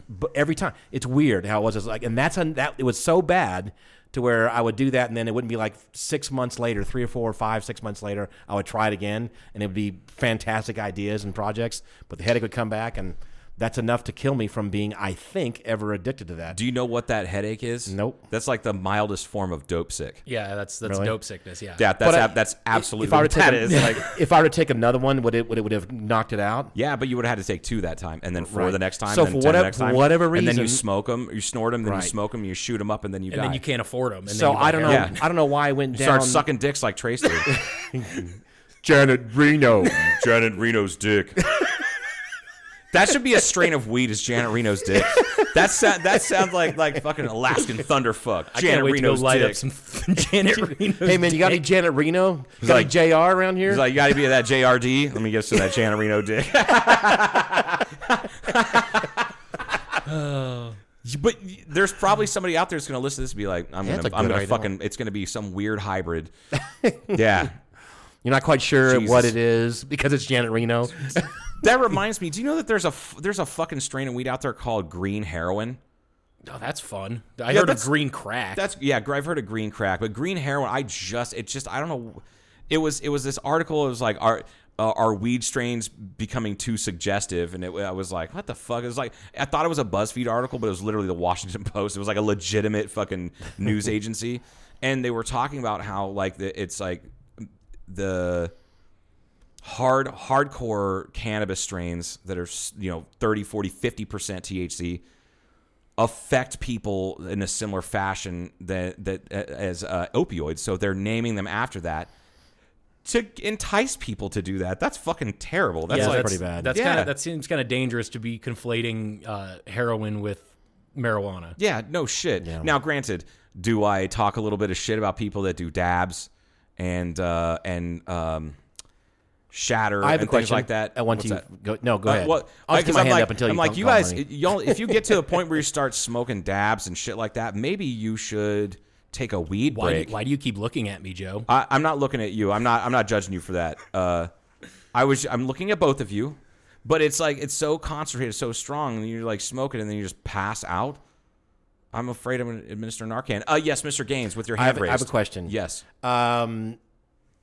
Speaker 4: but every time it's weird how it was. It's like, and that's un, that it was so bad to where I would do that, and then it wouldn't be like six months later, three or four or five, six months later, I would try it again, and it would be fantastic ideas and projects, but the headache would come back, and that's enough to kill me from being, I think, ever addicted to that.
Speaker 5: Do you know what that headache is?
Speaker 4: Nope.
Speaker 5: That's like the mildest form of dope sick.
Speaker 6: Yeah, that's that's
Speaker 4: Really?
Speaker 6: dope sickness. Yeah.
Speaker 5: Yeah, that's
Speaker 4: But I-
Speaker 5: ab- that's absolutely
Speaker 4: if I were
Speaker 5: what
Speaker 4: to take
Speaker 5: that
Speaker 4: a-
Speaker 5: is. like,
Speaker 4: if I were to take another one, would it would it would have knocked it out?
Speaker 5: yeah, but you would have had to take two that time, and then four
Speaker 4: Right.
Speaker 5: the next time,
Speaker 4: So
Speaker 5: and
Speaker 4: for
Speaker 5: then ten
Speaker 4: whatever-
Speaker 5: the next time,
Speaker 4: for whatever
Speaker 5: and then you
Speaker 4: reason-
Speaker 5: smoke them, you snort them, then
Speaker 4: Right.
Speaker 5: you smoke them, you shoot them up, and then you
Speaker 6: And
Speaker 5: die.
Speaker 6: then you can't afford them. And
Speaker 4: So
Speaker 6: then you
Speaker 4: I don't know.
Speaker 5: Yeah.
Speaker 4: I don't know why I went
Speaker 5: You
Speaker 4: down.
Speaker 5: start sucking dicks like Trace did.
Speaker 4: Janet Reno.
Speaker 5: Janet Reno's dick. That should be a strain of weed. Is Janet Reno's dick? That sound, that sounds like like fucking Alaskan thunderfuck. Janet
Speaker 6: I can't wait
Speaker 5: Reno's
Speaker 6: to go light
Speaker 5: dick.
Speaker 6: up some Janet Reno's.
Speaker 4: hey man, you got any Janet Reno? Got
Speaker 5: like-
Speaker 4: any Jr. around here?
Speaker 5: He's like, you got to be that JRD. Let me get some of that Janet Reno dick. Oh. but there's probably somebody out there that's going to listen to this and be like, I'm
Speaker 4: That's
Speaker 5: going to,
Speaker 4: a
Speaker 5: I'm
Speaker 4: good
Speaker 5: going to
Speaker 4: idea.
Speaker 5: fucking. It's going to be some weird hybrid. yeah.
Speaker 4: You're not quite sure what
Speaker 5: Jesus.
Speaker 4: it is because it's Janet Reno.
Speaker 5: That reminds me. Do you know that there's a f- there's a fucking strain of weed out there called green heroin?
Speaker 6: Oh, that's fun.
Speaker 5: Yeah,
Speaker 6: I heard of
Speaker 5: that's-
Speaker 6: green crack.
Speaker 5: That's yeah. gr- I've heard of green crack, but green heroin. I just it just I don't know. It was it was this article. It was like our. Uh, are weed strains becoming too suggestive? And it, I was like, "What the fuck?" It was like I thought it was a BuzzFeed article, but it was literally the Washington Post. It was like a legitimate fucking news agency, and they were talking about how like the, it's like the hard hardcore cannabis strains that are you know 30 40 50% THC affect people in a similar fashion that that as uh, opioids so they're naming them after that to entice people to do that that's fucking terrible that's
Speaker 4: Yeah,
Speaker 5: like
Speaker 4: that's pretty bad.
Speaker 6: That's
Speaker 5: Yeah.
Speaker 6: kind of that seems kind of dangerous to be conflating uh, heroin with marijuana.
Speaker 5: Yeah, no shit. Now, granted, do I talk a little bit of shit about people that do dabs and uh, and um, shatter
Speaker 4: I have a
Speaker 5: and things
Speaker 4: question
Speaker 5: like that?
Speaker 4: I want
Speaker 5: What's
Speaker 4: you
Speaker 5: that?
Speaker 4: go. No, go
Speaker 5: Uh,
Speaker 4: ahead.
Speaker 5: well,
Speaker 4: I'll
Speaker 5: I-
Speaker 4: just
Speaker 5: 'cause
Speaker 4: keep my
Speaker 5: I'm
Speaker 4: hand
Speaker 5: like,
Speaker 4: up until
Speaker 5: I'm
Speaker 4: you
Speaker 5: like,
Speaker 4: come-
Speaker 5: you
Speaker 4: come
Speaker 5: guys,
Speaker 4: running.
Speaker 5: y'all, if you get to a point where you start smoking dabs and shit like that, maybe you should take a weed
Speaker 6: Why do, you,
Speaker 5: break.
Speaker 6: why do you keep looking at me, Joe?
Speaker 5: I, I'm not looking at you. I'm not. I'm not judging you for that. Uh, I was. I'm looking at both of you, but it's like it's so concentrated, so strong, and you're like smoking, and then you just pass out. I'm afraid I'm going to administer Narcan. Uh, yes, Mr. Gaines, with your
Speaker 4: I have,
Speaker 5: hand
Speaker 4: I
Speaker 5: raised.
Speaker 4: have a question.
Speaker 5: Yes.
Speaker 4: Um,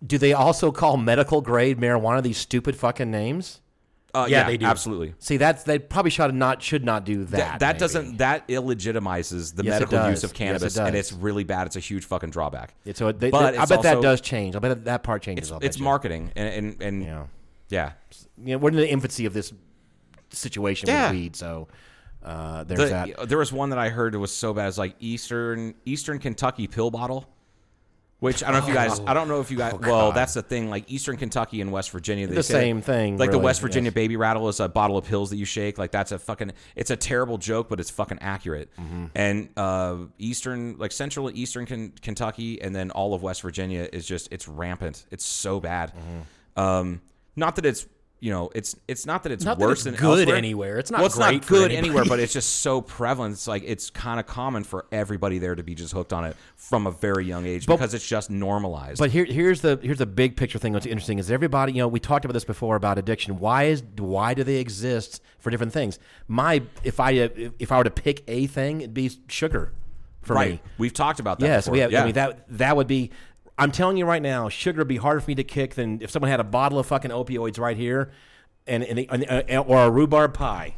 Speaker 4: do they also call medical grade marijuana these stupid fucking names?
Speaker 5: Uh,
Speaker 6: yeah,
Speaker 5: yeah,
Speaker 6: they do.
Speaker 5: Absolutely.
Speaker 4: See, that's they probably should not should not do that.
Speaker 5: Th- That,
Speaker 4: maybe.
Speaker 5: doesn't. That illegitimizes the
Speaker 4: Yes, it
Speaker 5: medical use
Speaker 4: does. Yes,
Speaker 5: of
Speaker 4: it
Speaker 5: cannabis, and
Speaker 4: does.
Speaker 5: it's really bad. It's a huge fucking drawback.
Speaker 4: Yeah, so they,
Speaker 5: But
Speaker 4: they- I
Speaker 5: it's
Speaker 4: bet that
Speaker 5: also-
Speaker 4: does change. I bet that, that part changes.
Speaker 5: It's,
Speaker 4: I'll bet
Speaker 5: it's
Speaker 4: you.
Speaker 5: marketing, and and, and
Speaker 4: Yeah.
Speaker 5: yeah.
Speaker 4: You know, we're in the infancy of this situation
Speaker 5: Yeah.
Speaker 4: with weed, so uh, there's that.
Speaker 5: The, there was one that I heard was so bad. It's like Eastern Eastern Kentucky pill bottle, which I don't know if you guys. I don't know if you
Speaker 6: Oh,
Speaker 5: guys. well, that's the thing. Like Eastern Kentucky and West Virginia, they
Speaker 4: The
Speaker 5: say that-
Speaker 4: same thing,
Speaker 5: Like the
Speaker 4: really,
Speaker 5: West Virginia
Speaker 4: yes.
Speaker 5: baby rattle is a bottle of pills that you shake. Like that's a fucking. It's a terrible joke, but it's fucking accurate.
Speaker 6: Mm-hmm.
Speaker 5: And uh, Eastern, like Central and Eastern Ken- Kentucky, and then all of West Virginia is just it's rampant. It's so bad. Um, not that it's. You know, it's it's not that it's
Speaker 6: Mm-hmm. Not that
Speaker 5: worse
Speaker 6: it's
Speaker 5: than
Speaker 6: good
Speaker 5: elsewhere.
Speaker 6: anywhere. It's not
Speaker 5: well, it's
Speaker 6: great
Speaker 5: not
Speaker 6: for
Speaker 5: good
Speaker 6: anybody.
Speaker 5: anywhere, but it's just so prevalent. It's like it's kind of common for everybody there to be just hooked on it from a very young age because it's just normalized.
Speaker 4: But here, here's the here's the big picture thing. What's interesting is everybody. You know, we talked about this before about addiction. Why is why do they exist for different things? My if I if I were to pick a thing, it'd be sugar for
Speaker 5: right?
Speaker 4: me.
Speaker 5: We've talked about that.
Speaker 4: yes,
Speaker 5: before.
Speaker 4: we have.
Speaker 5: Yeah.
Speaker 4: I mean that that would be. I'm telling you right now, sugar would be harder for me to kick than if someone had a bottle of fucking opioids right here, and, and, and, uh, or a rhubarb pie.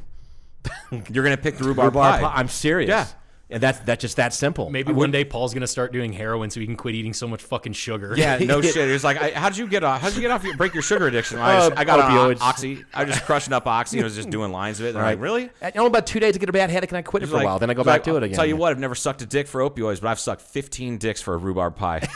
Speaker 5: You're gonna pick the rhubarb, pie.
Speaker 4: I'm serious.
Speaker 5: Yeah.
Speaker 4: and that's that's just that simple.
Speaker 6: Maybe one day Paul's gonna start doing heroin so he can quit eating so much fucking sugar.
Speaker 5: Yeah, no shit. It's like, I, how'd you get off? How'd you get off? Your, break your sugar addiction? I, just-
Speaker 4: Uh,
Speaker 5: I got on
Speaker 4: opioids.
Speaker 5: oxy. I was just crushing up oxy. and I was just doing lines of it. And I'm like, really?
Speaker 4: I- Only about two days to get a bad headache, and I quit it for
Speaker 5: Like-
Speaker 4: a while. Then I go
Speaker 5: it's
Speaker 4: back
Speaker 5: like,
Speaker 4: to it
Speaker 5: I'll
Speaker 4: again.
Speaker 5: Tell you what, I've never sucked a dick for opioids, but I've sucked 15 dicks for a rhubarb pie.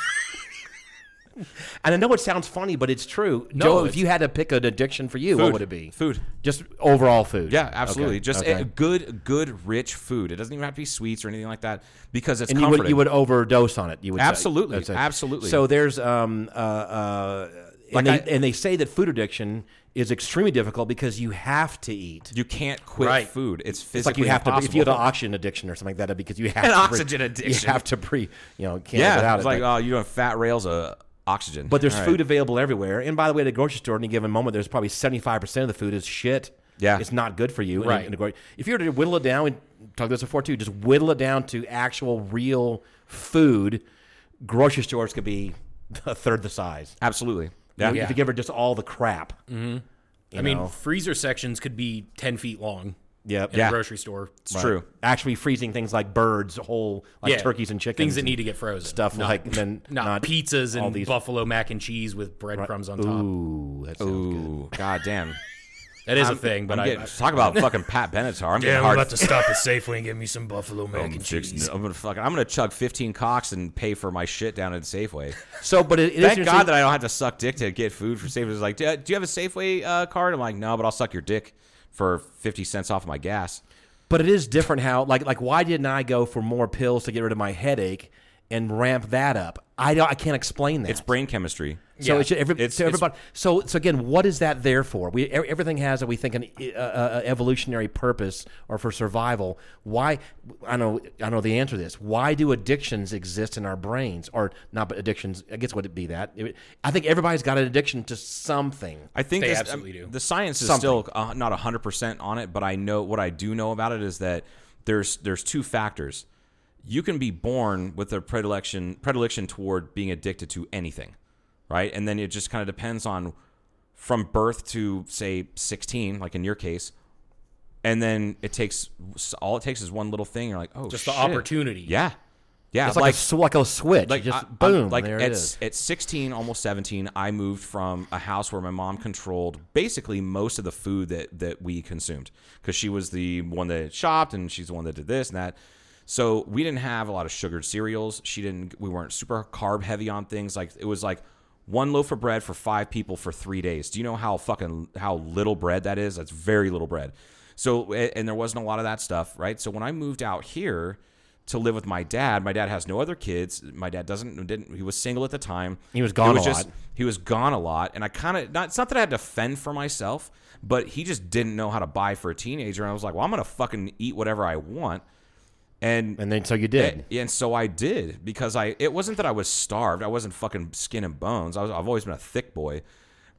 Speaker 4: And I know it sounds funny, but it's true.
Speaker 6: No,
Speaker 4: Joe, if
Speaker 6: it's-
Speaker 4: you had to pick an addiction for you,
Speaker 5: Food.
Speaker 4: what would it be?
Speaker 5: Food.
Speaker 4: Just overall food.
Speaker 5: Yeah, absolutely.
Speaker 4: Okay,
Speaker 5: Just uh,
Speaker 4: okay.
Speaker 5: a good, good, rich food. It doesn't even have to be sweets or anything like that because it's
Speaker 4: and you
Speaker 5: comforting.
Speaker 4: would you would overdose on it. You would say.
Speaker 5: Absolutely,
Speaker 4: That's it.
Speaker 5: absolutely.
Speaker 4: So there's um uh, uh and,
Speaker 5: Like
Speaker 4: they,
Speaker 5: I-
Speaker 4: and they say that food addiction is extremely difficult because you have to eat.
Speaker 5: You can't quit
Speaker 6: Right.
Speaker 5: food. It's physically
Speaker 4: It's like you have
Speaker 5: impossible.
Speaker 4: to if you have an oxygen addiction or something like that that'd be because you have
Speaker 5: An
Speaker 4: to
Speaker 5: oxygen
Speaker 4: breathe-
Speaker 5: addiction.
Speaker 4: You have to breathe. You know, can't live
Speaker 5: yeah,
Speaker 4: without
Speaker 5: it's
Speaker 4: it.
Speaker 5: like
Speaker 4: but-
Speaker 5: oh, you're doing fat rails of oxygen.
Speaker 4: But there's
Speaker 5: All right.
Speaker 4: food available everywhere. And by the way, at a grocery store, at any given moment, there's probably 75% of the food is shit.
Speaker 5: Yeah.
Speaker 4: It's not good for you. in a-
Speaker 6: Right.
Speaker 4: in a gro- if you were to whittle it down, we talked about this before too, just whittle it down to actual real food, grocery stores could be a third the size.
Speaker 5: Absolutely. Yeah.
Speaker 4: If you give her just all the crap.
Speaker 6: I mean,
Speaker 4: know.
Speaker 6: freezer sections could be ten feet long
Speaker 4: Yep.
Speaker 6: in a grocery store.
Speaker 5: It's true.
Speaker 4: Actually freezing things like birds, whole, like
Speaker 6: Yeah.
Speaker 4: turkeys and chickens.
Speaker 6: Things that
Speaker 4: and
Speaker 6: need to get frozen.
Speaker 4: Stuff
Speaker 6: not,
Speaker 4: like, and then
Speaker 6: not, pizzas and buffalo mac and cheese with breadcrumbs on top.
Speaker 4: Ooh, that sounds good.
Speaker 5: Ooh, goddamn.
Speaker 6: That is
Speaker 5: I'm-
Speaker 6: a thing, but
Speaker 5: I'm
Speaker 6: I,
Speaker 5: getting-
Speaker 6: I
Speaker 5: talk about fucking Pat Benatar. I'm getting hard.
Speaker 6: stop at Safeway and get me some buffalo
Speaker 4: Um,
Speaker 6: mac and
Speaker 5: fixing- I'm gonna fucking. I'm gonna chug 15 cocks and pay for my shit down at Safeway.
Speaker 4: So, but it, it is
Speaker 5: Thank
Speaker 4: interesting-
Speaker 5: God that I don't have to suck dick to get food from Safeway. It's like, do do you have a Safeway uh, card? I'm like, no, but I'll suck your dick for 50 cents off my gas.
Speaker 4: But it is different how like like why didn't I go for more pills to get rid of my headache and ramp that up? I don't I can't explain that.
Speaker 5: It's brain chemistry.
Speaker 4: so
Speaker 6: yeah.
Speaker 4: it's, every,
Speaker 5: It's-
Speaker 4: so
Speaker 5: it's-
Speaker 4: everybody. So so again, what is that there for? We e- everything has that we think an uh, uh, evolutionary purpose or for survival. Why I know I know the answer to this. Why do addictions exist in our brains or not? But addictions, I guess would it be that? It- I think everybody's got an addiction to something.
Speaker 5: I think
Speaker 6: They
Speaker 5: this- um,
Speaker 6: absolutely do.
Speaker 5: The science is
Speaker 4: Something.
Speaker 5: still uh, not hundred percent on it, but I know what I do know about it is that there's there's two factors. You can be born with a predilection predilection toward being addicted to anything, right? And then it just kind of depends on from birth to say 16, like in your case. And then it takes all it takes is one little thing. You're like, oh,
Speaker 6: Just the
Speaker 5: shit.
Speaker 6: opportunity.
Speaker 5: Yeah, Yeah,
Speaker 4: It's like, a, sw- like a switch. Like, just
Speaker 5: I- I'm-
Speaker 4: boom.
Speaker 5: like
Speaker 4: there
Speaker 5: at,
Speaker 4: it is.
Speaker 5: at 16, almost 17, I moved from a house where my mom controlled basically most of the food that that we consumed because she was the one that shopped and she's the one that did this and that. So we didn't have a lot of sugared cereals. She didn't. We weren't super carb heavy on things. Like it was like one loaf of bread for five people for three days. Do you know how fucking how little bread that is? That's very little bread. So a- and there wasn't a lot of that stuff, right? So when I moved out here to live with my dad, my dad has no other kids. My dad doesn't didn't he was single at the time.
Speaker 4: He was gone
Speaker 5: It
Speaker 4: a lot.
Speaker 5: He was gone a lot, and I kind of not. It's not that I had to fend for myself, but he just didn't know how to buy for a teenager. And I was like, well, I'm gonna fucking eat whatever I want. And
Speaker 4: and then so you did.
Speaker 5: and, and so I did because I it wasn't that I was starved. I wasn't fucking skin and bones. I was, I've always been a thick boy.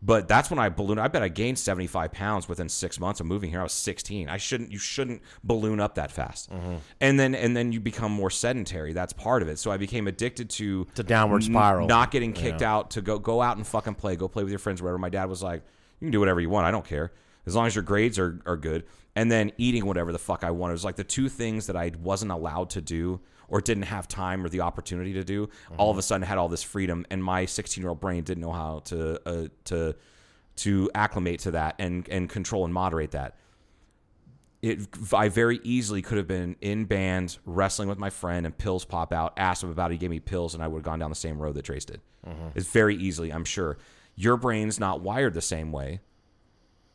Speaker 5: But that's when I ballooned. I bet I gained 75 pounds within six months of moving here. I was 16. I shouldn't. You shouldn't balloon up that fast. And then and then you become more sedentary. That's part of it. So I became addicted to
Speaker 4: It's a downward
Speaker 5: n-
Speaker 4: spiral.
Speaker 5: Not getting kicked out to go go out and fucking play. Go play with your friends. Whatever. My dad was like, you can do whatever you want. I don't care as long as your grades are are good. And then eating whatever the fuck I wanted. It was like the two things that I wasn't allowed to do or didn't have time or the opportunity to do. All of a sudden, had all this freedom, and my 16 year old brain didn't know how to uh, to to acclimate to that and and control and moderate that it I very easily could have been in bands wrestling with my friend and pills pop out. Asked him about it, he gave me pills, and I would have gone down the same road that Trace did.
Speaker 4: Mm-hmm.
Speaker 5: It's very easily, I'm sure. Your brain's not wired the same way.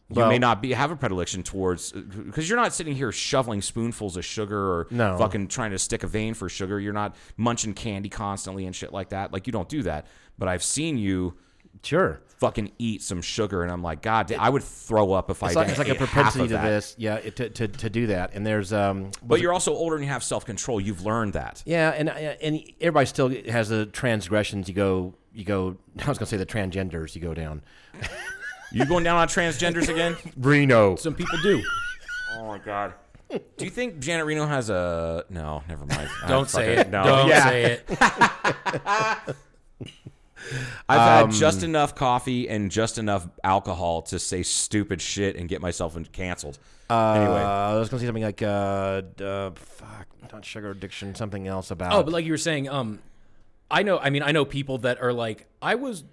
Speaker 5: You
Speaker 4: Well-
Speaker 5: may not be have a predilection towards because you're not sitting here shoveling spoonfuls of sugar or
Speaker 4: No.
Speaker 5: fucking trying to stick a vein for sugar. You're not munching candy constantly and shit like that. Like you don't do that. But I've seen you
Speaker 4: Sure.
Speaker 5: fucking eat some sugar, and I'm like, God, damn, I would throw up if I.
Speaker 4: It's like, it's
Speaker 5: didn't
Speaker 4: like a
Speaker 5: eat half
Speaker 4: propensity
Speaker 5: of
Speaker 4: to
Speaker 5: that.
Speaker 4: this. Yeah, it, to, to, to do that. And there's um.
Speaker 5: But you're also older and you have self control. You've learned that.
Speaker 4: Yeah, and uh, and everybody still has the transgressions. You go, you go. I was gonna say the transgenders. You go down.
Speaker 5: You going down on transgenders again?
Speaker 4: Reno.
Speaker 6: Some people do.
Speaker 5: oh my god. Do you think Janet Reno has a no? Never mind. I
Speaker 6: Don't
Speaker 5: fuck
Speaker 6: say it.
Speaker 5: No,
Speaker 6: Don't
Speaker 5: Yeah.
Speaker 6: say it.
Speaker 5: I've
Speaker 4: Um,
Speaker 5: had just enough coffee and just enough alcohol to say stupid shit and get myself in- canceled.
Speaker 4: Uh,
Speaker 5: anyway,
Speaker 4: I was gonna say something like uh, d- uh fuck, not sugar addiction, something else about.
Speaker 6: Oh, but like you were saying, um, I know. I mean, I know people that are like, I was,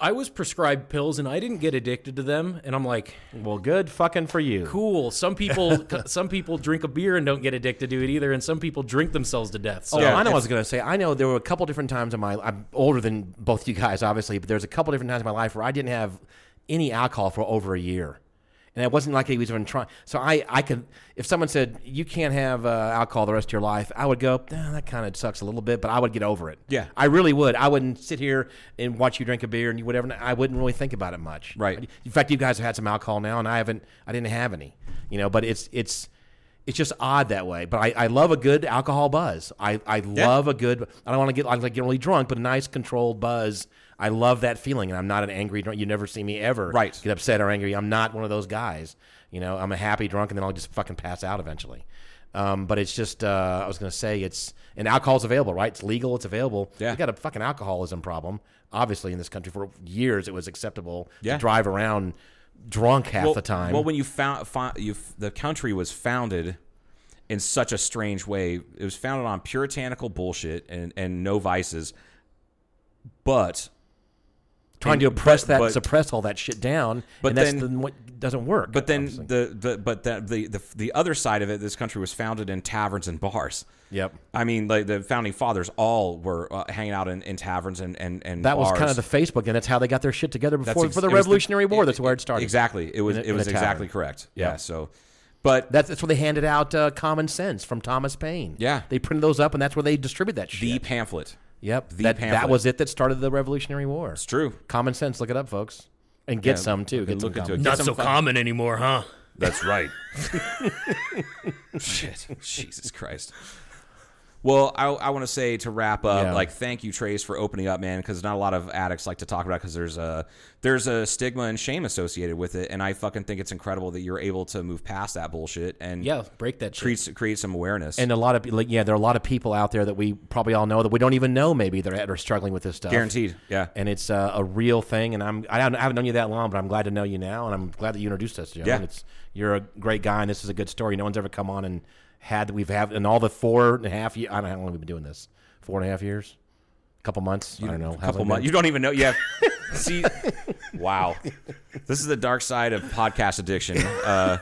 Speaker 6: I was prescribed pills and I didn't get addicted to them, and I'm like,
Speaker 4: well, good fucking for you.
Speaker 6: cool. Some people, some people drink a beer and don't get addicted to it either, and some people drink themselves to death. So
Speaker 4: Oh,
Speaker 5: uh,
Speaker 4: I know what I was going to say. I know there were a couple different times in my I'm older than both you guys, obviously, but there's a couple different times in my life where I didn't have any alcohol for over a year. And it wasn't like it was even trying. So I, I could, if someone said, you can't have uh, alcohol the rest of your life, I would go, "Nah, that kind of sucks a little bit, but I would get over it.
Speaker 5: Yeah.
Speaker 4: I really would. I wouldn't sit here and watch you drink a beer and you whatever. and I wouldn't really think about it much.
Speaker 5: Right.
Speaker 4: In fact, you guys have had some alcohol now, and I haven't, I didn't have any, you know, but it's, it's, it's just odd that way. But I, I love a good alcohol buzz. I, I love a good. I don't want to get I like get really drunk, but a nice controlled buzz. I love that feeling, and I'm not an angry drunk. You never see me ever
Speaker 5: Right.
Speaker 4: get upset or angry. I'm not one of those guys. You know, I'm a happy drunk, and then I'll just fucking pass out eventually. Um, but it's just uh, I was gonna say it's and alcohol's available, right? It's legal, it's available.
Speaker 5: Yeah.
Speaker 4: we got a fucking alcoholism problem. Obviously, in this country for years, it was acceptable
Speaker 5: Yeah.
Speaker 4: to drive around drunk half
Speaker 5: well,
Speaker 4: the time.
Speaker 5: Well, when you found, found you, the country was founded in such a strange way. It was founded on puritanical bullshit and and no vices, but
Speaker 4: trying
Speaker 5: And-
Speaker 4: to oppress
Speaker 5: but-
Speaker 4: that,
Speaker 5: but-
Speaker 4: suppress all that shit down.
Speaker 5: But
Speaker 4: and that's
Speaker 5: then-
Speaker 4: then what doesn't work.
Speaker 5: But then
Speaker 4: obviously.
Speaker 5: the, the but that the, the the other side of it, this country was founded in taverns and bars.
Speaker 4: Yep.
Speaker 5: I mean, like the founding fathers all were uh, hanging out in, in taverns and and and
Speaker 4: that was
Speaker 5: bars.
Speaker 4: kind of the Facebook, and that's how they got their shit together
Speaker 5: That's
Speaker 4: before
Speaker 5: ex-
Speaker 4: for the
Speaker 5: it was
Speaker 4: Revolutionary War.
Speaker 5: it-
Speaker 4: that's where it started.
Speaker 5: Exactly. It was
Speaker 4: In a-
Speaker 5: it
Speaker 4: in
Speaker 5: was
Speaker 4: a tavern.
Speaker 5: exactly correct. Yeah.
Speaker 4: Yep.
Speaker 5: So, but
Speaker 4: That's, that's where they handed out uh, Common Sense from Thomas Paine.
Speaker 5: Yeah.
Speaker 4: they printed those up, and that's where they distribute that
Speaker 5: the
Speaker 4: shit.
Speaker 5: pamphlet.
Speaker 4: yep,
Speaker 5: the
Speaker 4: that,
Speaker 5: pamphlet.
Speaker 4: that was it that started the Revolutionary War.
Speaker 5: It's true.
Speaker 4: Common Sense, look it up, folks, and get some too. Get some
Speaker 5: look into
Speaker 4: common
Speaker 5: it.
Speaker 6: not
Speaker 5: Get
Speaker 6: so
Speaker 5: some fu-
Speaker 6: common anymore, huh?
Speaker 5: That's right. Shit. Jesus Christ. Well, I, I want to say to wrap up,
Speaker 4: Yeah.
Speaker 5: like, thank you, Trace, for opening up, man, because not a lot of addicts like to talk about because there's a there's a stigma and shame associated with it, and I fucking think it's incredible that you're able to move past that bullshit and
Speaker 6: Yeah, break that shit.
Speaker 5: create create some awareness.
Speaker 4: And a lot of like, yeah, there are a lot of people out there that we probably all know that we don't even know maybe that are, that are struggling with this stuff.
Speaker 5: Guaranteed, yeah.
Speaker 4: uh, And it's uh, a real thing. And I'm I, don't, I haven't known you that long, but I'm glad to know you now, and I'm glad that you introduced us. Joe.
Speaker 5: Yeah.
Speaker 4: And it's you're a great guy, and this is a good story. No one's ever come on and had we've had in all the four and a half year. I don't know how long we've been doing this. four and a half years, a couple months. I don't know.
Speaker 5: A couple months. You don't even know. Yeah. See, wow. This is the dark side of podcast addiction. Uh,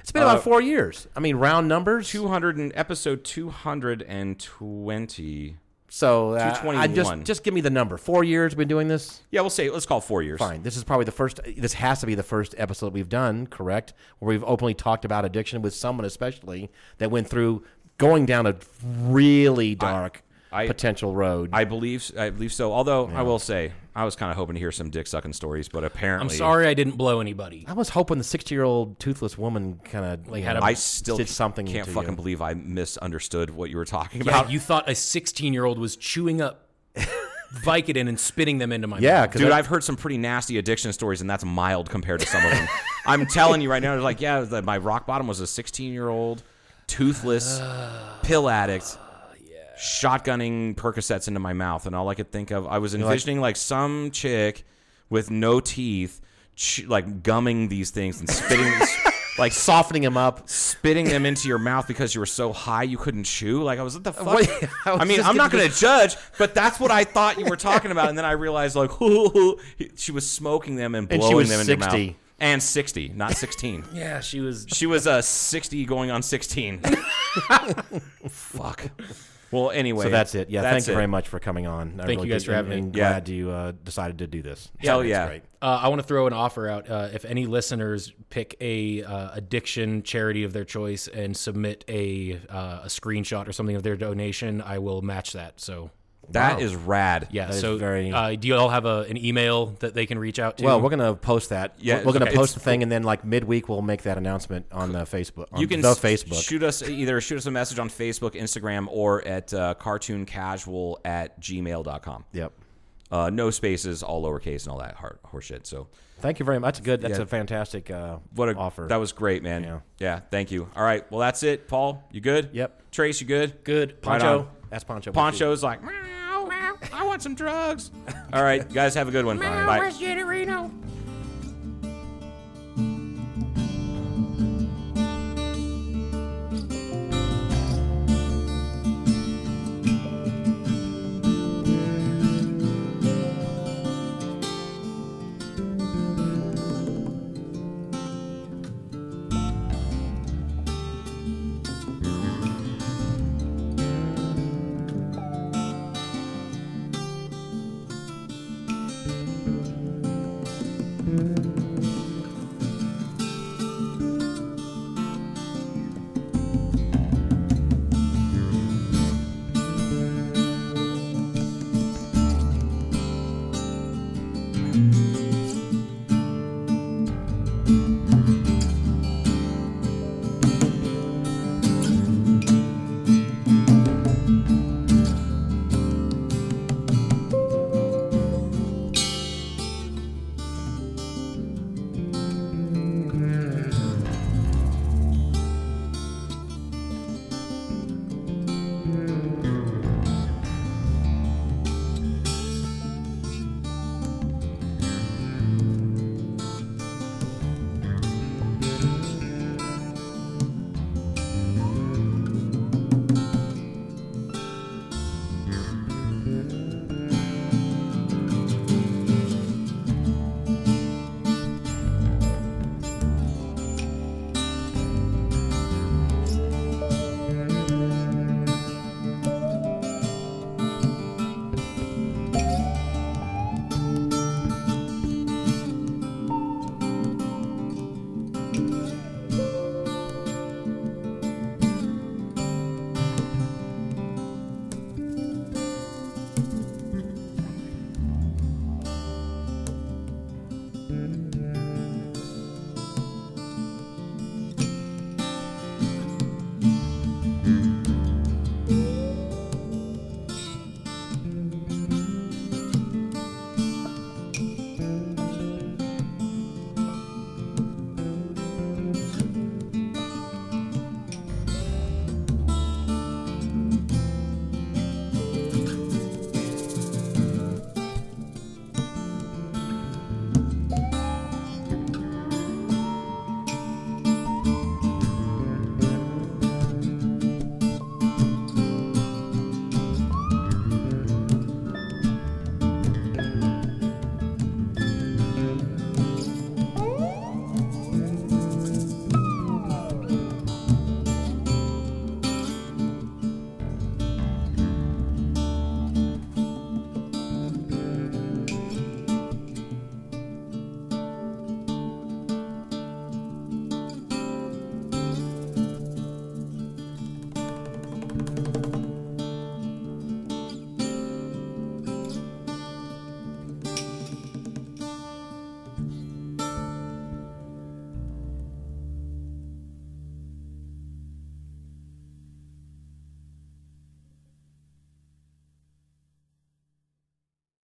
Speaker 4: It's been about four years. I mean, round numbers.
Speaker 5: 200 and episode 220.
Speaker 4: so uh, I just
Speaker 5: 221.
Speaker 4: just give me the number. Four years we've been doing this.
Speaker 5: Yeah, we'll say, let's call it four years.
Speaker 4: Fine. This is probably the first. This has to be the first episode we've done, correct? Where we've openly talked about addiction with someone, especially that went through going down a really dark
Speaker 5: I-
Speaker 4: potential road.
Speaker 5: I believe, I believe so. Although I will say, I was kind of hoping to hear some dick sucking stories, but apparently,
Speaker 6: I'm sorry I didn't blow anybody.
Speaker 4: I was hoping the sixty-year-old toothless woman kind of like
Speaker 6: had a-
Speaker 5: I still
Speaker 4: did something.
Speaker 5: Can't
Speaker 4: to
Speaker 5: fucking
Speaker 4: you.
Speaker 5: believe I misunderstood what you were talking
Speaker 6: Yeah,
Speaker 5: about.
Speaker 6: you thought a 16 year old was chewing up Vicodin and spitting them into my
Speaker 4: Yeah,
Speaker 6: mouth.
Speaker 4: 'cause
Speaker 5: Dude,
Speaker 4: I-
Speaker 5: I've heard some pretty nasty addiction stories, and that's mild compared to some of them. I'm telling you right now, it's like, yeah, the, my rock bottom was a 16 year old, toothless, pill addict,
Speaker 4: Uh,
Speaker 5: shotgunning Percocets into my mouth, and all I could think of, I was envisioning like, some chick with no teeth, ch- like gumming these things and spitting, like
Speaker 4: softening him up.
Speaker 5: spitting them into your mouth because you were so high you couldn't chew. Like I was what the fuck.
Speaker 4: What- I
Speaker 5: I,
Speaker 4: was
Speaker 5: mean,
Speaker 4: just
Speaker 5: I'm not
Speaker 4: gonna
Speaker 5: going to judge, but that's what I thought you were talking about. And then I realized, like, she was smoking them and
Speaker 4: And
Speaker 5: blowing
Speaker 4: she was
Speaker 5: them in your
Speaker 4: 60.
Speaker 5: mouth. And 60, not 16.
Speaker 6: Yeah, she was.
Speaker 5: She was uh, 60 going on 16. fuck. Well, anyway.
Speaker 4: So that's it. Yeah,
Speaker 5: that's
Speaker 4: thank you very much for coming on. I
Speaker 6: Thank you guys
Speaker 4: do- and-
Speaker 6: for having me.
Speaker 4: and
Speaker 5: Yeah.
Speaker 4: Glad you uh, decided to do this.
Speaker 5: Hell
Speaker 4: That's
Speaker 5: yeah.
Speaker 4: great.
Speaker 6: Uh, I want to throw an offer out. Uh, if any listeners pick a uh, addiction charity of their choice and submit a uh, a screenshot or something of their donation, I will match that. So
Speaker 5: That is rad.
Speaker 6: yeah,
Speaker 4: is
Speaker 6: so
Speaker 4: very-
Speaker 6: uh, do you all have a, an email that they can reach out to?
Speaker 4: Well, we're gonna post that.
Speaker 5: Yeah,
Speaker 4: Yeah, we're gonna
Speaker 5: okay.
Speaker 4: post the thing, and then like midweek we'll make that announcement on the Facebook. On
Speaker 5: you can
Speaker 4: the
Speaker 5: s-
Speaker 4: Facebook.
Speaker 5: shoot us either shoot us a message on Facebook, Instagram, or at uh, cartooncasual at gmail.com.
Speaker 4: Yep.
Speaker 5: uh, no spaces, all lowercase, and all that hard horseshit. So
Speaker 4: Thank you very much. That's a good. That's a fantastic uh,
Speaker 5: what a
Speaker 4: offer.
Speaker 5: That was great, man. Yeah.
Speaker 4: Yeah.
Speaker 5: thank you. All right, well that's it. Paul, you good?
Speaker 4: Yep.
Speaker 5: Trace, you good?
Speaker 4: good.
Speaker 5: Right
Speaker 4: Poncho.
Speaker 5: on.
Speaker 4: That's Poncho.
Speaker 5: Poncho's like, meow, meow, I want some drugs. all right, guys, have a good one. Bye.
Speaker 7: Generino.